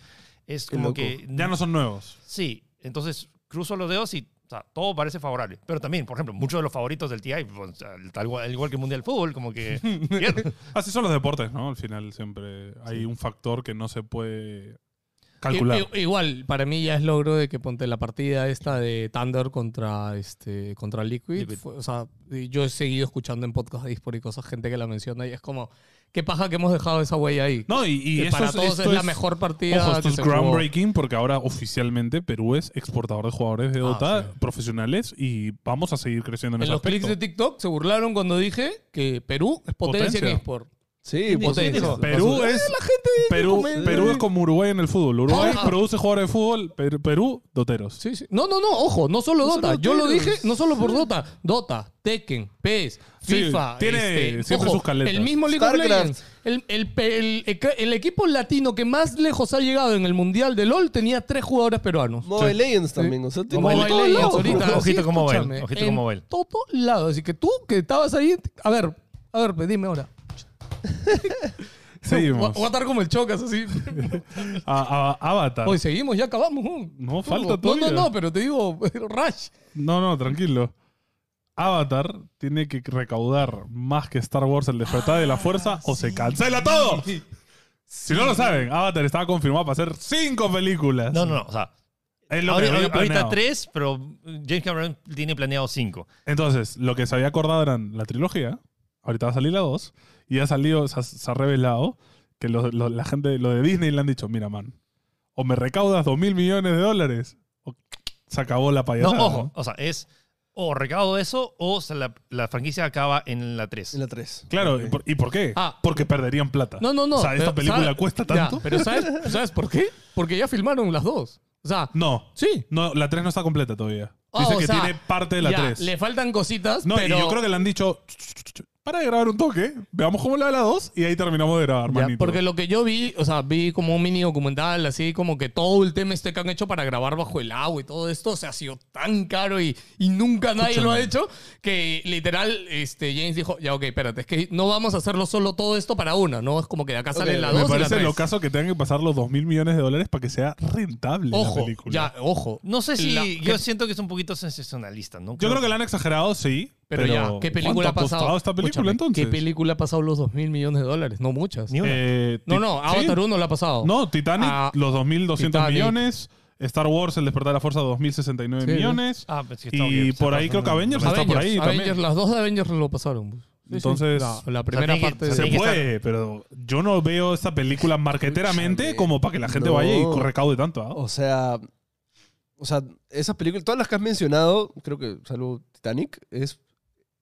Speaker 4: es
Speaker 2: qué
Speaker 4: como
Speaker 2: loco.
Speaker 4: que.
Speaker 1: Ya no son nuevos.
Speaker 4: Sí, entonces cruzo los dedos y o sea, todo parece favorable. Pero también, por ejemplo, muchos de los favoritos del TI, pues, o sea, el tal- al igual que el Mundial de Fútbol,
Speaker 1: [laughs]
Speaker 4: como que. pierden.
Speaker 1: Así son los deportes, ¿no? Al final siempre hay un factor que no se puede
Speaker 3: I-
Speaker 1: calcular.
Speaker 3: i- igual, para mí ya es logro de que ponte la partida esta de Thunder contra, este, contra Liquid.
Speaker 4: Liquid.
Speaker 3: fue- o sea, y yo he seguido escuchando en podcast de Discord y cosas, gente que la menciona y es como, qué paja que hemos dejado esa huella ahí.
Speaker 1: No, y, y
Speaker 3: Que
Speaker 1: esto
Speaker 3: para
Speaker 1: es-
Speaker 3: todos
Speaker 1: esto
Speaker 3: es, la mejor partida.
Speaker 1: Ojo, esto
Speaker 3: que
Speaker 1: es
Speaker 3: se jugó.
Speaker 1: groundbreaking porque ahora oficialmente Perú es exportador de jugadores de
Speaker 3: Ah,
Speaker 1: Dota
Speaker 3: sí.
Speaker 1: profesionales y vamos a seguir creciendo en,
Speaker 3: En
Speaker 1: ese
Speaker 3: los clics
Speaker 1: aspecto.
Speaker 3: de TikTok se burlaron cuando dije que Perú es potencia,
Speaker 1: Potencia.
Speaker 3: en eSport.
Speaker 2: Sí, por
Speaker 3: Potencia.
Speaker 2: supuesto.
Speaker 1: Perú es
Speaker 3: Eh,
Speaker 1: Perú,
Speaker 2: comenta.
Speaker 1: Perú es como Uruguay en el fútbol. Uruguay
Speaker 3: Ah.
Speaker 1: produce jugadores de fútbol, Per- Perú doteros.
Speaker 3: Sí, sí. No, no, no, ojo, no solo
Speaker 2: No
Speaker 3: Dota.
Speaker 2: solo
Speaker 3: Yo lo
Speaker 2: Dota,
Speaker 3: dije no solo por
Speaker 2: sí.
Speaker 3: Dota. Dota, Tekken, PES,
Speaker 1: Sí,
Speaker 3: FIFA.
Speaker 1: tiene
Speaker 3: este,
Speaker 1: siempre
Speaker 3: ojo,
Speaker 1: sus caletas.
Speaker 3: El mismo League
Speaker 2: StarCraft.
Speaker 3: of Legends. El, el pe- el eca- el equipo latino que más lejos ha llegado en el Mundial de LOL tenía tres jugadores peruanos.
Speaker 2: Mobile Legends también. O sea, tiene
Speaker 3: Mobile
Speaker 2: por todos
Speaker 3: Legends
Speaker 2: lados.
Speaker 3: ahorita,
Speaker 4: Ojito
Speaker 3: sí,
Speaker 4: con Mobile,
Speaker 3: escúchame,
Speaker 4: ojito con
Speaker 3: en
Speaker 4: Mobile.
Speaker 3: todo lado. Así que tú que estabas ahí. A ver, a ver, pues, dime ahora.
Speaker 1: Seguimos.
Speaker 3: Voy a estar como el
Speaker 1: [laughs]
Speaker 3: chocas así.
Speaker 1: A- a- Avatar.
Speaker 3: Hoy seguimos, ya acabamos. ¿no?
Speaker 1: No, falta
Speaker 3: No,
Speaker 1: todavía.
Speaker 3: no, no, pero te digo, [laughs] Rush.
Speaker 1: No, no, tranquilo. Avatar tiene que recaudar más que Star Wars el despertar
Speaker 3: Ah,
Speaker 1: de la fuerza o se cancela todo. Si no lo saben, Avatar estaba confirmado para hacer cinco películas.
Speaker 4: No, no, no. O sea,
Speaker 1: Es lo que
Speaker 4: ahorita,
Speaker 1: había
Speaker 4: ahorita
Speaker 1: planeado.
Speaker 4: tres, pero James Cameron tiene planeado cinco.
Speaker 1: Entonces, lo que se había acordado eran la trilogía, ahorita va a salir la 2, y ha salido, se ha, se ha revelado que los- los- la gente, lo de Disney le han dicho, mira, man, o me recaudas dos mil millones de dólares, o se acabó la
Speaker 4: No,
Speaker 1: payasada.
Speaker 4: ojo. O sea, es o recaudo eso o se la, la franquicia acaba en la tres.
Speaker 2: En la Eh, 3.
Speaker 1: Claro, ¿y por, y por qué?
Speaker 3: Ah.
Speaker 1: Porque perderían plata.
Speaker 3: No, no, no.
Speaker 1: O sea, ¿esta
Speaker 3: pero,
Speaker 1: película
Speaker 3: ¿sabe-
Speaker 1: cuesta
Speaker 3: Ya,
Speaker 1: tanto?
Speaker 3: pero ¿sabes, ¿sabes por qué? Porque ya filmaron las dos. O sea,
Speaker 1: No,
Speaker 3: sí.
Speaker 1: no, la 3 no está completa todavía.
Speaker 3: Ah,
Speaker 1: Dice
Speaker 3: o
Speaker 1: que
Speaker 3: sea,
Speaker 1: tiene parte de la
Speaker 3: ya,
Speaker 1: 3.
Speaker 3: Le faltan cositas,
Speaker 1: No,
Speaker 3: pero...
Speaker 1: y yo creo que le han dicho, para de grabar un toque, veamos cómo le va la 2 y ahí terminamos de grabar,
Speaker 3: Ya,
Speaker 1: manito.
Speaker 3: porque lo que yo vi, o sea, vi como un mini documental, así como que todo el tema este que han hecho para grabar bajo el agua y todo esto, o sea, ha sido tan caro y, y nunca nadie lo ha hecho, que literal, este, James dijo, ya, ok, espérate, es que no vamos a hacerlo solo todo esto para una, ¿no? Es como que de acá salen la
Speaker 1: Me
Speaker 3: dos y la
Speaker 1: parece
Speaker 3: tres.
Speaker 1: lo caso que tengan que pasar los 2 mil millones de dólares para que sea rentable la
Speaker 3: Ojo,
Speaker 1: película.
Speaker 3: ya, ojo.
Speaker 4: No sé si.
Speaker 3: La-
Speaker 4: yo siento que es un poquito sensacionalista, ¿no?
Speaker 1: Yo creo que la han exagerado, sí.
Speaker 3: Pero,
Speaker 1: Pero,
Speaker 3: ya, ¿qué película ha
Speaker 1: ¿cuánto
Speaker 3: pasado?
Speaker 1: costado esta película
Speaker 3: Escúchame,
Speaker 1: entonces?
Speaker 3: ¿Qué película ha pasado los 2 mil millones de dólares? No muchas.
Speaker 4: Ni una.
Speaker 1: Eh,
Speaker 3: no,
Speaker 1: Ti-
Speaker 3: no,
Speaker 1: ¿sí?
Speaker 3: Avatar 1 la ha pasado.
Speaker 1: No, Titanic,
Speaker 3: Ah,
Speaker 1: los 2.200
Speaker 3: Titanic.
Speaker 1: millones. Star Wars, El Despertar de la Fuerza, 2.069
Speaker 3: Sí.
Speaker 1: millones.
Speaker 4: Ah, pues sí, está bien,
Speaker 1: y
Speaker 4: se
Speaker 1: por ahí creo
Speaker 4: acaba
Speaker 1: que
Speaker 4: de-
Speaker 1: Avengers,
Speaker 3: Avengers,
Speaker 1: está por ahí
Speaker 3: Avengers,
Speaker 1: también.
Speaker 3: las dos de Avengers lo pasaron. pues. Sí, sí.
Speaker 1: Entonces,
Speaker 3: la, la primera
Speaker 4: tiene que-
Speaker 3: parte
Speaker 4: o sea,
Speaker 3: de...
Speaker 4: tiene
Speaker 1: Se
Speaker 4: que
Speaker 1: puede, pero yo no veo esta película marqueteramente
Speaker 2: Escúchame.
Speaker 1: como para que la gente
Speaker 2: No.
Speaker 1: vaya y recaude tanto. ¿ah?
Speaker 2: O sea, o sea, esas películas, todas las que has mencionado, creo que salvo Titanic, es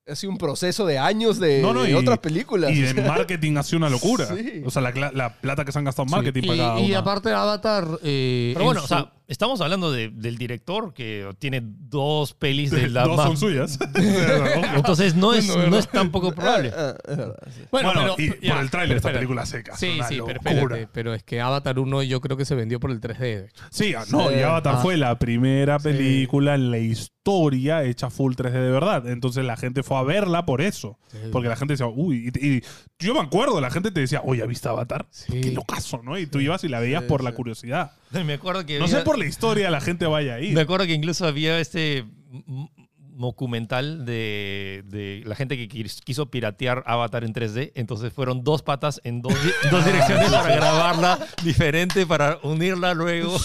Speaker 2: ha sido un proceso de años de,
Speaker 1: No, no,
Speaker 2: de
Speaker 1: y-
Speaker 2: otras películas. [laughs] Ah,
Speaker 1: Y
Speaker 2: O
Speaker 1: en
Speaker 2: sea,
Speaker 1: marketing ha sido una locura.
Speaker 2: Sí.
Speaker 1: O sea, la, cla- la plata que se han gastado en marketing
Speaker 3: Y,
Speaker 1: para cada
Speaker 3: y
Speaker 1: una.
Speaker 3: aparte Avatar... eh,
Speaker 4: Pero
Speaker 3: en
Speaker 4: bueno,
Speaker 3: su-
Speaker 4: o sea, estamos hablando de- del director que tiene dos
Speaker 1: [laughs]
Speaker 4: pelis de la
Speaker 1: Dos
Speaker 4: ma-
Speaker 1: son suyas.
Speaker 3: [laughs]
Speaker 1: bueno,
Speaker 4: Entonces
Speaker 1: [laughs]
Speaker 4: no es,
Speaker 3: No,
Speaker 4: no,
Speaker 3: ¿verdad?
Speaker 4: es tan poco probable.
Speaker 2: ah, ah, es verdad, sí.
Speaker 1: y
Speaker 3: pero- ya,
Speaker 1: por el tráiler esta
Speaker 3: espérate.
Speaker 1: película seca.
Speaker 3: Sí,
Speaker 1: una
Speaker 3: sí, pero
Speaker 1: locura.
Speaker 3: espérate, pero es que Avatar 1 yo creo que se vendió por el 3D. de hecho.
Speaker 1: Sí, ah, no, y Avatar
Speaker 3: Ah.
Speaker 1: fue la primera
Speaker 3: Sí.
Speaker 1: película en la historia hecha full 3D de verdad. Entonces la gente fue a verla por eso. Porque la gente decía, uy, y, y Yo me acuerdo, la gente te decía, oye, ¿viste Avatar?
Speaker 3: Sí.
Speaker 1: Qué locazo, ¿no? Y tú ibas y la veías
Speaker 2: Sí,
Speaker 1: por la
Speaker 2: sí.
Speaker 1: curiosidad.
Speaker 4: Me acuerdo que.
Speaker 1: No sé
Speaker 4: había-
Speaker 1: por la historia la gente vaya ahí.
Speaker 4: Me acuerdo que incluso había este m- documental de, de la gente que quis- quiso piratear Avatar en 3D. Entonces fueron dos patas en dos, di-
Speaker 1: [laughs] Ah,
Speaker 4: dos direcciones para grabarla diferente, para unirla luego.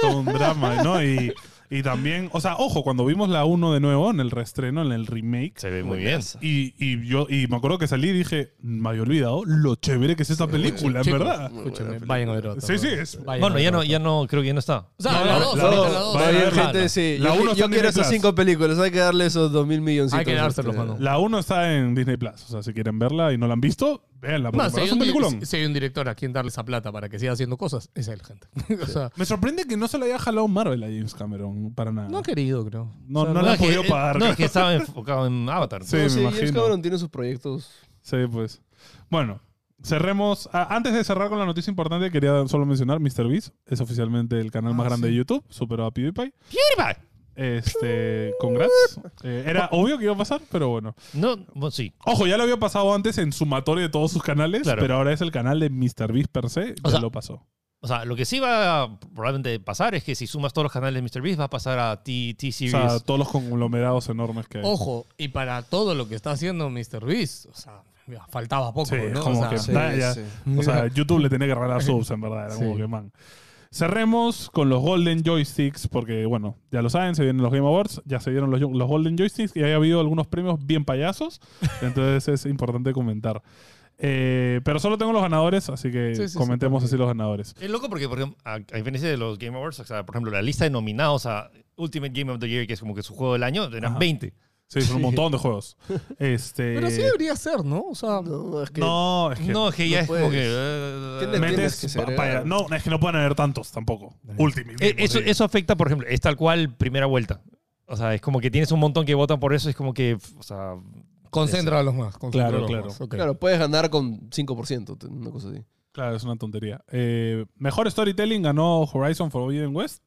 Speaker 1: Todo un drama, ¿no? Y, y también, o sea, ojo, cuando vimos la 1 de nuevo en el reestreno, en el remake,
Speaker 4: Se ve muy bien.
Speaker 1: Y, y yo y me acuerdo que salí y dije, me había olvidado lo chévere que es esa película, en
Speaker 3: Chicos,
Speaker 1: verdad.
Speaker 3: Escúchame, vayan a ver otra.
Speaker 1: Sí, sí,
Speaker 3: weón.
Speaker 1: es-
Speaker 3: Vayan a
Speaker 4: Bueno,
Speaker 3: ver
Speaker 4: ya no,
Speaker 3: otra.
Speaker 4: ya no, creo que ya no está.
Speaker 3: O sea,
Speaker 1: No,
Speaker 3: la
Speaker 1: la-
Speaker 3: dos,
Speaker 1: la
Speaker 3: ahorita
Speaker 1: dos.
Speaker 3: la dos.
Speaker 1: Vayan a
Speaker 2: Oye,
Speaker 1: verla.
Speaker 2: gente, sí.
Speaker 1: La
Speaker 2: yo
Speaker 1: uno
Speaker 2: yo
Speaker 1: está en
Speaker 2: quiero
Speaker 1: Disney Plus.
Speaker 2: esas cinco películas. Hay que darle esos dos mil milloncitos.
Speaker 3: Hay que dárselos,
Speaker 2: este.
Speaker 3: mano.
Speaker 1: La 1 está en Disney Plus, o sea, si quieren verla y no la han visto, véanla, porque
Speaker 3: No,
Speaker 1: en
Speaker 3: si
Speaker 1: verdad
Speaker 3: hay,
Speaker 1: es un
Speaker 3: un,
Speaker 1: peliculón.
Speaker 3: di- si hay un director a quien darle esa plata para que siga haciendo cosas, es él, gente. [laughs] o sea,
Speaker 1: Me sorprende que no se la haya jalado Marvel a James Cameron, para nada.
Speaker 3: no
Speaker 1: No,
Speaker 3: ha querido, creo.
Speaker 1: no,
Speaker 3: o sea, eh,
Speaker 1: la
Speaker 4: Eh, No,
Speaker 1: han
Speaker 4: es que-
Speaker 1: podido pagar.
Speaker 4: No, es que estaba enfocado en Avatar.
Speaker 1: Sí,
Speaker 2: No,
Speaker 1: me
Speaker 2: sí, James
Speaker 1: imagino.
Speaker 2: Cameron tiene sus proyectos.
Speaker 1: Sí, pues. Bueno, cerremos. Ah, antes de cerrar con la noticia importante, quería solo mencionar MrBeast. Es oficialmente el canal más grande de YouTube. Superó a PewDiePie. Este, congrats. Eh, era [laughs] obvio que iba a pasar, pero bueno.
Speaker 4: No, bueno, sí.
Speaker 1: Ojo, ya lo había pasado antes en sumatorio de todos sus canales,
Speaker 4: Claro.
Speaker 1: pero ahora es el canal de MrBeast per se.
Speaker 4: O
Speaker 1: ya
Speaker 4: sea,
Speaker 1: lo pasó.
Speaker 4: O sea, lo que sí va a probablemente pasar es que si sumas todos los canales de MrBeast va a pasar a T-Series.
Speaker 1: O sea, todos los conglomerados enormes que hay.
Speaker 3: Ojo, y para todo lo que está haciendo Mr. Beast, o sea, ya faltaba poco,
Speaker 1: Sí, es
Speaker 3: ¿no? O
Speaker 1: como
Speaker 3: sea,
Speaker 1: que-
Speaker 2: Sí,
Speaker 1: Da, ya.
Speaker 2: sí.
Speaker 1: O sea, YouTube le tenía que regalar subs, en verdad. Era como
Speaker 3: Sí.
Speaker 1: que, man. Cerremos con los Golden Joysticks, porque, bueno, ya lo saben, se vienen los Game Awards, ya se dieron los, los Golden Joysticks y ha habido algunos premios bien
Speaker 3: [laughs]
Speaker 1: payasos. entonces es importante comentar. Eh, pero solo tengo los ganadores, así que
Speaker 3: Sí, sí, sí,
Speaker 1: comentemos
Speaker 3: también.
Speaker 1: así los ganadores.
Speaker 4: Es loco porque, por ejemplo, a, a diferencia de los Game Awards, o sea, por ejemplo, la lista de nominados a Ultimate Game of the Year, que es como que su juego del año, eran
Speaker 1: Ajá.
Speaker 4: 20.
Speaker 1: Sí, son un montón de
Speaker 3: [laughs]
Speaker 1: juegos. Este,
Speaker 3: pero sí debería ser, ¿no? O sea,
Speaker 2: No, es que.
Speaker 1: no, es que.
Speaker 4: No, es que ya
Speaker 2: no
Speaker 4: es como
Speaker 2: puedes.
Speaker 4: que...
Speaker 2: Tienes-
Speaker 4: eh,
Speaker 2: tienes
Speaker 1: metes
Speaker 2: que
Speaker 1: pa-
Speaker 2: ser-
Speaker 1: pa- no, es que no pueden haber tantos tampoco. Ultimate.
Speaker 4: eh,
Speaker 1: Game
Speaker 4: eso,
Speaker 1: Awards.
Speaker 4: eso afecta, por ejemplo, es tal cual primera vuelta. O sea, es como que tienes un montón que votan por eso, es como que, o sea,
Speaker 3: concentra a los más. concentra
Speaker 1: Claro,
Speaker 3: a los
Speaker 1: claro.
Speaker 3: más, ok.
Speaker 2: Claro, puedes ganar con 5%, una cosa así.
Speaker 1: Claro, es una tontería. Eh, mejor storytelling ganó Horizon Forbidden West.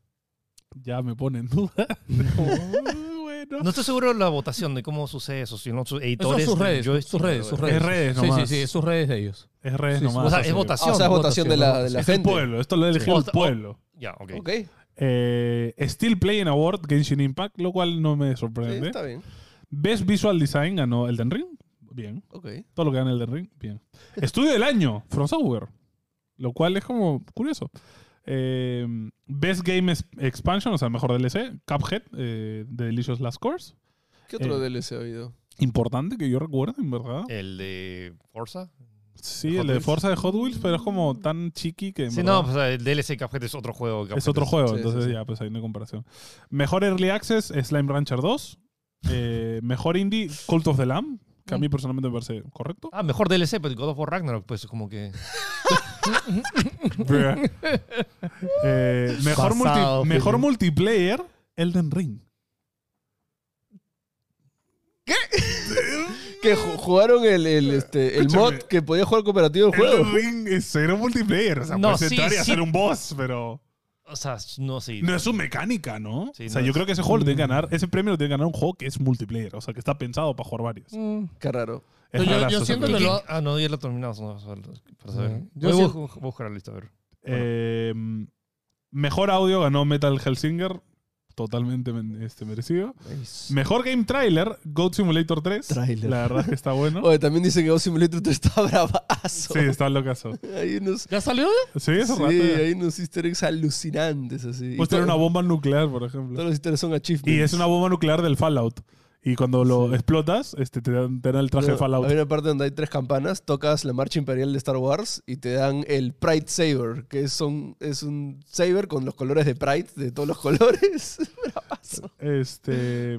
Speaker 1: Ya me pone en duda. [laughs] Como, "Ah, bueno.
Speaker 4: no estoy seguro de la votación, de cómo sucede eso, sino sus
Speaker 3: Eso
Speaker 4: editores...
Speaker 3: es sus
Speaker 4: de
Speaker 3: redes,
Speaker 4: joystick.
Speaker 3: sus redes, sus
Speaker 1: Es
Speaker 3: redes.
Speaker 1: redes
Speaker 3: sí, sí,
Speaker 1: nomás.
Speaker 3: sí, es sus redes de ellos.
Speaker 1: Es redes
Speaker 3: Sí, sí.
Speaker 1: nomás.
Speaker 4: O sea,
Speaker 1: así
Speaker 4: es
Speaker 1: que-
Speaker 4: votación.
Speaker 2: Ah, o sea, es votación de la, de la
Speaker 1: Es el
Speaker 2: gente.
Speaker 1: pueblo, esto lo eligió
Speaker 4: Sí.
Speaker 1: el pueblo.
Speaker 4: Ya,
Speaker 1: Este
Speaker 4: ok.
Speaker 2: Ok.
Speaker 1: Eh, Still Playing Award, Genshin Impact, lo cual no me
Speaker 2: Sí,
Speaker 1: sorprende.
Speaker 2: está bien.
Speaker 1: Best Visual Design ganó Elden Ring. Bien.
Speaker 2: Ok.
Speaker 1: Todo lo que gana Elden Ring, bien. Estudio del año, From Software. Lo cual es como curioso. Eh, Best Game Es- Expansion, o sea, mejor DLC, Cuphead, eh, The Delicious Last Course.
Speaker 2: ¿Qué otro
Speaker 1: Eh.
Speaker 2: DLC ha habido?
Speaker 1: Importante que yo recuerde, en verdad.
Speaker 4: El de Forza.
Speaker 1: sí,
Speaker 4: Eh, Hot
Speaker 1: el de
Speaker 4: Wheels.
Speaker 1: Forza de Hot Wheels, pero es como tan chiqui que. en
Speaker 4: Sí,
Speaker 1: verdad
Speaker 4: no, pues, el DLC Cuphead es otro juego.
Speaker 1: es
Speaker 4: Cuphead
Speaker 1: otro juego,
Speaker 2: sí,
Speaker 1: entonces
Speaker 2: sí, sí.
Speaker 1: ya, pues hay una comparación. Mejor Early Access, Slime Rancher 2. Eh, mejor Indie, Cult of the Lamb, que a
Speaker 4: Mm.
Speaker 1: mí personalmente me parece correcto.
Speaker 4: Ah, mejor DLC, pero God of War Ragnarok, pues como que...
Speaker 3: [laughs]
Speaker 1: Eh, mejor, multi-
Speaker 3: Pasado,
Speaker 1: mejor
Speaker 3: Felipe.
Speaker 1: multiplayer, Elden Ring.
Speaker 2: Que ju- jugaron el, el, este, el mod
Speaker 1: Escúchame.
Speaker 2: que podía jugar cooperativo el juego.
Speaker 1: Elden Ring es cero multiplayer. O sea,
Speaker 4: No,
Speaker 1: puedes
Speaker 4: sí,
Speaker 1: entrar y
Speaker 4: sí.
Speaker 1: hacer un boss, pero
Speaker 4: O sea, no sé.
Speaker 1: no es su mecánica, ¿no?
Speaker 4: Sí,
Speaker 1: o sea,
Speaker 4: no
Speaker 1: yo
Speaker 4: es-
Speaker 1: creo que ese juego lo tiene que ganar, ese premio lo tiene que ganar un juego que es multiplayer, o sea, que está pensado para jugar varios.
Speaker 3: Mm.
Speaker 2: Qué raro.
Speaker 1: Es
Speaker 3: Yo- yo
Speaker 1: rarazo,
Speaker 3: siento
Speaker 1: ese
Speaker 3: que
Speaker 1: premio.
Speaker 3: lo-
Speaker 4: Ah, no, ya lo terminamos. No, para saber.
Speaker 3: Sí. Yo
Speaker 4: Voy a
Speaker 3: sí-
Speaker 4: bu- voy a buscar la lista, a ver.
Speaker 1: Eh, mejor audio ganó Metal Hellsinger, totalmente men- este, merecido. Mejor game trailer, Goat Simulator 3.
Speaker 2: Tráiler.
Speaker 1: La verdad es que está
Speaker 2: [laughs]
Speaker 1: bueno.
Speaker 2: Oye, también dicen que Go Simulator 3 está [laughs] bravazo.
Speaker 1: Sí, está locazo.
Speaker 2: Hay unos,
Speaker 3: ¿Ya salió?
Speaker 1: Sí,
Speaker 2: sí,
Speaker 1: eso rato.
Speaker 2: hay unos easter eggs alucinantes así.
Speaker 1: Puedes tener
Speaker 2: Y todo-
Speaker 4: [laughs]
Speaker 1: una bomba nuclear, por ejemplo.
Speaker 2: Todos los easter eggs son achievements.
Speaker 1: Y es una bomba nuclear del Fallout. Y cuando lo explotas, este, te, dan, te dan el traje de
Speaker 2: No,
Speaker 1: Fallout.
Speaker 2: Hay una parte donde hay tres campanas, tocas la marcha imperial de Star Wars y te dan el Pride Saber, que es un, es un saber con los colores de Pride, de todos los [laughs] colores. Bravazo.
Speaker 1: [laughs] Este,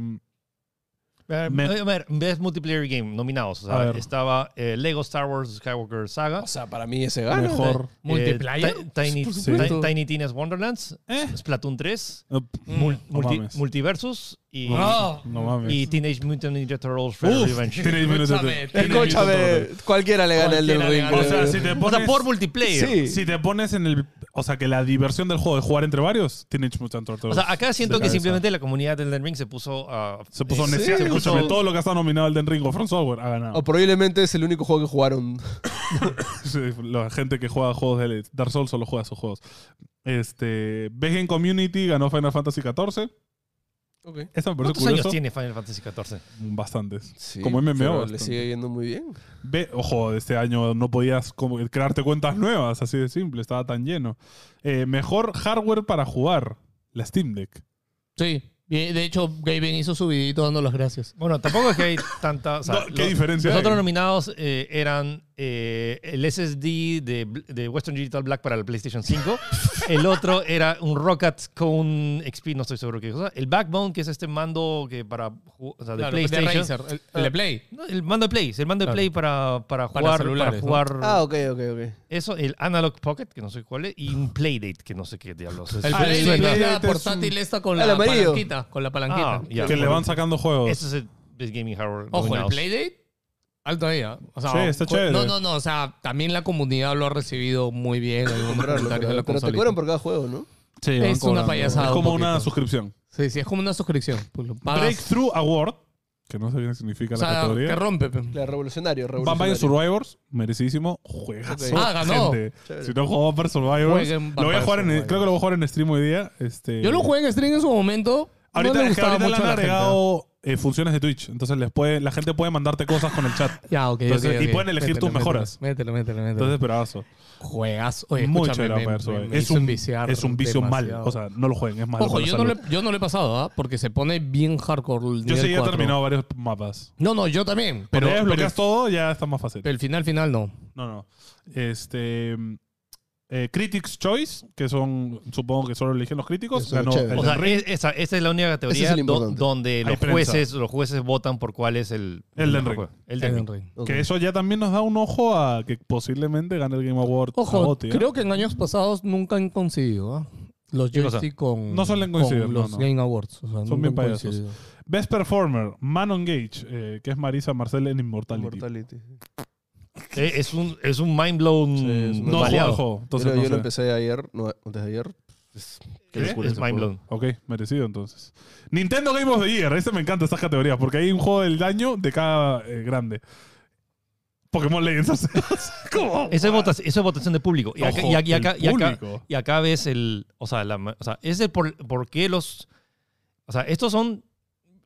Speaker 4: A
Speaker 1: Me-
Speaker 4: ver, a ver, Best Multiplayer Game, nominados. O
Speaker 1: A
Speaker 4: sea,
Speaker 1: ver.
Speaker 4: estaba eh, Lego Star Wars Skywalker Saga.
Speaker 2: O sea, para mí ese gana.
Speaker 1: mejor.
Speaker 4: eh,
Speaker 3: ¿Multiplayer?
Speaker 4: Ti- Tiny,
Speaker 2: Por
Speaker 4: Ti-
Speaker 2: supuesto.
Speaker 4: Tiny Tina's Wonderlands.
Speaker 1: Eh.
Speaker 4: Splatoon 3.
Speaker 1: No,
Speaker 4: Mm. Mul-
Speaker 1: no
Speaker 4: multi-
Speaker 1: mames.
Speaker 4: Multiversus. Y,
Speaker 3: No.
Speaker 1: no mames.
Speaker 4: y Teenage Mutant Ninja Turtles Shredder's
Speaker 1: Uf,
Speaker 4: Revenge.
Speaker 1: tienes minutos de-
Speaker 3: Escúchame,
Speaker 1: tienes minutos de-
Speaker 2: Escúchame, cualquiera le gana el del
Speaker 3: Cualquiera le
Speaker 2: Ring.
Speaker 1: O
Speaker 3: gana.
Speaker 1: sea, si te
Speaker 4: O
Speaker 1: pones...
Speaker 4: sea, por multiplayer.
Speaker 2: Sí.
Speaker 1: Si te pones en el O sea, que la diversión del juego de jugar entre varios tiene Mutant Turtles.
Speaker 4: O sea, acá siento
Speaker 1: de
Speaker 4: que
Speaker 1: cabeza.
Speaker 4: simplemente la comunidad del Den Ring se puso a.
Speaker 1: se puso
Speaker 4: eh,
Speaker 1: necia.
Speaker 4: se puso-
Speaker 1: Escúchame, todo lo que ha estado nominado el Den Ring o From Software ha ganado.
Speaker 2: O probablemente es el único juego que jugaron.
Speaker 1: Sí, la gente que juega juegos de Dark Souls solo juega esos juegos. Este, Vegan Community ganó Final Fantasy XIV. Esta me parece
Speaker 4: ¿Cuántos
Speaker 1: curioso. Mm,
Speaker 4: años tiene Final Fantasy XIV?
Speaker 1: Bastantes.
Speaker 2: Sí,
Speaker 1: Como MMO,
Speaker 2: pero Le
Speaker 1: bastante.
Speaker 2: sigue yendo muy bien.
Speaker 1: Ve, ojo, este año no podías como crearte cuentas nuevas, así de simple, estaba tan lleno. Eh, mejor hardware para jugar, la Steam Deck.
Speaker 3: Sí. Y, De hecho, Gaben hizo su videito dando las gracias.
Speaker 4: Bueno, tampoco es que hay tanta. o sea,
Speaker 1: [laughs] No, ¿Qué
Speaker 4: lo-
Speaker 1: diferencia
Speaker 4: Los
Speaker 1: hay?
Speaker 4: otros nominados eh, eran eh, el SSD de, Bl- de Western Digital Black para el
Speaker 1: [laughs]
Speaker 4: PlayStation 5. el otro era un Rocket Cone XP, no estoy seguro qué cosa. El Backbone, que es este mando que para ju- o sea, de
Speaker 3: Claro,
Speaker 4: PlayStation.
Speaker 3: Razer, el, el de Play.
Speaker 4: No, el mando de Play, el mando de
Speaker 3: Claro.
Speaker 4: Play para,
Speaker 3: Para
Speaker 4: para jugar, para
Speaker 3: celulares, ¿no?
Speaker 4: jugar
Speaker 2: Ah, ok, ok, ok.
Speaker 4: eso, el Analog Pocket, que no sé cuál es, y un Playdate, que no sé qué diablos es.
Speaker 3: El
Speaker 1: Ah,
Speaker 3: Play,
Speaker 1: el
Speaker 3: es
Speaker 1: Play
Speaker 3: la
Speaker 1: es un-
Speaker 3: portátil esta con
Speaker 2: Ah,
Speaker 3: la
Speaker 2: el amarillo.
Speaker 3: palanquita. Con la palanquita.
Speaker 4: Ah, ya.
Speaker 1: que le van sacando juegos.
Speaker 4: Eso es el Best Gaming Hardware.
Speaker 3: Ojo, el
Speaker 4: nominados.
Speaker 3: Playdate, alto ahí, ¿ah? O sea,
Speaker 1: Sí, está
Speaker 3: cu-
Speaker 1: chévere.
Speaker 3: No, no, no, o sea, también la comunidad lo ha recibido muy bien. Algunos
Speaker 2: Comprarlo,
Speaker 3: comentarios de la
Speaker 2: pero, pero te
Speaker 3: consolita.
Speaker 2: cobran por cada juego, ¿no?
Speaker 1: Sí,
Speaker 3: van es una cobrando. payasada
Speaker 1: Es
Speaker 3: un
Speaker 1: como una
Speaker 3: poquito.
Speaker 1: suscripción.
Speaker 3: Sí, sí, es como una suscripción. Pues lo pagas.
Speaker 1: Breakthrough Award, que no sé bien qué significa la
Speaker 3: o sea, que
Speaker 1: categoría.
Speaker 3: rompe. pues. pe.
Speaker 2: Claro, revolucionario,
Speaker 1: Vampire
Speaker 2: revolucionario.
Speaker 1: Survivors, merecidísimo. Juegazo.
Speaker 2: Ok.
Speaker 3: Ah, ganó.
Speaker 1: gente.
Speaker 2: Chévere.
Speaker 1: Si no juego Vampire Survivors,
Speaker 3: Jueguen
Speaker 1: lo voy a
Speaker 3: Vampire
Speaker 1: jugar en,
Speaker 3: Survivors.
Speaker 1: creo que lo voy a jugar en stream hoy día. Este,
Speaker 3: Yo lo jugué en stream en su momento.
Speaker 1: Ahorita,
Speaker 3: no le
Speaker 1: es que
Speaker 3: gustaba
Speaker 1: ahorita le
Speaker 3: mucho
Speaker 1: han
Speaker 3: a la gente.
Speaker 1: agregado eh, funciones de Twitch. Entonces les puede, la gente puede mandarte cosas con el chat.
Speaker 3: Ya, ok,
Speaker 1: Entonces,
Speaker 3: ok,
Speaker 1: y
Speaker 3: ok.
Speaker 1: pueden elegir
Speaker 3: Mételo,
Speaker 1: tus mejoras.
Speaker 3: Mételo, mételo, mételo.
Speaker 1: Entonces, bravazo.
Speaker 3: Juegas. Oye,
Speaker 1: Muy
Speaker 3: escúchame,
Speaker 1: chévere
Speaker 3: me-
Speaker 1: Vampire
Speaker 3: me-
Speaker 1: Survivors.
Speaker 3: me
Speaker 1: eh. Es
Speaker 3: hizo
Speaker 1: un,
Speaker 3: enviciar
Speaker 1: es un vicio mal.
Speaker 3: demasiado.
Speaker 1: O sea, no lo jueguen, es malo.
Speaker 3: Ojo,
Speaker 1: para la
Speaker 3: yo no, le,
Speaker 1: salud.
Speaker 3: yo no le he pasado, ¿ah? Porque se pone bien hardcore. el
Speaker 1: Yo
Speaker 3: nivel
Speaker 1: sí ya he
Speaker 3: 4.
Speaker 1: terminado varios mapas.
Speaker 3: No, no, yo
Speaker 1: Pero,
Speaker 3: también. Pero,
Speaker 1: ya
Speaker 3: pero,
Speaker 1: desbloqueas todo, ya está más fácil.
Speaker 3: pero el final, final no.
Speaker 1: No, no. Este. mm, eh, Critics Choice, que son, supongo que solo eligen los críticos.
Speaker 2: Eso es
Speaker 1: ganó
Speaker 2: chévere.
Speaker 1: el
Speaker 4: O
Speaker 1: de
Speaker 4: sea,
Speaker 1: Ring.
Speaker 4: es- esa, esa es la única categoría
Speaker 2: Ese es el
Speaker 4: do-
Speaker 2: importante.
Speaker 4: donde
Speaker 1: Hay
Speaker 4: los
Speaker 1: prensa.
Speaker 4: jueces, los jueces votan por cuál es el,
Speaker 1: El del
Speaker 4: mejor
Speaker 1: ring.
Speaker 4: juego. El del ring.
Speaker 3: Elden Ring.
Speaker 2: Ok.
Speaker 1: Que eso ya también nos da un ojo a que posiblemente gane el Game Award.
Speaker 3: Ojo,
Speaker 1: a GOTY, ¿eh?
Speaker 3: creo que en años pasados nunca han coincidido ¿ah? los
Speaker 4: ¿Qué cosa?
Speaker 3: joystick con,
Speaker 1: No suelen coincidir,
Speaker 3: con
Speaker 1: no,
Speaker 3: los
Speaker 1: no.
Speaker 3: Game Awards. o sea, nunca
Speaker 1: bien
Speaker 3: han
Speaker 1: payasos.
Speaker 3: coincidido.
Speaker 1: Best Performer, Manon Gage, eh, que es Marisa Marcel en Immortality.
Speaker 2: Mortality.
Speaker 4: Eh, Es un, es un mind blown
Speaker 2: Sí, es un
Speaker 1: No juego
Speaker 2: Vale,
Speaker 4: baleado.
Speaker 1: al juego, entonces no
Speaker 2: yo yo lo
Speaker 1: sé.
Speaker 2: empecé ayer, no, antes de ayer. Es, qué
Speaker 1: ¿Qué?
Speaker 2: locura
Speaker 4: es
Speaker 2: ese
Speaker 4: mind
Speaker 2: juego.
Speaker 4: blown.
Speaker 1: Ok, merecido entonces. Nintendo Game of the Year. Este me encanta, estas categorías, porque hay un juego del daño de cada eh, grande. Pokémon Legends. [laughs] o sea, ¿Cómo?
Speaker 4: Eso es, votas- eso es votación de público. Y acá,
Speaker 1: Ojo,
Speaker 4: y acá- y
Speaker 1: del
Speaker 4: acá- y acá-
Speaker 1: público.
Speaker 4: y acá ves el. O sea, la, ma- o sea es el por, por qué los. O sea, estos son.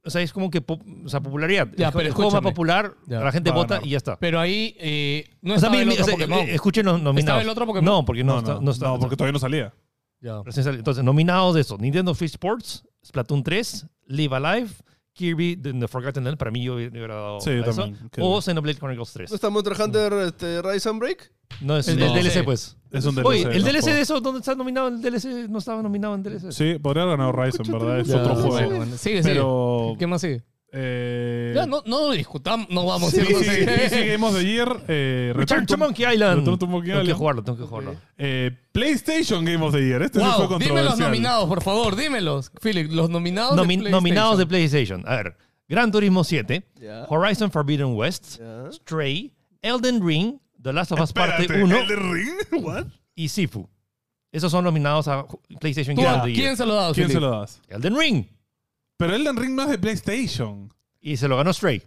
Speaker 4: O sea, es como que. pop- o sea, popularidad.
Speaker 3: Ya,
Speaker 4: el,
Speaker 3: pero
Speaker 4: el juego más
Speaker 3: escúchame.
Speaker 4: popular,
Speaker 3: Ya,
Speaker 4: la gente
Speaker 1: va a
Speaker 4: vota
Speaker 1: ganar.
Speaker 4: y ya está.
Speaker 3: Pero ahí eh, no
Speaker 4: O sea,
Speaker 3: estaba
Speaker 4: mi-
Speaker 3: el
Speaker 4: mi-
Speaker 3: otro
Speaker 4: o sea,
Speaker 3: Pokémon.
Speaker 4: eh, escuchen los nominados.
Speaker 3: el otro Pokémon?
Speaker 4: No, porque no,
Speaker 1: No,
Speaker 4: está.
Speaker 1: no,
Speaker 4: no está-
Speaker 1: no, porque todavía no salía.
Speaker 3: Ya.
Speaker 4: Recién salió. Entonces, nominados de eso: Nintendo Free Sports, Splatoon 3, Live Alive, Kirby The, The Forgotten Land. Para mí, yo hubiera dado.
Speaker 1: Sí,
Speaker 4: a
Speaker 1: yo
Speaker 4: eso.
Speaker 1: también. Kirby.
Speaker 4: O Xenoblade Chronicles
Speaker 2: ¿No
Speaker 4: 3.
Speaker 2: está Monster Hunter este, Rise and Break?
Speaker 4: No, es
Speaker 3: Pues, El
Speaker 4: el
Speaker 3: DLC.
Speaker 4: DLC, pues.
Speaker 1: Es un DLC.
Speaker 4: Oye, el
Speaker 1: no
Speaker 4: DLC
Speaker 1: juego.
Speaker 4: de eso, ¿dónde está nominado el DLC? No estaba nominado en DLC.
Speaker 1: Sí, podría haber ganado Rise, en verdad. Es
Speaker 3: Ya,
Speaker 1: otro
Speaker 3: bueno,
Speaker 1: juego.
Speaker 3: bueno, Sigue, sigue.
Speaker 1: Pero.
Speaker 3: ¿Qué más sigue?
Speaker 1: eh,
Speaker 3: Ya, no, no discutamos, no vamos.
Speaker 1: Sí,
Speaker 3: sí,
Speaker 1: sí, este
Speaker 3: sí.
Speaker 1: sí, Game of the Year. eh,
Speaker 4: Return to Monkey Island.
Speaker 1: Return to Monkey
Speaker 4: Tengo que
Speaker 1: Island.
Speaker 4: jugarlo, tengo que jugarlo.
Speaker 1: Eh, PlayStation Game of the Year. Este sí fue
Speaker 3: Wow, dime
Speaker 1: controversial.
Speaker 3: los nominados, por favor, dímelos. Philip, los nominados
Speaker 4: Nomi-
Speaker 3: de
Speaker 4: nominados de
Speaker 3: PlayStation.
Speaker 4: PlayStation. A ver, Gran Turismo 7,
Speaker 2: Ya.
Speaker 4: Horizon Forbidden West,
Speaker 2: Ya.
Speaker 4: Stray, Elden Ring, The Last of Us Parte
Speaker 1: Espérate,
Speaker 4: 1
Speaker 1: ¿Elden Ring? [laughs] What?
Speaker 4: y Sifu. Esos son nominados a ju- PlayStation
Speaker 3: Tú,
Speaker 4: Game
Speaker 3: ¿a
Speaker 4: of the
Speaker 3: ¿Quién
Speaker 4: Year.
Speaker 3: se lo ha dado,
Speaker 1: ¿Quién se
Speaker 3: Philip?
Speaker 1: lo das?
Speaker 4: Elden Ring.
Speaker 1: Pero Elden Ring no es de PlayStation.
Speaker 4: Y se lo ganó Stray.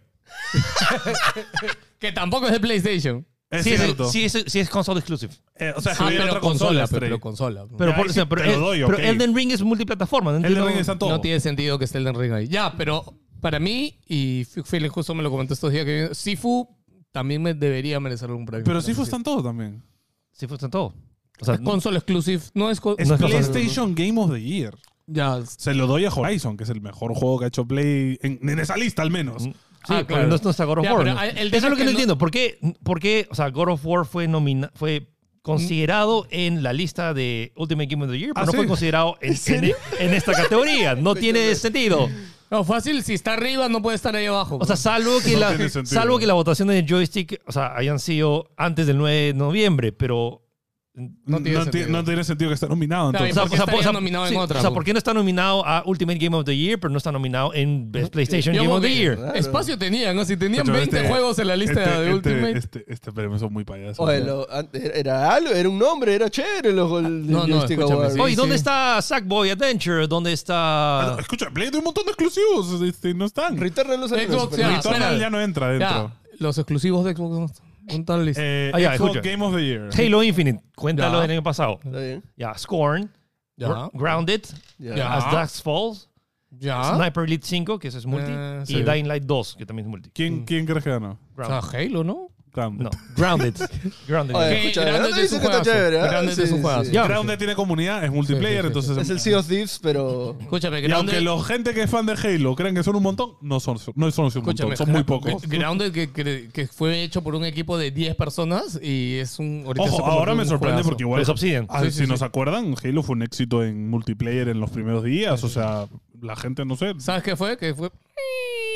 Speaker 3: Que tampoco es de PlayStation.
Speaker 1: Es
Speaker 4: sí,
Speaker 1: cierto.
Speaker 4: sí, es, sí es console exclusive.
Speaker 1: Eh, o sea,
Speaker 3: Ah,
Speaker 1: si hubiera
Speaker 3: pero
Speaker 1: otra
Speaker 3: consola,
Speaker 1: consola.
Speaker 3: pero,
Speaker 1: Stray.
Speaker 3: pero consola. pues.
Speaker 4: Pero,
Speaker 1: Ya,
Speaker 4: por,
Speaker 1: ahí
Speaker 4: o sea,
Speaker 1: sí
Speaker 4: pero
Speaker 1: te lo
Speaker 4: el-
Speaker 1: doy,
Speaker 4: pero
Speaker 1: ok.
Speaker 4: Elden Ring es multiplataforma. No
Speaker 1: Elden
Speaker 4: entiendo-
Speaker 1: Ring está en todo.
Speaker 3: No tiene sentido que esté el Ring ahí. Ya, pero para mí, y F- Félix justo me lo comentó estos días, que Sifu también me debería merecer un premio.
Speaker 1: Pero sí fue tan todo también.
Speaker 4: Sifu está en todo. O sea,
Speaker 3: Es console exclusive, no es... co-
Speaker 1: Es
Speaker 3: no es console
Speaker 1: PlayStation Game of the Year.
Speaker 3: Ya.
Speaker 1: Se lo doy a Horizon, que es el mejor juego que ha hecho Play en, en esa lista al menos.
Speaker 4: Mm. Sí,
Speaker 3: Ah,
Speaker 4: porque
Speaker 3: claro.
Speaker 4: no, no está God of
Speaker 3: Ya,
Speaker 4: War.
Speaker 3: pero
Speaker 4: ¿no?
Speaker 3: el tema
Speaker 4: Eso es lo
Speaker 3: es
Speaker 4: que,
Speaker 3: que
Speaker 4: no
Speaker 3: no-
Speaker 4: entiendo. ¿Por qué, por qué, o sea, God of War fue, nomina, fue considerado en la lista de Ultimate Game of the Year, pero
Speaker 1: ¿Ah,
Speaker 4: no
Speaker 1: sí?
Speaker 4: fue considerado en, en, en esta categoría?
Speaker 3: [laughs]
Speaker 4: No tiene sentido.
Speaker 3: No, fácil, si está arriba no puede estar ahí abajo.
Speaker 4: O sea, salvo que,
Speaker 1: No tiene
Speaker 4: la,
Speaker 1: sentido.
Speaker 4: salvo que las votaciones de joystick o sea, hayan sido antes del 9 de noviembre, pero
Speaker 3: No tiene
Speaker 1: ti-
Speaker 3: sentido.
Speaker 1: no tiene sentido que esté nominado.
Speaker 3: Está bien,
Speaker 1: Entonces,
Speaker 3: ¿por qué estaría nominado en otra,
Speaker 4: O sea,
Speaker 3: pues?
Speaker 4: ¿por qué no está nominado a Ultimate Game of the Year, pero no está nominado en Best PlayStation
Speaker 3: Yo
Speaker 4: Game of
Speaker 3: creo
Speaker 4: the
Speaker 3: que
Speaker 4: Year?
Speaker 2: Claro.
Speaker 3: Espacio tenían, ¿no? Si tenían
Speaker 1: Pero
Speaker 3: 20
Speaker 1: este-
Speaker 3: juegos en la lista
Speaker 1: este,
Speaker 3: de
Speaker 1: este-
Speaker 3: Ultimate.
Speaker 1: Este, este, pero son muy payasos.
Speaker 2: Oye,
Speaker 1: ¿no?
Speaker 2: lo- an- era- era algo, era un nombre, era chévere los gol
Speaker 3: no, no,
Speaker 2: joystick
Speaker 3: escúchame,
Speaker 2: award.
Speaker 3: Ah, sí.
Speaker 4: Oye, ¿dónde está Sackboy Adventure? ¿Dónde está...?
Speaker 1: Escucha, Play tiene un montón de exclusivos. Este, no están.
Speaker 2: Returnal no salió en
Speaker 3: Eh, Xbox,
Speaker 2: Super
Speaker 3: ya.
Speaker 2: Nintendo.
Speaker 1: Returnal
Speaker 3: espera.
Speaker 1: ya no entra dentro.
Speaker 3: Ya, los exclusivos de Xbox. ¿no están? ¿Dónde está la lista?
Speaker 1: Eh,
Speaker 4: Ah, ya,
Speaker 1: Xbox
Speaker 4: escucha.
Speaker 1: Game of the Year.
Speaker 4: Halo Infinite, cuéntalo
Speaker 3: Ya.
Speaker 4: del año pasado. Ya,
Speaker 2: Está bien.
Speaker 4: Scorn,
Speaker 3: Ya.
Speaker 4: Gr- Grounded,
Speaker 2: Ya.
Speaker 3: Ya.
Speaker 4: As Dusk Falls,
Speaker 3: ya.
Speaker 4: Sniper Elite 5, que ese es multi,
Speaker 3: Eh,
Speaker 4: y
Speaker 3: sí.
Speaker 4: Dying Light 2, que también es multi.
Speaker 1: ¿Quién, ¿Quién crees que ganó?
Speaker 3: O sea,
Speaker 4: Grounded.
Speaker 3: Halo, ¿no?
Speaker 1: Grounded.
Speaker 3: [laughs]
Speaker 4: No, Grounded. [laughs] Grounded.
Speaker 2: Oye,
Speaker 3: Que
Speaker 2: escucha,
Speaker 3: Grounded
Speaker 2: ¿no?
Speaker 3: es
Speaker 2: Dicen
Speaker 3: un
Speaker 2: que está
Speaker 3: juegazo.
Speaker 2: chévere, ¿ah?
Speaker 3: Grounded es
Speaker 2: Sí,
Speaker 3: un
Speaker 2: sí,
Speaker 3: juegazo.
Speaker 2: sí.
Speaker 4: Ya.
Speaker 1: Grounded tiene comunidad, es multiplayer,
Speaker 3: Sí, sí, sí.
Speaker 1: entonces...
Speaker 2: Es el Sea of Thieves, pero...
Speaker 3: Escúchame,
Speaker 1: y aunque
Speaker 3: Grounded.
Speaker 1: la gente que es fan de Halo crean que son un montón, no son, no son un
Speaker 3: Escúchame,
Speaker 1: montón, son muy
Speaker 3: Gra-
Speaker 1: pocos.
Speaker 3: Grounded que, que, que fue hecho por un equipo de 10 personas y es un. ahorita se
Speaker 1: Ojo,
Speaker 3: convirtió
Speaker 1: ahora
Speaker 3: en
Speaker 1: me
Speaker 3: un
Speaker 1: sorprende
Speaker 3: juegazo.
Speaker 1: porque igual.
Speaker 4: Los Obsidian.
Speaker 1: Ah,
Speaker 3: Sí, sí,
Speaker 1: si
Speaker 3: sí.
Speaker 1: nos acuerdan, Halo fue un éxito en multiplayer en los primeros días. O sea, la gente, no sé.
Speaker 3: ¿Sabes qué fue? Que fue.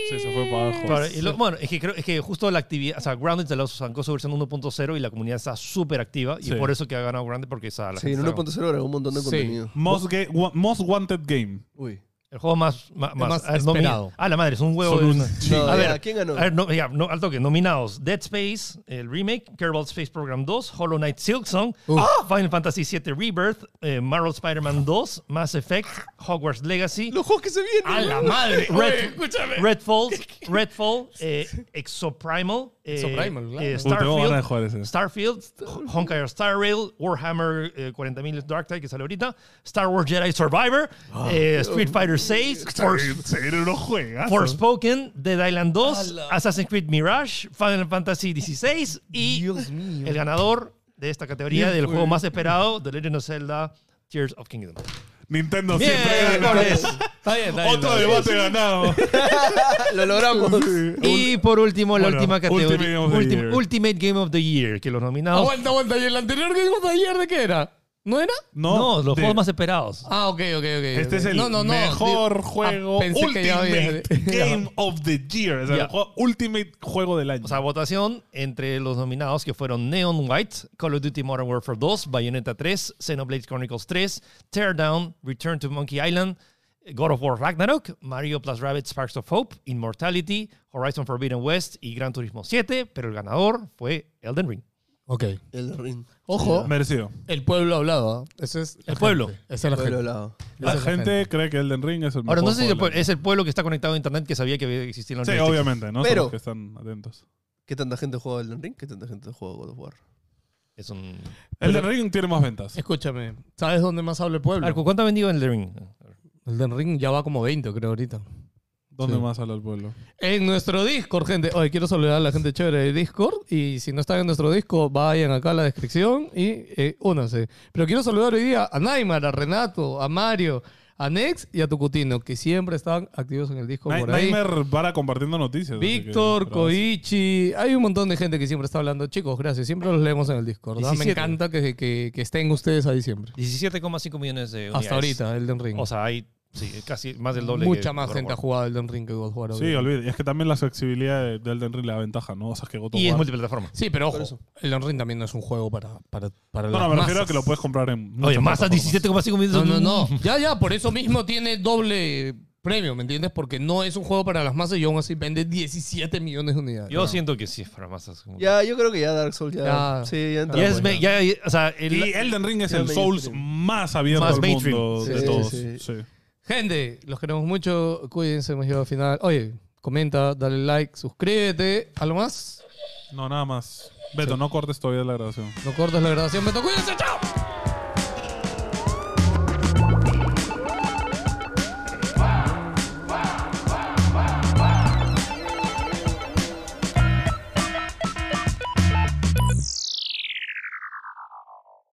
Speaker 1: Sí, se fue para abajo.
Speaker 4: Claro, y lo- bueno, es que, creo, es que justo la actividad, o sea, Grounded se lo sacó su versión 1.0 y la comunidad está súper activa y
Speaker 1: Sí.
Speaker 4: es por eso que ha ganado Grounded porque está la
Speaker 2: Sí,
Speaker 4: gente
Speaker 2: en
Speaker 4: está-
Speaker 2: 1.0 era un montón de
Speaker 3: Sí.
Speaker 2: contenido.
Speaker 1: Most, ga- wa- most Wanted Game.
Speaker 2: Uy.
Speaker 4: el juego más, más,
Speaker 3: El más
Speaker 4: a ver, nomi-
Speaker 3: esperado.
Speaker 4: Ah, la madre, es un huevo.
Speaker 1: Son
Speaker 4: de
Speaker 1: un-
Speaker 4: una-
Speaker 1: sí.
Speaker 2: No,
Speaker 4: A
Speaker 2: ya,
Speaker 4: ver,
Speaker 2: ¿quién ganó?
Speaker 4: A ver, no, ya, no, al toque, nominados. Dead Space, el remake, Kerbal Space Program 2, Hollow Knight Silksong,
Speaker 3: Uf.
Speaker 4: ¡ah! Final Fantasy VII Rebirth, eh, Marvel Spider-Man 2, Mass Effect, Hogwarts Legacy,
Speaker 2: Los juegos que se vienen.
Speaker 3: ¡A la madre!
Speaker 4: Red-
Speaker 3: Oye, escúchame.
Speaker 4: Redfall,
Speaker 3: [laughs]
Speaker 4: Redfall, eh, Exoprimal, eh,
Speaker 3: Exoprimal, claro.
Speaker 4: eh,
Speaker 3: Uy,
Speaker 1: Uy, tengo ganas de
Speaker 4: Starfield,
Speaker 1: jugar ese.
Speaker 4: Starfield, Honkai Star Rail, Warhammer eh, 40.000 Dark Tide que sale ahorita, Star Wars Jedi Survivor,
Speaker 1: Ah.
Speaker 4: eh, Street Fighter 6,
Speaker 1: Se- Se vienen unos juegazos.
Speaker 4: Forspoken, Dead Island 2,
Speaker 3: Ala.
Speaker 4: Assassin's Creed Mirage, Final Fantasy XVI y
Speaker 3: Dios mío.
Speaker 4: el ganador de esta categoría del juego más esperado, The Legend of Zelda Tears of Kingdom.
Speaker 1: Nintendo
Speaker 4: Bien,
Speaker 1: siempre gana.
Speaker 4: goles.
Speaker 3: Está bien, está bien.
Speaker 1: Otro debate ganado.
Speaker 2: Lo logramos.
Speaker 4: Y por último, la
Speaker 1: Bueno,
Speaker 4: última categoría.
Speaker 1: Ultimate Game of the
Speaker 4: Ultim-
Speaker 1: Year. Ah,
Speaker 4: Ultimate Game of the Year, que los nominados.
Speaker 3: Aguanta, aguanta. ¿Y el anterior que vimos ayer de qué era? [laughs] ¿No era?
Speaker 1: No,
Speaker 4: No, los
Speaker 1: de-
Speaker 4: juegos más esperados.
Speaker 3: Ah, ok, ok, ok.
Speaker 1: Este
Speaker 3: ok.
Speaker 1: es el
Speaker 3: No, no, no.
Speaker 1: mejor
Speaker 3: Digo,
Speaker 1: juego
Speaker 3: ah, pensé que [laughs] ya había-
Speaker 1: Ultimate Game of the Year. O sea,
Speaker 4: Ya.
Speaker 1: el juego- Ultimate Juego del Año.
Speaker 4: O sea, votación entre los nominados que fueron Neon White, Call of Duty Modern Warfare 2, Bayonetta 3, Xenoblade Chronicles 3, Teardown, Return to Monkey Island, God of War Ragnarok, Mario plus Rabbit Sparks of Hope, Immortality, Horizon Forbidden West y Gran Turismo 7, pero el ganador fue Elden Ring.
Speaker 3: Ok.
Speaker 2: El ring.
Speaker 3: Ojo,
Speaker 1: Merecido.
Speaker 3: el pueblo hablado. ¿ah? Ese es.
Speaker 4: El pueblo.
Speaker 3: Ese es la
Speaker 2: Por el
Speaker 3: gente.
Speaker 2: lado.
Speaker 1: La,
Speaker 3: Esa es
Speaker 1: gente, cree que Elden Ring es el mejor.
Speaker 4: Ahora, no sé si el
Speaker 1: juego
Speaker 4: pue-
Speaker 1: del año.
Speaker 4: es el pueblo que está conectado a internet que sabía que existían los
Speaker 1: Sí,
Speaker 4: joysticks.
Speaker 1: obviamente, ¿no? Son
Speaker 2: Pero-
Speaker 1: los que están atentos.
Speaker 2: ¿Qué tanta gente juega el ring? ¿Qué tanta gente juega God of War?
Speaker 4: Es un...
Speaker 1: Elden Ring tiene más ventas.
Speaker 3: Escúchame, ¿sabes dónde más habla el pueblo?
Speaker 4: A ver, ¿cu- ¿Cuánto ha vendido Elden Ring?
Speaker 3: El del ring ya va como 20, creo, ahorita.
Speaker 1: ¿Dónde
Speaker 3: Sí.
Speaker 1: más habla el pueblo?
Speaker 3: En nuestro Discord, gente. Oye, quiero saludar a la gente chévere de Discord. Y si no están en nuestro Discord, vayan acá a la descripción y eh, únanse. Pero quiero saludar hoy día a Naimar, a Renato, a Mario, a Nex y a Tucutino, que siempre están activos en el Discord
Speaker 1: Ni-
Speaker 3: por ahí.
Speaker 1: Nightmare para compartiendo noticias. así que-
Speaker 3: Víctor,
Speaker 1: pero-
Speaker 3: Koichi, hay un montón de gente que siempre está hablando. Chicos, gracias. Siempre los leemos en el Discord. ¿verdad? Me
Speaker 4: 17.
Speaker 3: encanta que, que- que estén ustedes ahí siempre.
Speaker 4: 17,5 millones de unidades.
Speaker 3: Hasta ahorita, Elden Ring.
Speaker 4: O sea, hay sí, casi más del doble.
Speaker 3: Mucha
Speaker 4: que
Speaker 3: más
Speaker 4: God of
Speaker 3: gente ha
Speaker 4: War.
Speaker 3: jugado Elden Ring que God of War.
Speaker 1: Sí,
Speaker 3: obviamente.
Speaker 1: olvide. Y es que también la flexibilidad de de Elden Ring la ventaja, ¿no? O sea, es que God of
Speaker 4: Y es
Speaker 1: War-
Speaker 4: multiplataforma.
Speaker 3: Sí, pero
Speaker 2: Por
Speaker 3: ojo,
Speaker 2: eso.
Speaker 3: Elden Ring también no es un juego para, para, para
Speaker 1: No,
Speaker 3: las
Speaker 1: no, me refiero
Speaker 3: masas.
Speaker 1: a que lo puedes comprar en. muchas
Speaker 4: Oye, más a
Speaker 1: plataformas.
Speaker 4: 17,5 millones.
Speaker 3: No, no, no. Ya, ya, por eso mismo tiene doble premio, ¿me entiendes? Porque no es un juego para las masas y aún así vende 17 millones de unidades.
Speaker 4: Yo siento que sí es para masas.
Speaker 2: Ya, yo creo que ya Dark Souls ya.
Speaker 3: Ya.
Speaker 2: Sí, ya entra.
Speaker 4: Ya es
Speaker 2: pues,
Speaker 4: me-
Speaker 2: ya.
Speaker 4: ya- ya- o sea, el-
Speaker 1: Y Elden Ring es
Speaker 2: Ya
Speaker 1: el
Speaker 2: me
Speaker 1: Souls
Speaker 2: mainstream.
Speaker 1: más abierto
Speaker 4: Más
Speaker 1: al
Speaker 4: mainstream.
Speaker 1: mundo de
Speaker 2: Sí,
Speaker 1: todos.
Speaker 2: sí.
Speaker 1: Sí.
Speaker 3: Gente, los queremos mucho. Cuídense, hemos llegado al final. Oye, comenta, dale like, suscríbete. ¿Algo más?
Speaker 1: No, nada más. Beto, no cortes todavía la grabación.
Speaker 3: No cortas la grabación. Beto, cuídense, chao.